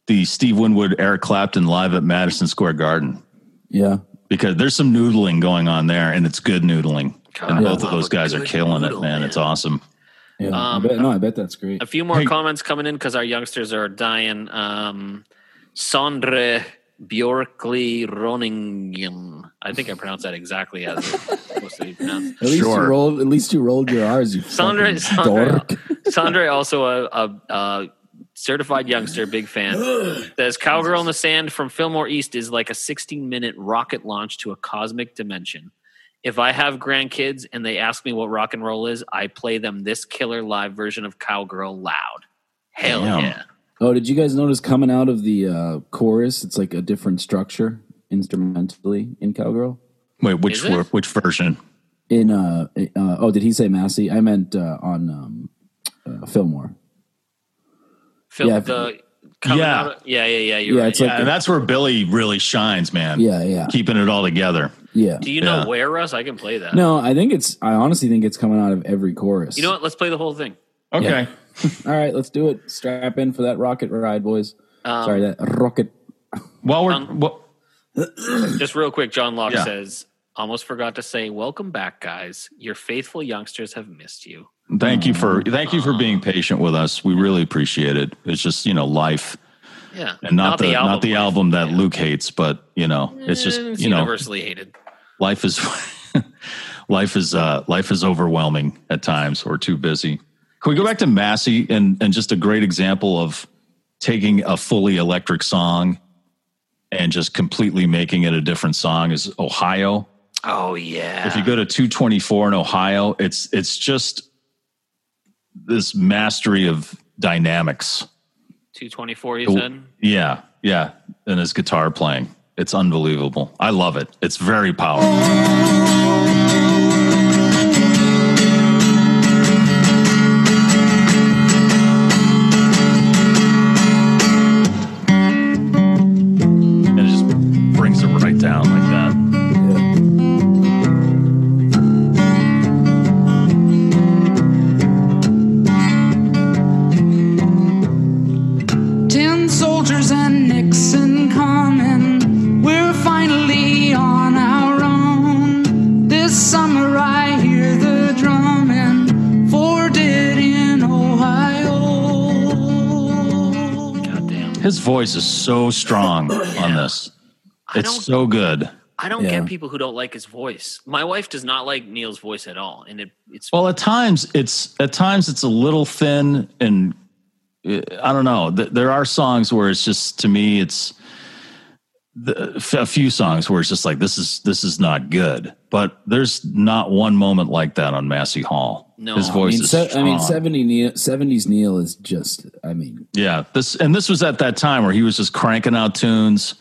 Speaker 2: the Steve Winwood Eric Clapton live at Madison Square Garden
Speaker 4: Yeah,
Speaker 2: because there's some noodling going on there, and it's good noodling.
Speaker 3: God,
Speaker 2: and
Speaker 3: I
Speaker 2: both of
Speaker 3: love
Speaker 2: those
Speaker 3: a
Speaker 2: guys are
Speaker 3: good
Speaker 2: killing
Speaker 3: noodle,
Speaker 2: it, man.
Speaker 3: man.
Speaker 2: It's awesome.
Speaker 4: yeah. I
Speaker 3: Um,
Speaker 4: bet, no, I bet that's great.
Speaker 3: A few more
Speaker 2: Hey.
Speaker 3: comments coming in because our youngsters are dying. Um, Sondre Bjorkli Roningen. I think I pronounced that exactly as it's supposed to be pronounced.
Speaker 4: At least
Speaker 2: Sure.
Speaker 4: you rolled. At least you rolled your R's. You
Speaker 3: Sandra,
Speaker 4: fucking
Speaker 3: Sandra,
Speaker 4: dork.
Speaker 3: Sandra also a, a, a certified youngster, big fan. Says Cowgirl in the Sand from Fillmore East is like a 16 minute rocket launch to a cosmic dimension. If I have grandkids and they ask me what rock and roll is, I play them this killer live version of Cowgirl loud. Hell
Speaker 2: Damn.
Speaker 3: yeah.
Speaker 4: Oh, did you guys notice coming out of the uh, chorus? It's like a different structure instrumentally in Cowgirl.
Speaker 2: Wait, which
Speaker 3: Is it?
Speaker 2: wor- which version?
Speaker 4: In uh, uh oh, did he say Massey? I meant uh, on um, uh, Fillmore.
Speaker 3: Phil,
Speaker 4: Yeah,
Speaker 3: the, coming
Speaker 2: Yeah.
Speaker 3: out of- yeah, yeah, yeah. You're
Speaker 4: Yeah,
Speaker 3: right.
Speaker 4: it's like-
Speaker 2: Yeah, and that's where Billy really shines, man.
Speaker 4: Yeah, yeah,
Speaker 2: keeping it all together.
Speaker 4: yeah.
Speaker 3: Do you know
Speaker 2: yeah.
Speaker 3: where, Russ? I can play that.
Speaker 4: No, I think it's. I honestly think it's coming out of every chorus.
Speaker 3: You know what? Let's play the whole thing.
Speaker 2: Okay,
Speaker 4: All right, let's do it. Strap in for that rocket ride, boys.
Speaker 3: Um,
Speaker 4: Sorry, that rocket.
Speaker 2: while we're
Speaker 3: Um,
Speaker 2: well,
Speaker 3: Just real quick, John Locke
Speaker 2: Yeah.
Speaker 3: says, almost forgot to say, welcome back, guys. Your faithful youngsters have missed you.
Speaker 2: thank you for thank you for being patient with us. We really appreciate it. It's just you know life.
Speaker 3: Yeah.
Speaker 2: and not, the, not the
Speaker 3: life.
Speaker 2: album that Luke hates, but you know, it's just
Speaker 3: Eh, it's
Speaker 2: you know,
Speaker 3: universally hated.
Speaker 2: life is life is uh, life is overwhelming at times. We're too busy. Can we go back to Massey and and just a great example of taking a fully electric song and just completely making it a different song is Ohio.
Speaker 3: Oh yeah.
Speaker 2: If you go to 224 in Ohio, it's it's just this mastery of dynamics.
Speaker 3: 224, you
Speaker 2: The-
Speaker 3: said.
Speaker 2: Yeah, yeah. And his guitar playing. It's unbelievable. I love it. It's very powerful. And it just brings it right down like that.
Speaker 7: Tin soldiers and Nixon coming. We're finally on our own. This summer I hear the drumming. Four dead in Ohio.
Speaker 3: God damn.
Speaker 2: His voice is so strong on this.
Speaker 3: don't-
Speaker 2: It's so good.
Speaker 3: I don't
Speaker 4: Yeah.
Speaker 3: get people who don't like his voice. My wife does not like Neil's voice at all, and it, it's
Speaker 2: Well, at times it's at times it's a little thin, and uh, I don't know. Th- There are songs where it's just to me, it's the, f- a few songs where it's just like this is this is not good. But there's not one moment like that on Massey Hall.
Speaker 3: No.
Speaker 2: his
Speaker 3: I
Speaker 4: I
Speaker 2: voice
Speaker 4: mean,
Speaker 2: is.
Speaker 4: se- I mean,
Speaker 2: strong.
Speaker 4: 70 Neil, 70s Neil is just. I mean,
Speaker 2: Yeah, this and this was at that time where he was just cranking out tunes,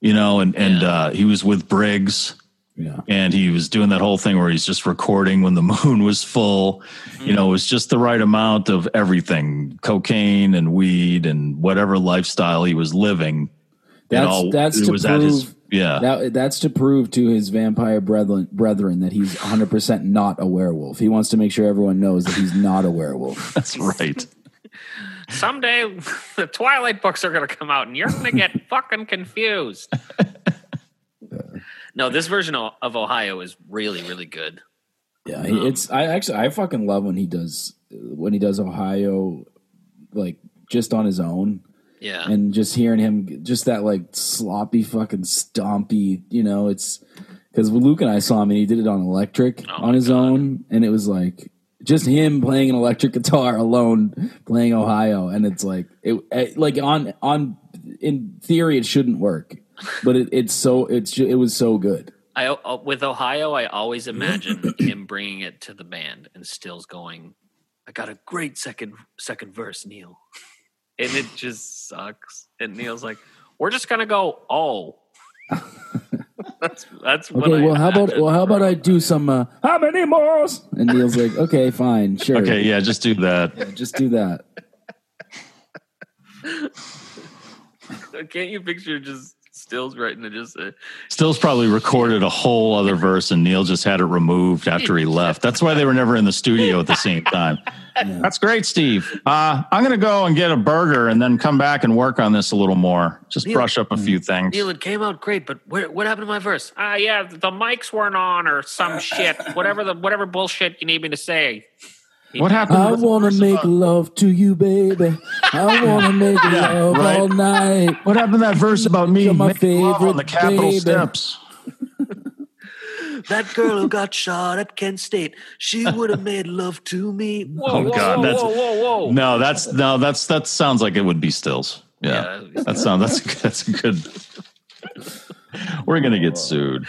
Speaker 2: you know, and and uh, he was with Briggs.
Speaker 4: yeah,
Speaker 2: and he was doing that whole thing where he's just recording when the moon was full. You know, it was just the right amount of everything, cocaine and weed and whatever lifestyle he was living. It
Speaker 4: that's
Speaker 2: all-
Speaker 4: that's
Speaker 2: it
Speaker 4: to
Speaker 2: was
Speaker 4: prove
Speaker 2: at his Yeah.
Speaker 4: That, that's to prove to his vampire brethren, brethren that he's 100% not a werewolf. He wants to make sure everyone knows that he's not a werewolf.
Speaker 2: That's right.
Speaker 3: Someday the Twilight books are going to come out and you're going to get fucking confused. no, this version o- of Ohio is really, really good.
Speaker 4: Yeah, he, it's I actually I fucking love when he does when he does Ohio like just on his own
Speaker 3: Yeah.
Speaker 4: and just hearing him just that like sloppy fucking stompy, you know, it's cuz Luke and I saw him and he did it on electric
Speaker 3: Oh my
Speaker 4: on his own and it was like just him playing an electric guitar alone playing Ohio and it's like it, it like on on in theory it shouldn't work but it, it's so it's ju- it was so good.
Speaker 3: I uh, with Ohio, I always imagine him bringing it to the band and Stills going, "I got a great second second verse, Neil," and it just sucks. And Neil's like, "We're just gonna go oh." that's that's what.
Speaker 4: Okay,
Speaker 3: I
Speaker 4: well, how about
Speaker 3: imagine
Speaker 4: well, how about
Speaker 3: for
Speaker 4: I do some uh, how many mores? And Neil's like, okay, fine, sure,
Speaker 2: Okay. Yeah. Just do that.
Speaker 4: just do that.
Speaker 3: Ohio. Can't you picture just Stills writing it? Just uh,
Speaker 2: Still's probably recorded a whole other verse and Neil just had it removed after he left. That's why they were never in the studio at the same time. That's great, Steve. Uh, I'm going to go and get a burger and then come back and work on this a little more. Just
Speaker 3: Neil-
Speaker 2: brush up a few things.
Speaker 3: Neil, it came out great, but where, what happened to my verse? Ah, yeah, the mics weren't on or some shit. Whatever the whatever bullshit you need me to say.
Speaker 2: What happened?
Speaker 4: I wanna make love to you, baby. I wanna make love
Speaker 2: right.
Speaker 4: all night.
Speaker 2: What happened to that verse about me?
Speaker 4: You're my
Speaker 2: Making love on the
Speaker 4: favorite
Speaker 2: Capitol
Speaker 4: baby.
Speaker 2: steps.
Speaker 3: That girl who got shot at Kent State, she would have made love to me. Whoa,
Speaker 2: Oh,
Speaker 3: whoa,
Speaker 2: God,
Speaker 3: whoa,
Speaker 2: that's-
Speaker 3: whoa, whoa, whoa.
Speaker 2: No, that's no, that's that sounds like it would be Stills. Yeah,
Speaker 3: Yeah.
Speaker 2: that sounds that's that's a good. We're gonna get sued.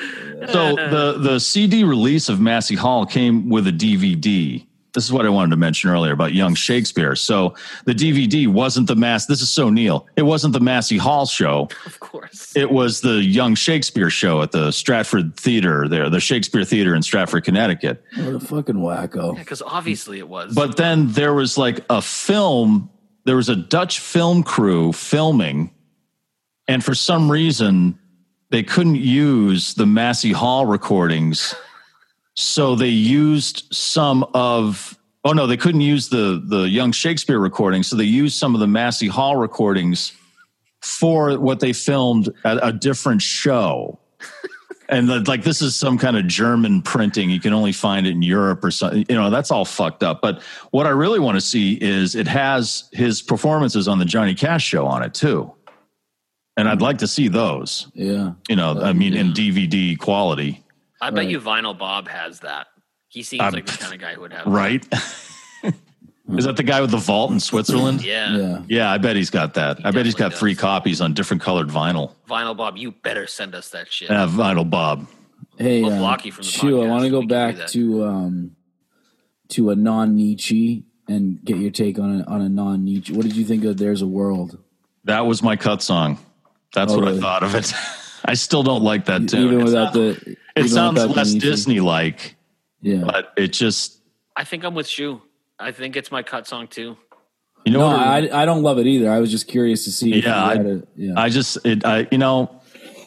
Speaker 2: So the the CD release of Massey Hall came with a DVD. This is what I wanted to mention earlier about Young Shakespeare. So the DVD wasn't the Mass. This is so Neil. It wasn't the Massey Hall show.
Speaker 3: Of course.
Speaker 2: It was the Young Shakespeare show at the Stratford Theater there, the Shakespeare Theater in Stratford, Connecticut.
Speaker 4: What a fucking wacko!
Speaker 3: Because obviously it was.
Speaker 2: But then there was like a film, there was a Dutch film crew filming, and for some reason, they couldn't use the Massey Hall recordings. So they used some of, oh no, they couldn't use the, the Young Shakespeare recordings. So they used some of the Massey Hall recordings for what they filmed at a different show. And the, like this is some kind of German printing. You can only find it in Europe or something. You know, that's all fucked up. But what I really want to see is it has his performances on the Johnny Cash show on it too. And I'd like to see those,
Speaker 4: Yeah,
Speaker 2: you know, I mean, in DVD quality,
Speaker 3: I bet you Vinyl Bob has that. He seems
Speaker 2: Um,
Speaker 3: like the kind of guy who would have
Speaker 2: right? is that the guy with the vault in Switzerland?
Speaker 3: Yeah.
Speaker 4: yeah.
Speaker 2: Yeah, I bet he's got that. I bet he's got
Speaker 3: definitely
Speaker 2: three
Speaker 3: does.
Speaker 2: copies on different colored vinyl.
Speaker 3: Vinyl Bob, you better send us that shit.
Speaker 2: Uh, vinyl Bob.
Speaker 4: Hey,
Speaker 3: We'll
Speaker 4: uh,
Speaker 3: block you from the
Speaker 4: Chu, I
Speaker 3: podcast.
Speaker 4: want to go
Speaker 3: We can do
Speaker 4: back
Speaker 3: that.
Speaker 4: to um to a non Nietzsche and get your take on a, on a non Nietzsche. What did you think of "There's a World"?
Speaker 2: That was my cut song. That's
Speaker 4: Oh,
Speaker 2: what I
Speaker 4: really?
Speaker 2: thought of it. I still don't like that tune.
Speaker 4: even
Speaker 2: It's
Speaker 4: without
Speaker 2: not-
Speaker 4: the,
Speaker 2: it
Speaker 4: even
Speaker 2: sounds
Speaker 4: without the
Speaker 2: less
Speaker 4: Nietzsche.
Speaker 2: Disney like,
Speaker 4: Yeah,
Speaker 2: but it just
Speaker 3: I think I'm with Shu. I think it's my cut song too.
Speaker 2: you know
Speaker 4: No,
Speaker 2: what it-
Speaker 4: I, I don't love it either. I was just curious to see. if
Speaker 2: Yeah,
Speaker 4: you
Speaker 2: I-
Speaker 4: had a- yeah.
Speaker 2: I just it I you know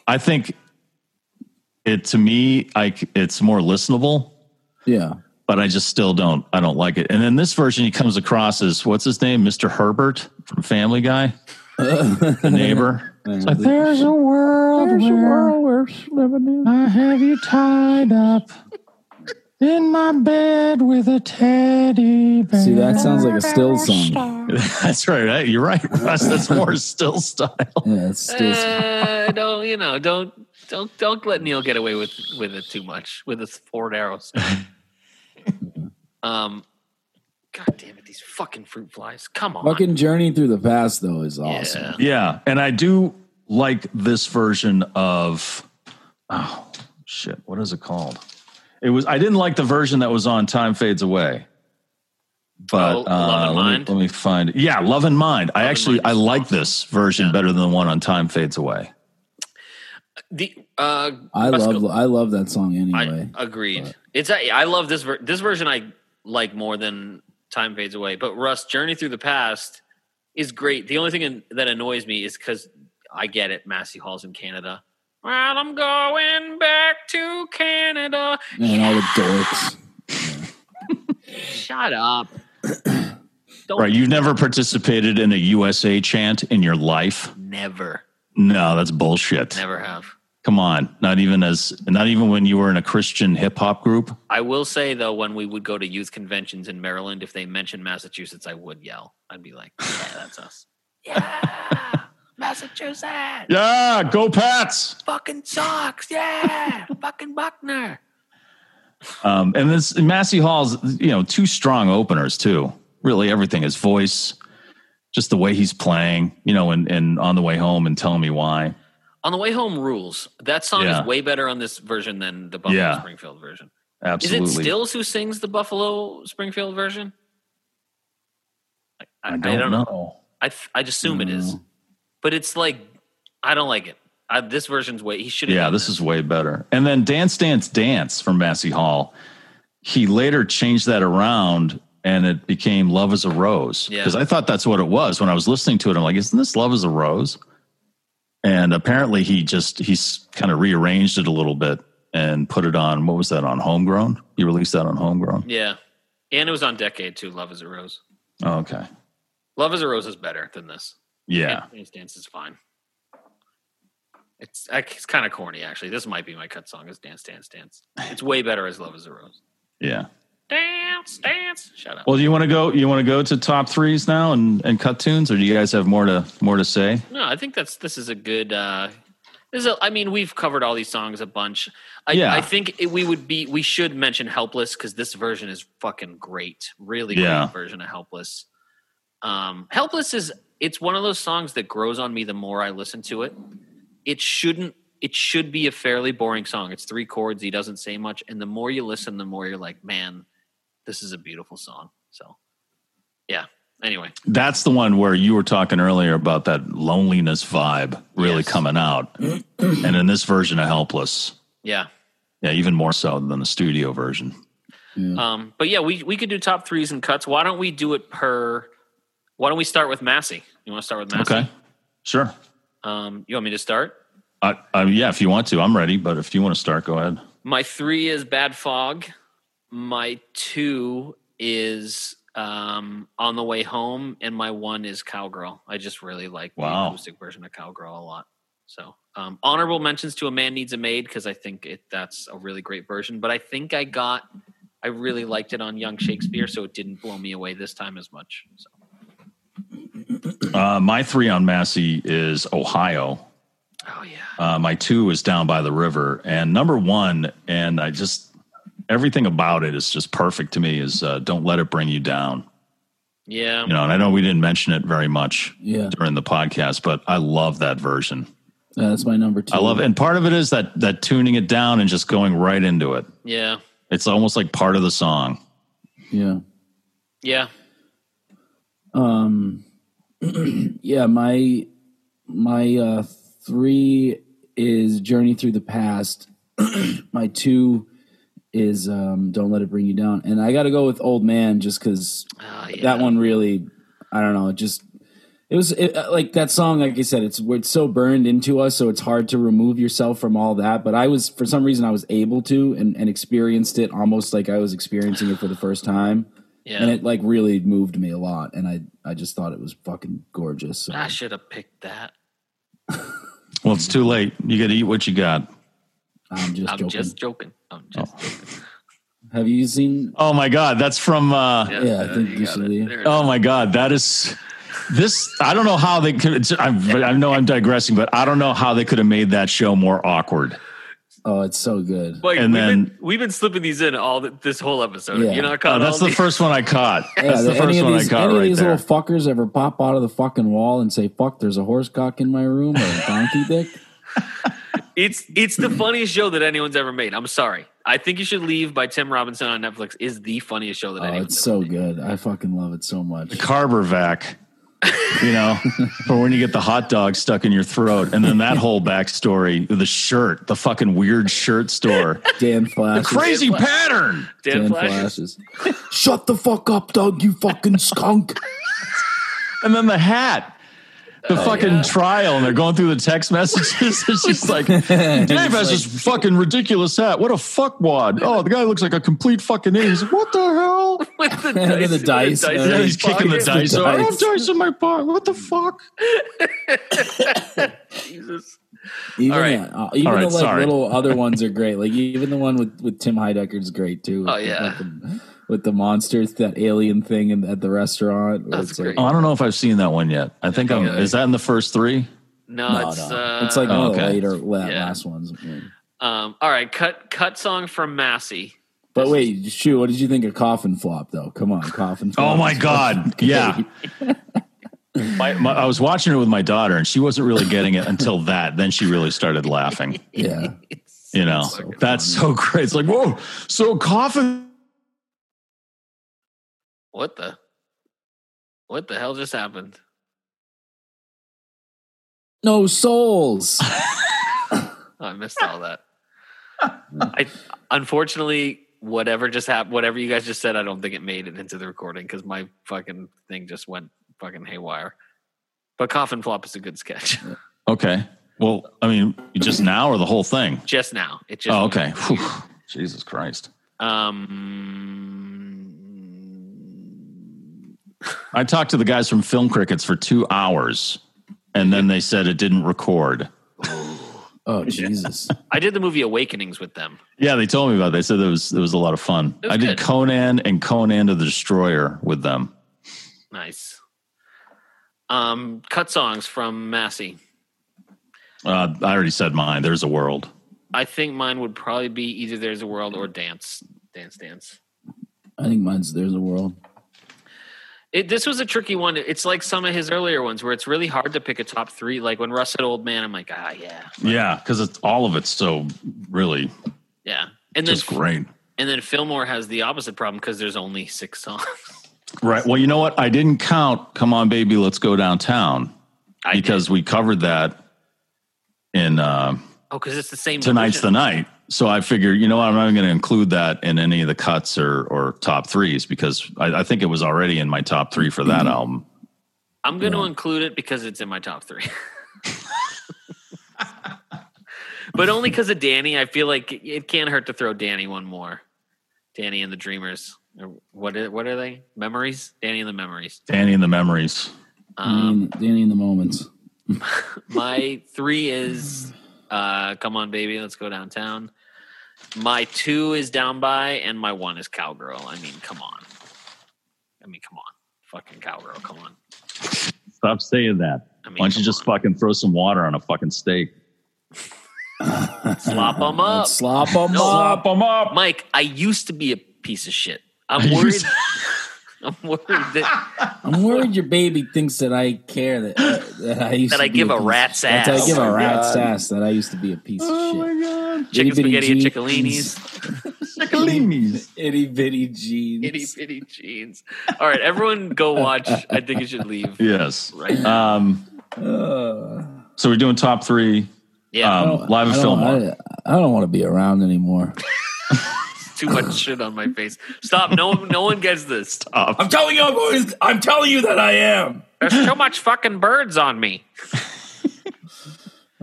Speaker 2: I think it to me I c- it's more listenable,
Speaker 4: yeah.
Speaker 2: but I just still don't I don't like it. And in this version he comes across as what's his name, Mr. Herbert from Family Guy, the neighbor. It's like there's a world where I have you tied up. In my bed with a teddy bear.
Speaker 4: See, that sounds like a still song.
Speaker 2: That's right. eh? You're right, Russ. That's more still style.
Speaker 4: Yeah, it's still.
Speaker 3: Uh, don't you know? Don't don't don't let Neil get away with with it too much with his forward arrows.
Speaker 4: Mm-hmm.
Speaker 3: um, god damn it, these fucking fruit flies! Come on,
Speaker 4: Fucking journey through the past though is awesome.
Speaker 3: yeah.
Speaker 2: Yeah, and I do like this version of oh shit, what is it called? It was I didn't like the version that was on Time Fades Away. But
Speaker 3: Oh,
Speaker 2: uh,
Speaker 3: Love and
Speaker 2: let, me-
Speaker 3: Mind?
Speaker 2: let Me, find yeah, Love and Mind. I actually
Speaker 3: Mind
Speaker 2: I
Speaker 3: is
Speaker 2: like this version better than the one on Time Fades Away.
Speaker 3: The uh,
Speaker 4: I
Speaker 3: Let's
Speaker 4: love
Speaker 3: go.
Speaker 4: I love that song anyway.
Speaker 3: I agreed. It's I I love this ver- this version. I like more than Time Fades Away. But Russ, Journey Through the Past is great. The only thing in, that annoys me is because I get it. Massey Hall's in Canada, Well, I'm going back to Canada.
Speaker 4: and all the dorks.
Speaker 3: Shut up. Don't
Speaker 2: Right. You've never participated in a USA chant in your life.
Speaker 3: never,
Speaker 2: No, that's bullshit.
Speaker 3: never have.
Speaker 2: Come on. Not even as not even when you were in a Christian hip hop group.
Speaker 3: I will say though, when we would go to youth conventions in Maryland, if they mentioned Massachusetts, I would yell. I'd be like, "Yeah, that's us." Yeah, Massachusetts
Speaker 2: Yeah, go Pats.
Speaker 3: fucking sucks. Yeah, fucking Buckner.
Speaker 2: Um, and this Massey Hall's, you know, two strong openers too. Really, everything his voice, just the way he's playing, you know, and and on the way home and telling me why.
Speaker 3: On the way home, rules. That song
Speaker 2: Yeah.
Speaker 3: is way better on this version than the Buffalo
Speaker 2: Yeah.
Speaker 3: Springfield version.
Speaker 2: Absolutely,
Speaker 3: Is it Stills who sings the Buffalo Springfield version?
Speaker 2: I don't, know.
Speaker 3: I th- I assume it
Speaker 2: Mm.
Speaker 3: is, but it's like I don't like it. I, this version's way he should. have
Speaker 2: Yeah,
Speaker 3: done
Speaker 2: this is way better. And then Dance Dance Dance from Massey Hall. He later changed that around and it became Love is a Rose.
Speaker 3: Yeah.
Speaker 2: Because I thought that's what it was when I was listening to it. I'm like, isn't this Love is a Rose? And apparently he just he's kind of rearranged it a little bit and put it on what was that on Homegrown? He released that on Homegrown.
Speaker 3: Yeah. And it was on Decade too, Love is a Rose.
Speaker 2: Oh, okay.
Speaker 3: Love is a Rose is better than this.
Speaker 2: Yeah.
Speaker 3: Dance Dance is fine. It's I- it's kind of corny actually. This might be my cut song is Dance Dance Dance. It's way better as Love is a Rose.
Speaker 2: Yeah.
Speaker 3: Dance Dance. Shut up.
Speaker 2: Well, do you want to go you want to go to top threes now and, and cut tunes, or do you guys have more to more to say?
Speaker 3: No, I think that's this is a good. Uh, this is a, I mean, we've covered all these songs a bunch. I,
Speaker 2: Yeah.
Speaker 3: I think it, we would be we should mention Helpless because this version is fucking great. Really
Speaker 2: Yeah.
Speaker 3: great version of Helpless. Um, Helpless is it's one of those songs that grows on me the more I listen to it. It shouldn't. It should be a fairly boring song. It's three chords. He doesn't say much, and the more you listen, the more you're like, man, this is a beautiful song. So, yeah. Anyway,
Speaker 2: That's the one where you were talking earlier about that loneliness vibe really
Speaker 3: Yes.
Speaker 2: coming out. and in this version of Helpless,
Speaker 3: yeah.
Speaker 2: yeah, even more so than the studio version.
Speaker 3: Um, but yeah, we we could do top threes and cuts. Why don't we do it per? Why don't we start with Massey? You want to start with Massey?
Speaker 2: Okay. Sure.
Speaker 3: Um, you want me to start?
Speaker 2: I, I, yeah, if you want to, I'm ready. But if you want to start, go ahead.
Speaker 3: My three is Bad Fog. My two is um, On the Way Home, and my one is Cowgirl. I just really like
Speaker 2: Wow.
Speaker 3: the acoustic version of Cowgirl a lot. So um, honorable mentions to A Man Needs a Maid because I think it that's a really great version. But I think I got I really liked it on Young Shakespeare, so it didn't blow me away this time as much. So
Speaker 2: Uh, my three on Massey is Ohio.
Speaker 3: oh yeah.
Speaker 2: Uh, my two is Down by the River. And number one, and I just, everything about it is just perfect to me, is uh, Don't Let It Bring You Down.
Speaker 3: Yeah.
Speaker 2: You know, and I know we didn't mention it very much
Speaker 4: Yeah.
Speaker 2: during the podcast, but I love that version.
Speaker 4: Uh, that's my number two.
Speaker 2: I love it. And part of it is that that tuning it down and just going right into it.
Speaker 3: Yeah.
Speaker 2: It's almost like part of the song.
Speaker 4: Yeah.
Speaker 3: Yeah.
Speaker 4: Um, yeah, my my uh, three is Journey Through the Past. my two is um, Don't Let It Bring You Down, and I got to go with Old Man just because
Speaker 3: Ah, yeah.
Speaker 4: that one really, I don't know, it just it was it, uh, like that song. Like I said, it's it's so burned into us, so it's hard to remove yourself from all that. But I was for some reason I was able to and, and experienced it almost like I was experiencing it for the first time
Speaker 3: Yeah.
Speaker 4: and it like really moved me a lot and i i just thought it was fucking gorgeous so.
Speaker 3: I should have picked that.
Speaker 2: Well, it's too late. You got to eat what you got.
Speaker 4: i'm just
Speaker 3: I'm
Speaker 4: joking Oh,
Speaker 3: just joking. I'm just.
Speaker 4: have you seen
Speaker 2: Oh my god, that's from uh
Speaker 4: yeah i think
Speaker 3: you
Speaker 4: you,
Speaker 3: got
Speaker 4: should
Speaker 3: it.
Speaker 4: leave
Speaker 3: There it
Speaker 2: Oh my god, that is this I don't know how they could it's, I I know I'm digressing, but I don't know how they could have made that show more awkward.
Speaker 4: oh it's so good
Speaker 3: Wait,
Speaker 2: And
Speaker 3: we've, been,
Speaker 2: then-
Speaker 3: we've been slipping these in all th this whole episode.
Speaker 4: Yeah.
Speaker 3: You're not
Speaker 2: Oh,
Speaker 3: caught.
Speaker 2: that's the first one I caught. That's the
Speaker 4: any
Speaker 2: first
Speaker 4: of
Speaker 2: one I
Speaker 4: these-
Speaker 2: caught
Speaker 4: any of
Speaker 2: right
Speaker 4: these
Speaker 2: there.
Speaker 4: little fuckers ever pop out of the fucking wall and say fuck there's a horse cock in my room or a donkey dick
Speaker 3: It's it's the funniest show that anyone's ever made. I'm sorry. I think you should leave by Tim Robinson on Netflix is the funniest show that
Speaker 4: oh
Speaker 3: anyone's
Speaker 4: it's
Speaker 3: ever
Speaker 4: so good i fucking love it so much
Speaker 2: Carver vac, you know, for when you get the hot dog stuck in your throat. And then that whole backstory, the shirt, the fucking weird shirt store.
Speaker 4: dan flash
Speaker 2: Crazy pattern.
Speaker 3: made. Dan,
Speaker 4: dan
Speaker 3: Flash.
Speaker 4: flashes shut the fuck up dog you fucking skunk
Speaker 2: And then the hat. the fucking trial and they're going through the text messages. It's just like Dave has this fucking ridiculous hat. What a fuckwad. Oh, the guy looks like a complete fucking idiot. He's like, what the hell?
Speaker 3: with the
Speaker 4: the
Speaker 3: dice,
Speaker 4: dice, uh,
Speaker 2: Yeah, he's
Speaker 3: his
Speaker 2: kicking the
Speaker 3: pocket.
Speaker 2: dice.
Speaker 4: The
Speaker 2: I don't have
Speaker 4: dice.
Speaker 2: dice in my pocket. What the fuck?
Speaker 3: Jesus.
Speaker 4: Even
Speaker 3: All right.
Speaker 4: the, uh, even
Speaker 2: All right,
Speaker 4: the like
Speaker 2: sorry.
Speaker 4: little other ones are great. Like even the one with with Tim Heidecker's great too.
Speaker 3: Oh, yeah.
Speaker 4: With the, with the monsters, that alien thing in, at the restaurant.
Speaker 3: That's
Speaker 4: It's
Speaker 3: great.
Speaker 2: Oh, I don't know if I've seen that one yet. I think I'm.
Speaker 3: Okay.
Speaker 2: Is that in the first three?
Speaker 3: No,
Speaker 4: Like, no,
Speaker 3: it's
Speaker 4: no.
Speaker 3: uh,
Speaker 4: it's like one of the
Speaker 2: okay.
Speaker 4: later la-
Speaker 3: Yeah.
Speaker 4: last ones. Mm.
Speaker 3: um. All right, cut cut song from Massey.
Speaker 4: But wait, shoot, what did you think of Coffin Flop though? Come on, Coffin Flop.
Speaker 2: Oh my god! Yeah, my, my, I was watching it with my daughter, and she wasn't really getting it until that. Then she really started laughing.
Speaker 4: Yeah.
Speaker 2: You know, that's so great. It's like, whoa! So coffin.
Speaker 3: What the? What the hell just happened?
Speaker 4: No souls.
Speaker 3: Oh, I missed all that. I unfortunately whatever just happened, whatever you guys just said, I don't think it made it into the recording because my fucking thing just went fucking haywire. But coffin flop is a good sketch.
Speaker 2: Okay. Well, I mean, just now or the whole thing?
Speaker 3: just now, it just
Speaker 2: Oh, okay. Phew. Jesus Christ!
Speaker 3: Um,
Speaker 2: I talked to the guys from Film Crickets for two hours, and then they said it didn't record.
Speaker 4: Oh Jesus.
Speaker 3: I did the movie Awakenings with them.
Speaker 2: Yeah, they told me about. It. They said it was it was a lot of fun.
Speaker 3: It was
Speaker 2: I did
Speaker 3: good.
Speaker 2: Conan and Conan to the Destroyer with them.
Speaker 3: Nice. Um, cut songs from Massey.
Speaker 2: Uh, I already said mine. There's a world.
Speaker 3: I think mine would probably be either There's a World or Dance, Dance, Dance.
Speaker 4: I think mine's There's a World.
Speaker 3: It, this was a tricky one. It's like some of his earlier ones where it's really hard to pick a top three. Like when Russ said Old Man, I'm like, ah, yeah,
Speaker 2: Yeah, because it's all of it's so really
Speaker 3: yeah. And then
Speaker 2: just great.
Speaker 3: and then Fillmore has the opposite problem because there's only six songs.
Speaker 2: Right. Well, you know what? I didn't count. Come on, baby, let's go downtown
Speaker 3: I did.
Speaker 2: because we covered that in uh,
Speaker 3: oh, because it's the same.
Speaker 2: tonight's the
Speaker 3: version.
Speaker 2: night. So I figured, you know what? I'm not going to include that in any of the cuts or or top threes because I, I think it was already in my top three for
Speaker 3: Mm-hmm.
Speaker 2: that album.
Speaker 3: I'm going to include it because it's in my top three. but only because of Danny. I feel like it- it can't hurt to throw Danny one more. Danny and the Dreamers. Or What are, what are they? Memories? Danny and the Memories.
Speaker 2: Danny and the Memories.
Speaker 3: Um,
Speaker 4: Danny, Danny in the Moments.
Speaker 3: my three is uh, Come On Baby, Let's Go Downtown. My two is Down By, and my one is Cowgirl. I mean, come on. I mean, come on. Fucking Cowgirl, come on.
Speaker 2: Stop saying that.
Speaker 3: I mean,
Speaker 2: Why don't you
Speaker 3: come
Speaker 2: just
Speaker 3: on.
Speaker 2: fucking throw some water on a fucking steak?
Speaker 3: slop them up?
Speaker 4: Slop 'em
Speaker 3: No.
Speaker 4: up.
Speaker 2: them up.
Speaker 3: Mike, I used to be a piece of shit. I'm
Speaker 2: I
Speaker 3: worried.
Speaker 2: used-
Speaker 3: I'm worried that
Speaker 4: I'm worried your baby thinks that I care that that I used
Speaker 3: That
Speaker 4: to
Speaker 3: I
Speaker 4: be
Speaker 3: give a
Speaker 4: piece-
Speaker 3: rat's
Speaker 4: that
Speaker 3: ass.
Speaker 4: I give
Speaker 3: Oh
Speaker 4: a
Speaker 3: my
Speaker 4: rat's ass that I used to be a piece
Speaker 2: Oh
Speaker 4: of shit.
Speaker 3: chicken
Speaker 4: Itty bitty
Speaker 3: spaghetti and
Speaker 4: jeans.
Speaker 3: chickalinis,
Speaker 4: Itty bitty jeans.
Speaker 3: itty bitty jeans. All right, everyone, go watch. I think you should leave.
Speaker 2: Yes.
Speaker 3: Right.
Speaker 4: Uh,
Speaker 2: Um, so we're doing top three.
Speaker 3: Yeah,
Speaker 2: Um, live
Speaker 4: I
Speaker 2: and
Speaker 4: don't,
Speaker 2: film.
Speaker 4: I, I don't want to be around anymore.
Speaker 3: too much shit on my face. Stop. No one. No one gets this.
Speaker 4: I'm telling you, I'm always, I'm telling you that I am.
Speaker 3: There's too much fucking birds on me.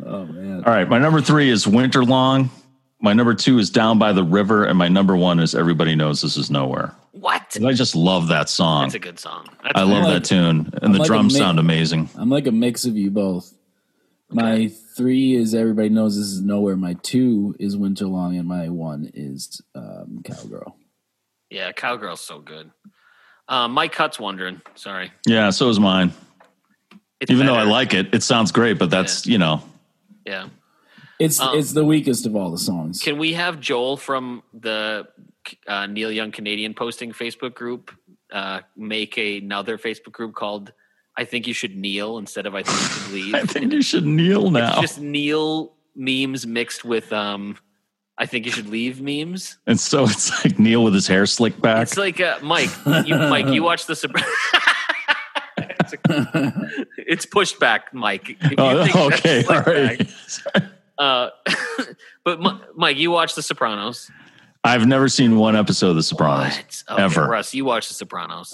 Speaker 4: Oh man,
Speaker 2: All right. My number three is Winter Long. My number two is Down by the River. And my number one is Everybody Knows This Is Nowhere.
Speaker 3: What?
Speaker 2: And I just love that song.
Speaker 3: That's a good song. That's
Speaker 2: I love that tune. And the
Speaker 4: like a
Speaker 2: drums
Speaker 4: ma-
Speaker 2: sound amazing.
Speaker 4: I'm like a mix of you both. My three is everybody knows this is nowhere. My two is winter long, and my one is um, cowgirl.
Speaker 3: Yeah, cowgirl's so good. Uh, Mike Cut's wondering. Sorry.
Speaker 2: Yeah. So is mine.
Speaker 3: It's
Speaker 2: Even though I
Speaker 3: better.
Speaker 2: like it, it sounds great, but that's, you know,
Speaker 3: Yeah.
Speaker 4: It's
Speaker 3: Um,
Speaker 4: it's the weakest of all the songs.
Speaker 3: Can we have Joel from the uh, Neil Young Canadian posting Facebook group uh, make another Facebook group called "I think you should kneel" instead of "I think you should leave"?
Speaker 2: I think you should kneel now.
Speaker 3: Just kneel memes mixed with um, "I think you should leave" memes.
Speaker 2: and so it's like Neil with his hair slicked back.
Speaker 3: It's like uh, Mike, you, Mike, you watch the. Sopra- It's a- it's pushed back, Mike. If you
Speaker 2: Oh,
Speaker 3: think that's
Speaker 2: okay. All
Speaker 3: pushed
Speaker 2: right.
Speaker 3: back. Uh, but Mi- Mike, you watch The Sopranos.
Speaker 2: I've never seen one episode of The Sopranos.
Speaker 3: What? Okay,
Speaker 2: Ever.
Speaker 3: Russ, you watch The Sopranos.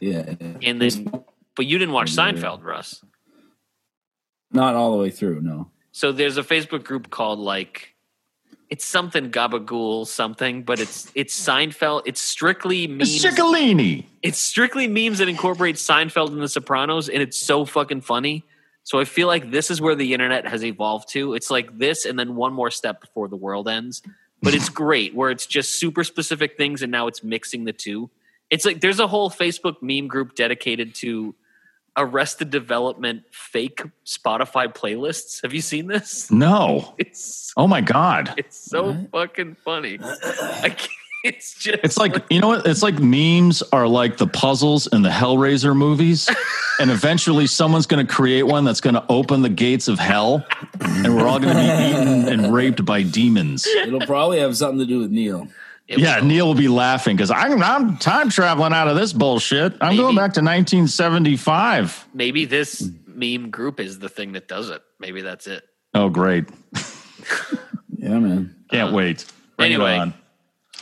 Speaker 4: yeah,
Speaker 3: and then but you didn't watch Seinfeld, Russ.
Speaker 4: Not all the way through, no.
Speaker 3: So there's a Facebook group called like it's something gabagool something, but it's it's Seinfeld. It's strictly memes.
Speaker 2: Ciccolini.
Speaker 3: It's strictly memes that incorporate Seinfeld and The Sopranos, and it's so fucking funny. So I feel like this is where the internet has evolved to. It's like this, and then one more step before the world ends. But it's great where it's just super specific things, and now it's mixing the two. It's like there's a whole Facebook meme group dedicated to Arrested Development fake Spotify playlists. Have you seen this?
Speaker 2: No.
Speaker 3: It's
Speaker 2: Oh my god.
Speaker 3: it's so fucking funny. I can't, it's just
Speaker 2: It's like you know what? It's like memes are like the puzzles in the Hellraiser movies, and eventually someone's going to create one that's going to open the gates of hell, and we're all going to be eaten and raped by demons.
Speaker 4: It'll probably have something to do with Neil.
Speaker 3: It
Speaker 2: yeah,
Speaker 3: will.
Speaker 2: Neil will be laughing because I'm, I'm time traveling out of this bullshit. I'm going
Speaker 3: Maybe.
Speaker 2: back to 1975.
Speaker 3: maybe this meme group is the thing that does it. Maybe that's it.
Speaker 2: Oh, great!
Speaker 4: Yeah, man.
Speaker 2: Can't wait. Bring it
Speaker 3: Uh, anyway,
Speaker 2: on.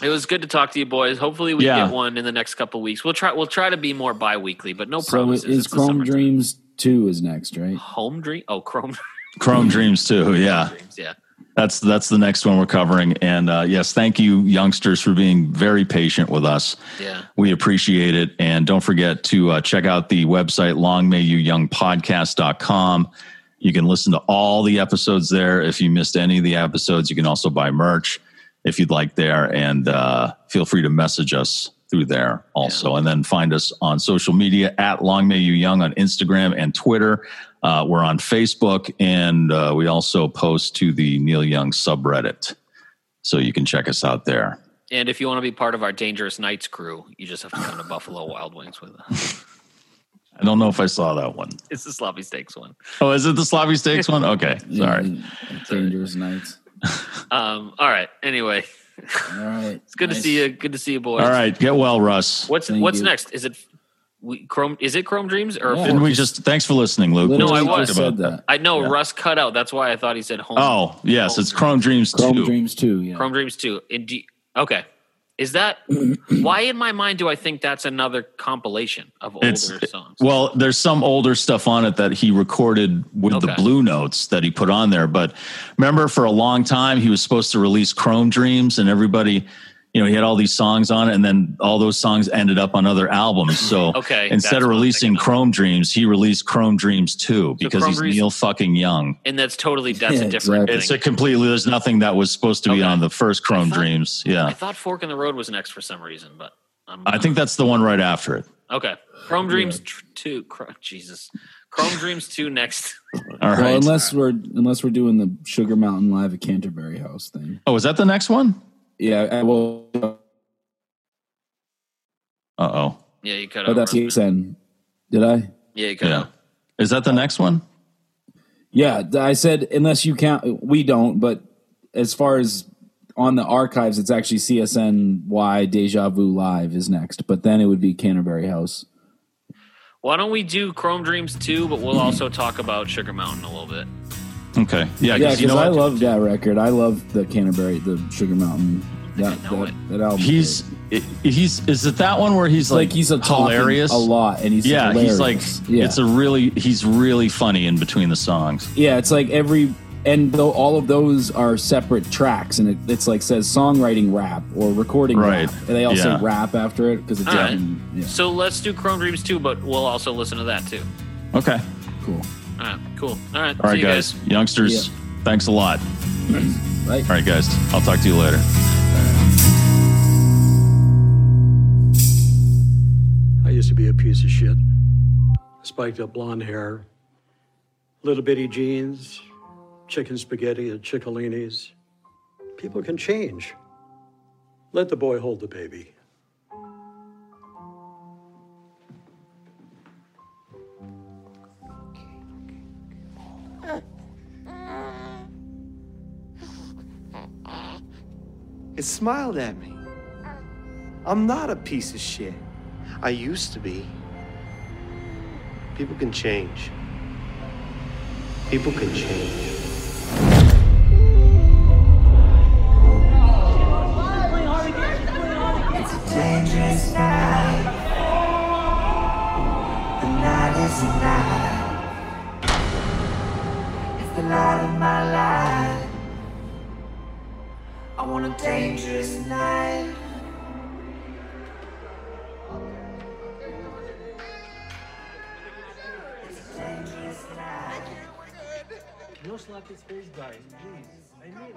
Speaker 3: It was good to talk to you boys. Hopefully we
Speaker 2: Yeah.
Speaker 3: get one in the next couple weeks. We'll try we'll try to be more bi-weekly, but no
Speaker 4: So
Speaker 3: promises.
Speaker 4: it is
Speaker 3: It's the
Speaker 4: Chrome
Speaker 3: summertime.
Speaker 4: Dreams 2 is next, right?
Speaker 3: Home Dream? Oh, Chrome
Speaker 2: Chrome Dreams too. Yeah,
Speaker 3: Dreams, yeah.
Speaker 2: that's that's the next one we're covering. And uh, yes, thank you, youngsters, for being very patient with us.
Speaker 3: Yeah.
Speaker 2: We appreciate it. And don't forget to uh, check out the website, longmayyouyoungpodcast.com. You can listen to all the episodes there. If you missed any of the episodes, you can also buy merch if you'd like there. And uh, feel free to message us through there also. And then find us on social media at Long May You Young on Instagram and Twitter. Uh, we're on Facebook and uh, we also post to the Neil Young subreddit. So you can check us out there.
Speaker 3: And if you want to be part of our Dangerous Nights crew, you just have to come to Buffalo Wild Wings with us.
Speaker 2: I don't know if I saw that one.
Speaker 3: It's the sloppy steaks one.
Speaker 2: Oh, is it the sloppy steaks one? Okay, sorry.
Speaker 4: Dangerous Nights.
Speaker 3: Um, all right. Anyway,
Speaker 4: All right.
Speaker 3: it's good to see you. Good to see you, boys.
Speaker 2: All right, get well, Russ.
Speaker 3: What's
Speaker 4: Thank
Speaker 3: what's
Speaker 4: you.
Speaker 3: next? Is it we, Chrome? Is it Chrome Dreams or?
Speaker 4: Yeah.
Speaker 2: Didn't we just? Thanks for listening, Luke.
Speaker 4: Literally
Speaker 3: No, I
Speaker 2: We
Speaker 3: was.
Speaker 2: talked
Speaker 4: just said that.
Speaker 3: I know Russ cut out. That's why I thought he said home.
Speaker 2: Oh, yes, it's Chrome Dreams
Speaker 4: Chrome
Speaker 2: too.
Speaker 4: Dreams 2, yeah.
Speaker 3: Chrome Dreams two. And do, okay, is that why? In my mind, do I think that's another compilation of older
Speaker 2: It's
Speaker 3: songs?
Speaker 2: well, there's some older stuff on it that he recorded with the
Speaker 3: Okay.
Speaker 2: Blue Notes that he put on there. But remember, for a long time, he was supposed to release Chrome Dreams, and everybody, you know, he had all these songs on it, and then all those songs ended up on other albums. So
Speaker 3: Okay,
Speaker 2: instead
Speaker 3: that's
Speaker 2: of
Speaker 3: what I'm
Speaker 2: releasing
Speaker 3: thinking of.
Speaker 2: Chrome Dreams, he released Chrome Dreams two because
Speaker 3: Chrome
Speaker 2: he's
Speaker 3: Dreams-
Speaker 2: Neil fucking Young.
Speaker 3: and that's totally that's
Speaker 4: Yeah,
Speaker 3: a different
Speaker 4: exactly.
Speaker 2: It's
Speaker 3: thing.
Speaker 2: a completely. There's nothing that was supposed to be
Speaker 3: Okay.
Speaker 2: on the first Chrome
Speaker 3: thought-
Speaker 2: Dreams.
Speaker 3: I
Speaker 2: Yeah,
Speaker 3: thought Fork in the Road was next for some reason, but I'm,
Speaker 2: I think that's the one right after it.
Speaker 3: okay. Chrome Dreams tr- two. Chr- Jesus, Chrome Dreams two next.
Speaker 2: All right.
Speaker 4: Well, unless we're unless we're doing the Sugar Mountain Live at Canterbury House thing.
Speaker 2: oh, is that the next one?
Speaker 4: Yeah, I will. But
Speaker 2: Uh oh.
Speaker 3: Yeah, you cut out.
Speaker 4: that's
Speaker 3: Russ.
Speaker 4: TSN. Did I?
Speaker 3: Yeah, you cut
Speaker 2: Yeah.
Speaker 3: out.
Speaker 2: Is that the next one?
Speaker 4: Yeah, th- I said unless you count, we don't. But as far as on the archives, it's actually CSNY Deja Vu Live is next, but then it would be Canterbury House.
Speaker 3: Why don't we do Chrome Dreams 2, but we'll also talk about Sugar Mountain a little bit.
Speaker 2: Okay. Yeah.
Speaker 4: Yeah,
Speaker 2: Because you
Speaker 4: because
Speaker 2: know
Speaker 4: I
Speaker 2: what?
Speaker 4: love that record. I love the Canterbury, the Sugar Mountain. That
Speaker 3: I know
Speaker 4: that,
Speaker 3: it.
Speaker 4: that album.
Speaker 2: he's he's is it that one where he's
Speaker 4: like,
Speaker 2: like,
Speaker 4: he's a talking
Speaker 2: hilarious?
Speaker 4: a lot, and he's
Speaker 2: Yeah,
Speaker 4: hilarious.
Speaker 2: he's like
Speaker 4: yeah.
Speaker 2: it's a really he's really funny in between the songs.
Speaker 4: yeah, it's like every and though all of those are separate tracks, and it, it's like says songwriting rap or recording
Speaker 2: Right.
Speaker 4: rap, and they all
Speaker 2: Yeah.
Speaker 4: say rap after it because it's
Speaker 3: All right.
Speaker 4: in- yeah,
Speaker 3: So let's do Chrome Dreams 2, but we'll also listen to that too.
Speaker 2: Okay.
Speaker 4: cool.
Speaker 3: All right, cool. All right,
Speaker 2: All
Speaker 3: see
Speaker 2: right,
Speaker 3: you
Speaker 2: guys. Youngsters,
Speaker 4: Yeah.
Speaker 2: thanks a lot.
Speaker 4: Bye.
Speaker 2: All right, guys. I'll talk to you later.
Speaker 9: I used to be a piece of shit. Spiked up blonde hair, little bitty jeans, chicken spaghetti at Ciccolini's. People can change. Let the boy hold the baby.
Speaker 10: It smiled at me. I'm not a piece of shit. I used to be. People can change. People can change.
Speaker 11: dangerous night. The night is night. the light of my life. I want a dangerous night. It's a dangerous night.
Speaker 12: No slap his face, guys, please. I mean it.